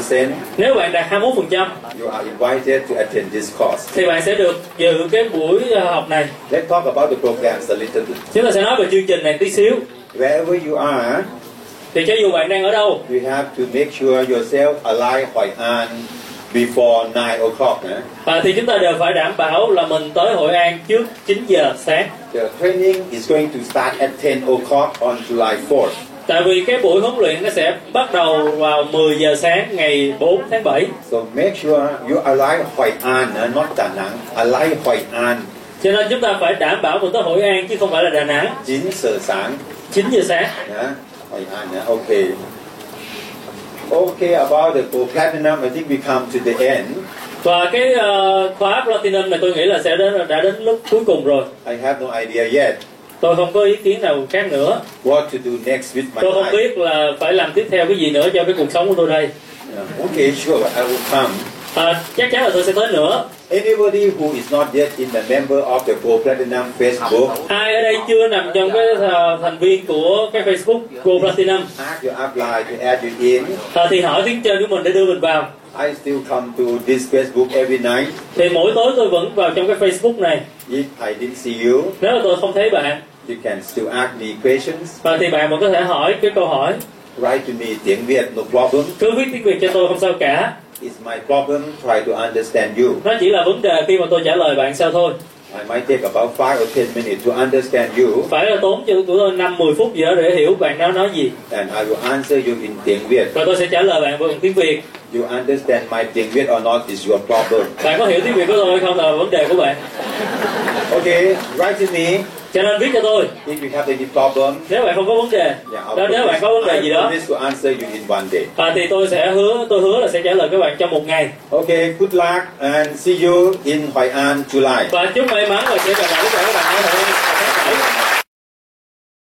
Speaker 3: 21%,
Speaker 2: Nếu bạn đạt 21%
Speaker 3: you are invited to attend this course.
Speaker 2: thì bạn sẽ được dự cái buổi à, học này.
Speaker 3: Let's talk about the programs a little bit.
Speaker 2: Chúng ta sẽ nói về chương trình này tí xíu.
Speaker 3: Wherever you are,
Speaker 2: Thì cho dù bạn đang ở đâu,
Speaker 3: you have to make sure yourself alive Hoi An before 9 o'clock. eh?
Speaker 2: à, thì chúng ta đều phải đảm bảo là mình tới Hội An trước 9 giờ sáng.
Speaker 3: The training is going to start at 10 o'clock on July 4th.
Speaker 2: Tại vì cái buổi huấn luyện nó sẽ bắt đầu vào 10 giờ sáng ngày 4 tháng 7
Speaker 3: So make sure you arrive Hoi An, eh, not Da Nang. Arrive Hoi An,
Speaker 2: Cho nên chúng ta phải đảm bảo mình tới Hội An chứ không phải là Đà Nẵng
Speaker 3: 9 giờ sáng.
Speaker 2: 9 giờ sáng
Speaker 3: Yeah, I am, yeah, eh? okay. Okay, about the gold platinum, I think we come to the end.
Speaker 2: Và cái ờ, khóa Platinum này tôi nghĩ là sẽ đến đã đến lúc cuối cùng rồi
Speaker 3: I have no idea yet
Speaker 2: Tôi không có ý kiến nào khác nữa
Speaker 3: what to do next with my
Speaker 2: Tôi không
Speaker 3: life.
Speaker 2: biết là phải làm tiếp theo cái gì nữa cho cái cuộc sống của tôi đây
Speaker 3: Yeah, Okay, sure, I will come.
Speaker 2: à, Chắc chắn là tôi sẽ tới nữa
Speaker 3: Anybody who is not yet in the member of the gold platinum Facebook,
Speaker 2: Ai ở đây chưa nằm trong cái ờ, thành viên của cái Facebook Go Platinum
Speaker 3: ask your apply to add you in.
Speaker 2: Ờ, Thì hỏi tiếng trên của mình để đưa mình vào
Speaker 3: I still come to this Facebook every night.
Speaker 2: Thì mỗi tối tôi vẫn vào trong cái Facebook này
Speaker 3: If I didn't see you,
Speaker 2: Nếu mà tôi không thấy bạn
Speaker 3: you can still ask me questions.
Speaker 2: Và thì bạn vẫn có thể hỏi cái câu hỏi
Speaker 3: Write to me tiếng Việt, no problem.
Speaker 2: Cứ viết tiếng Việt cho tôi không sao cả
Speaker 3: It's my problem, try to understand you.
Speaker 2: Nó chỉ là vấn đề khi mà tôi trả lời bạn sao thôi
Speaker 3: I might take about five or ten minutes to understand you,
Speaker 2: Phải là tốn cho của tôi 5-10 phút gì đó để hiểu bạn đó nói gì
Speaker 3: and I will answer you in tiếng Việt.
Speaker 2: Và tôi sẽ trả lời bạn bằng tiếng Việt
Speaker 3: You understand my tiếng Việt or not is your problem.
Speaker 2: Bạn có hiểu tiếng Việt của tôi hay không là vấn đề của bạn
Speaker 3: Okay, write to me
Speaker 2: Cho nên viết cho tôi
Speaker 3: if you have any problem.
Speaker 2: Nếu bạn không có vấn đề
Speaker 3: Yeah,
Speaker 2: đó, Nếu bạn có vấn đề gì
Speaker 3: I
Speaker 2: đó
Speaker 3: promise to answer you in one day.
Speaker 2: à, Thì tôi sẽ hứa tôi hứa là sẽ trả lời các bạn trong một ngày
Speaker 3: Okay, good luck and see you in Hội An, July.
Speaker 2: Và chúc may mắn và sẽ gặp lại tất cả các bạn ở thời gian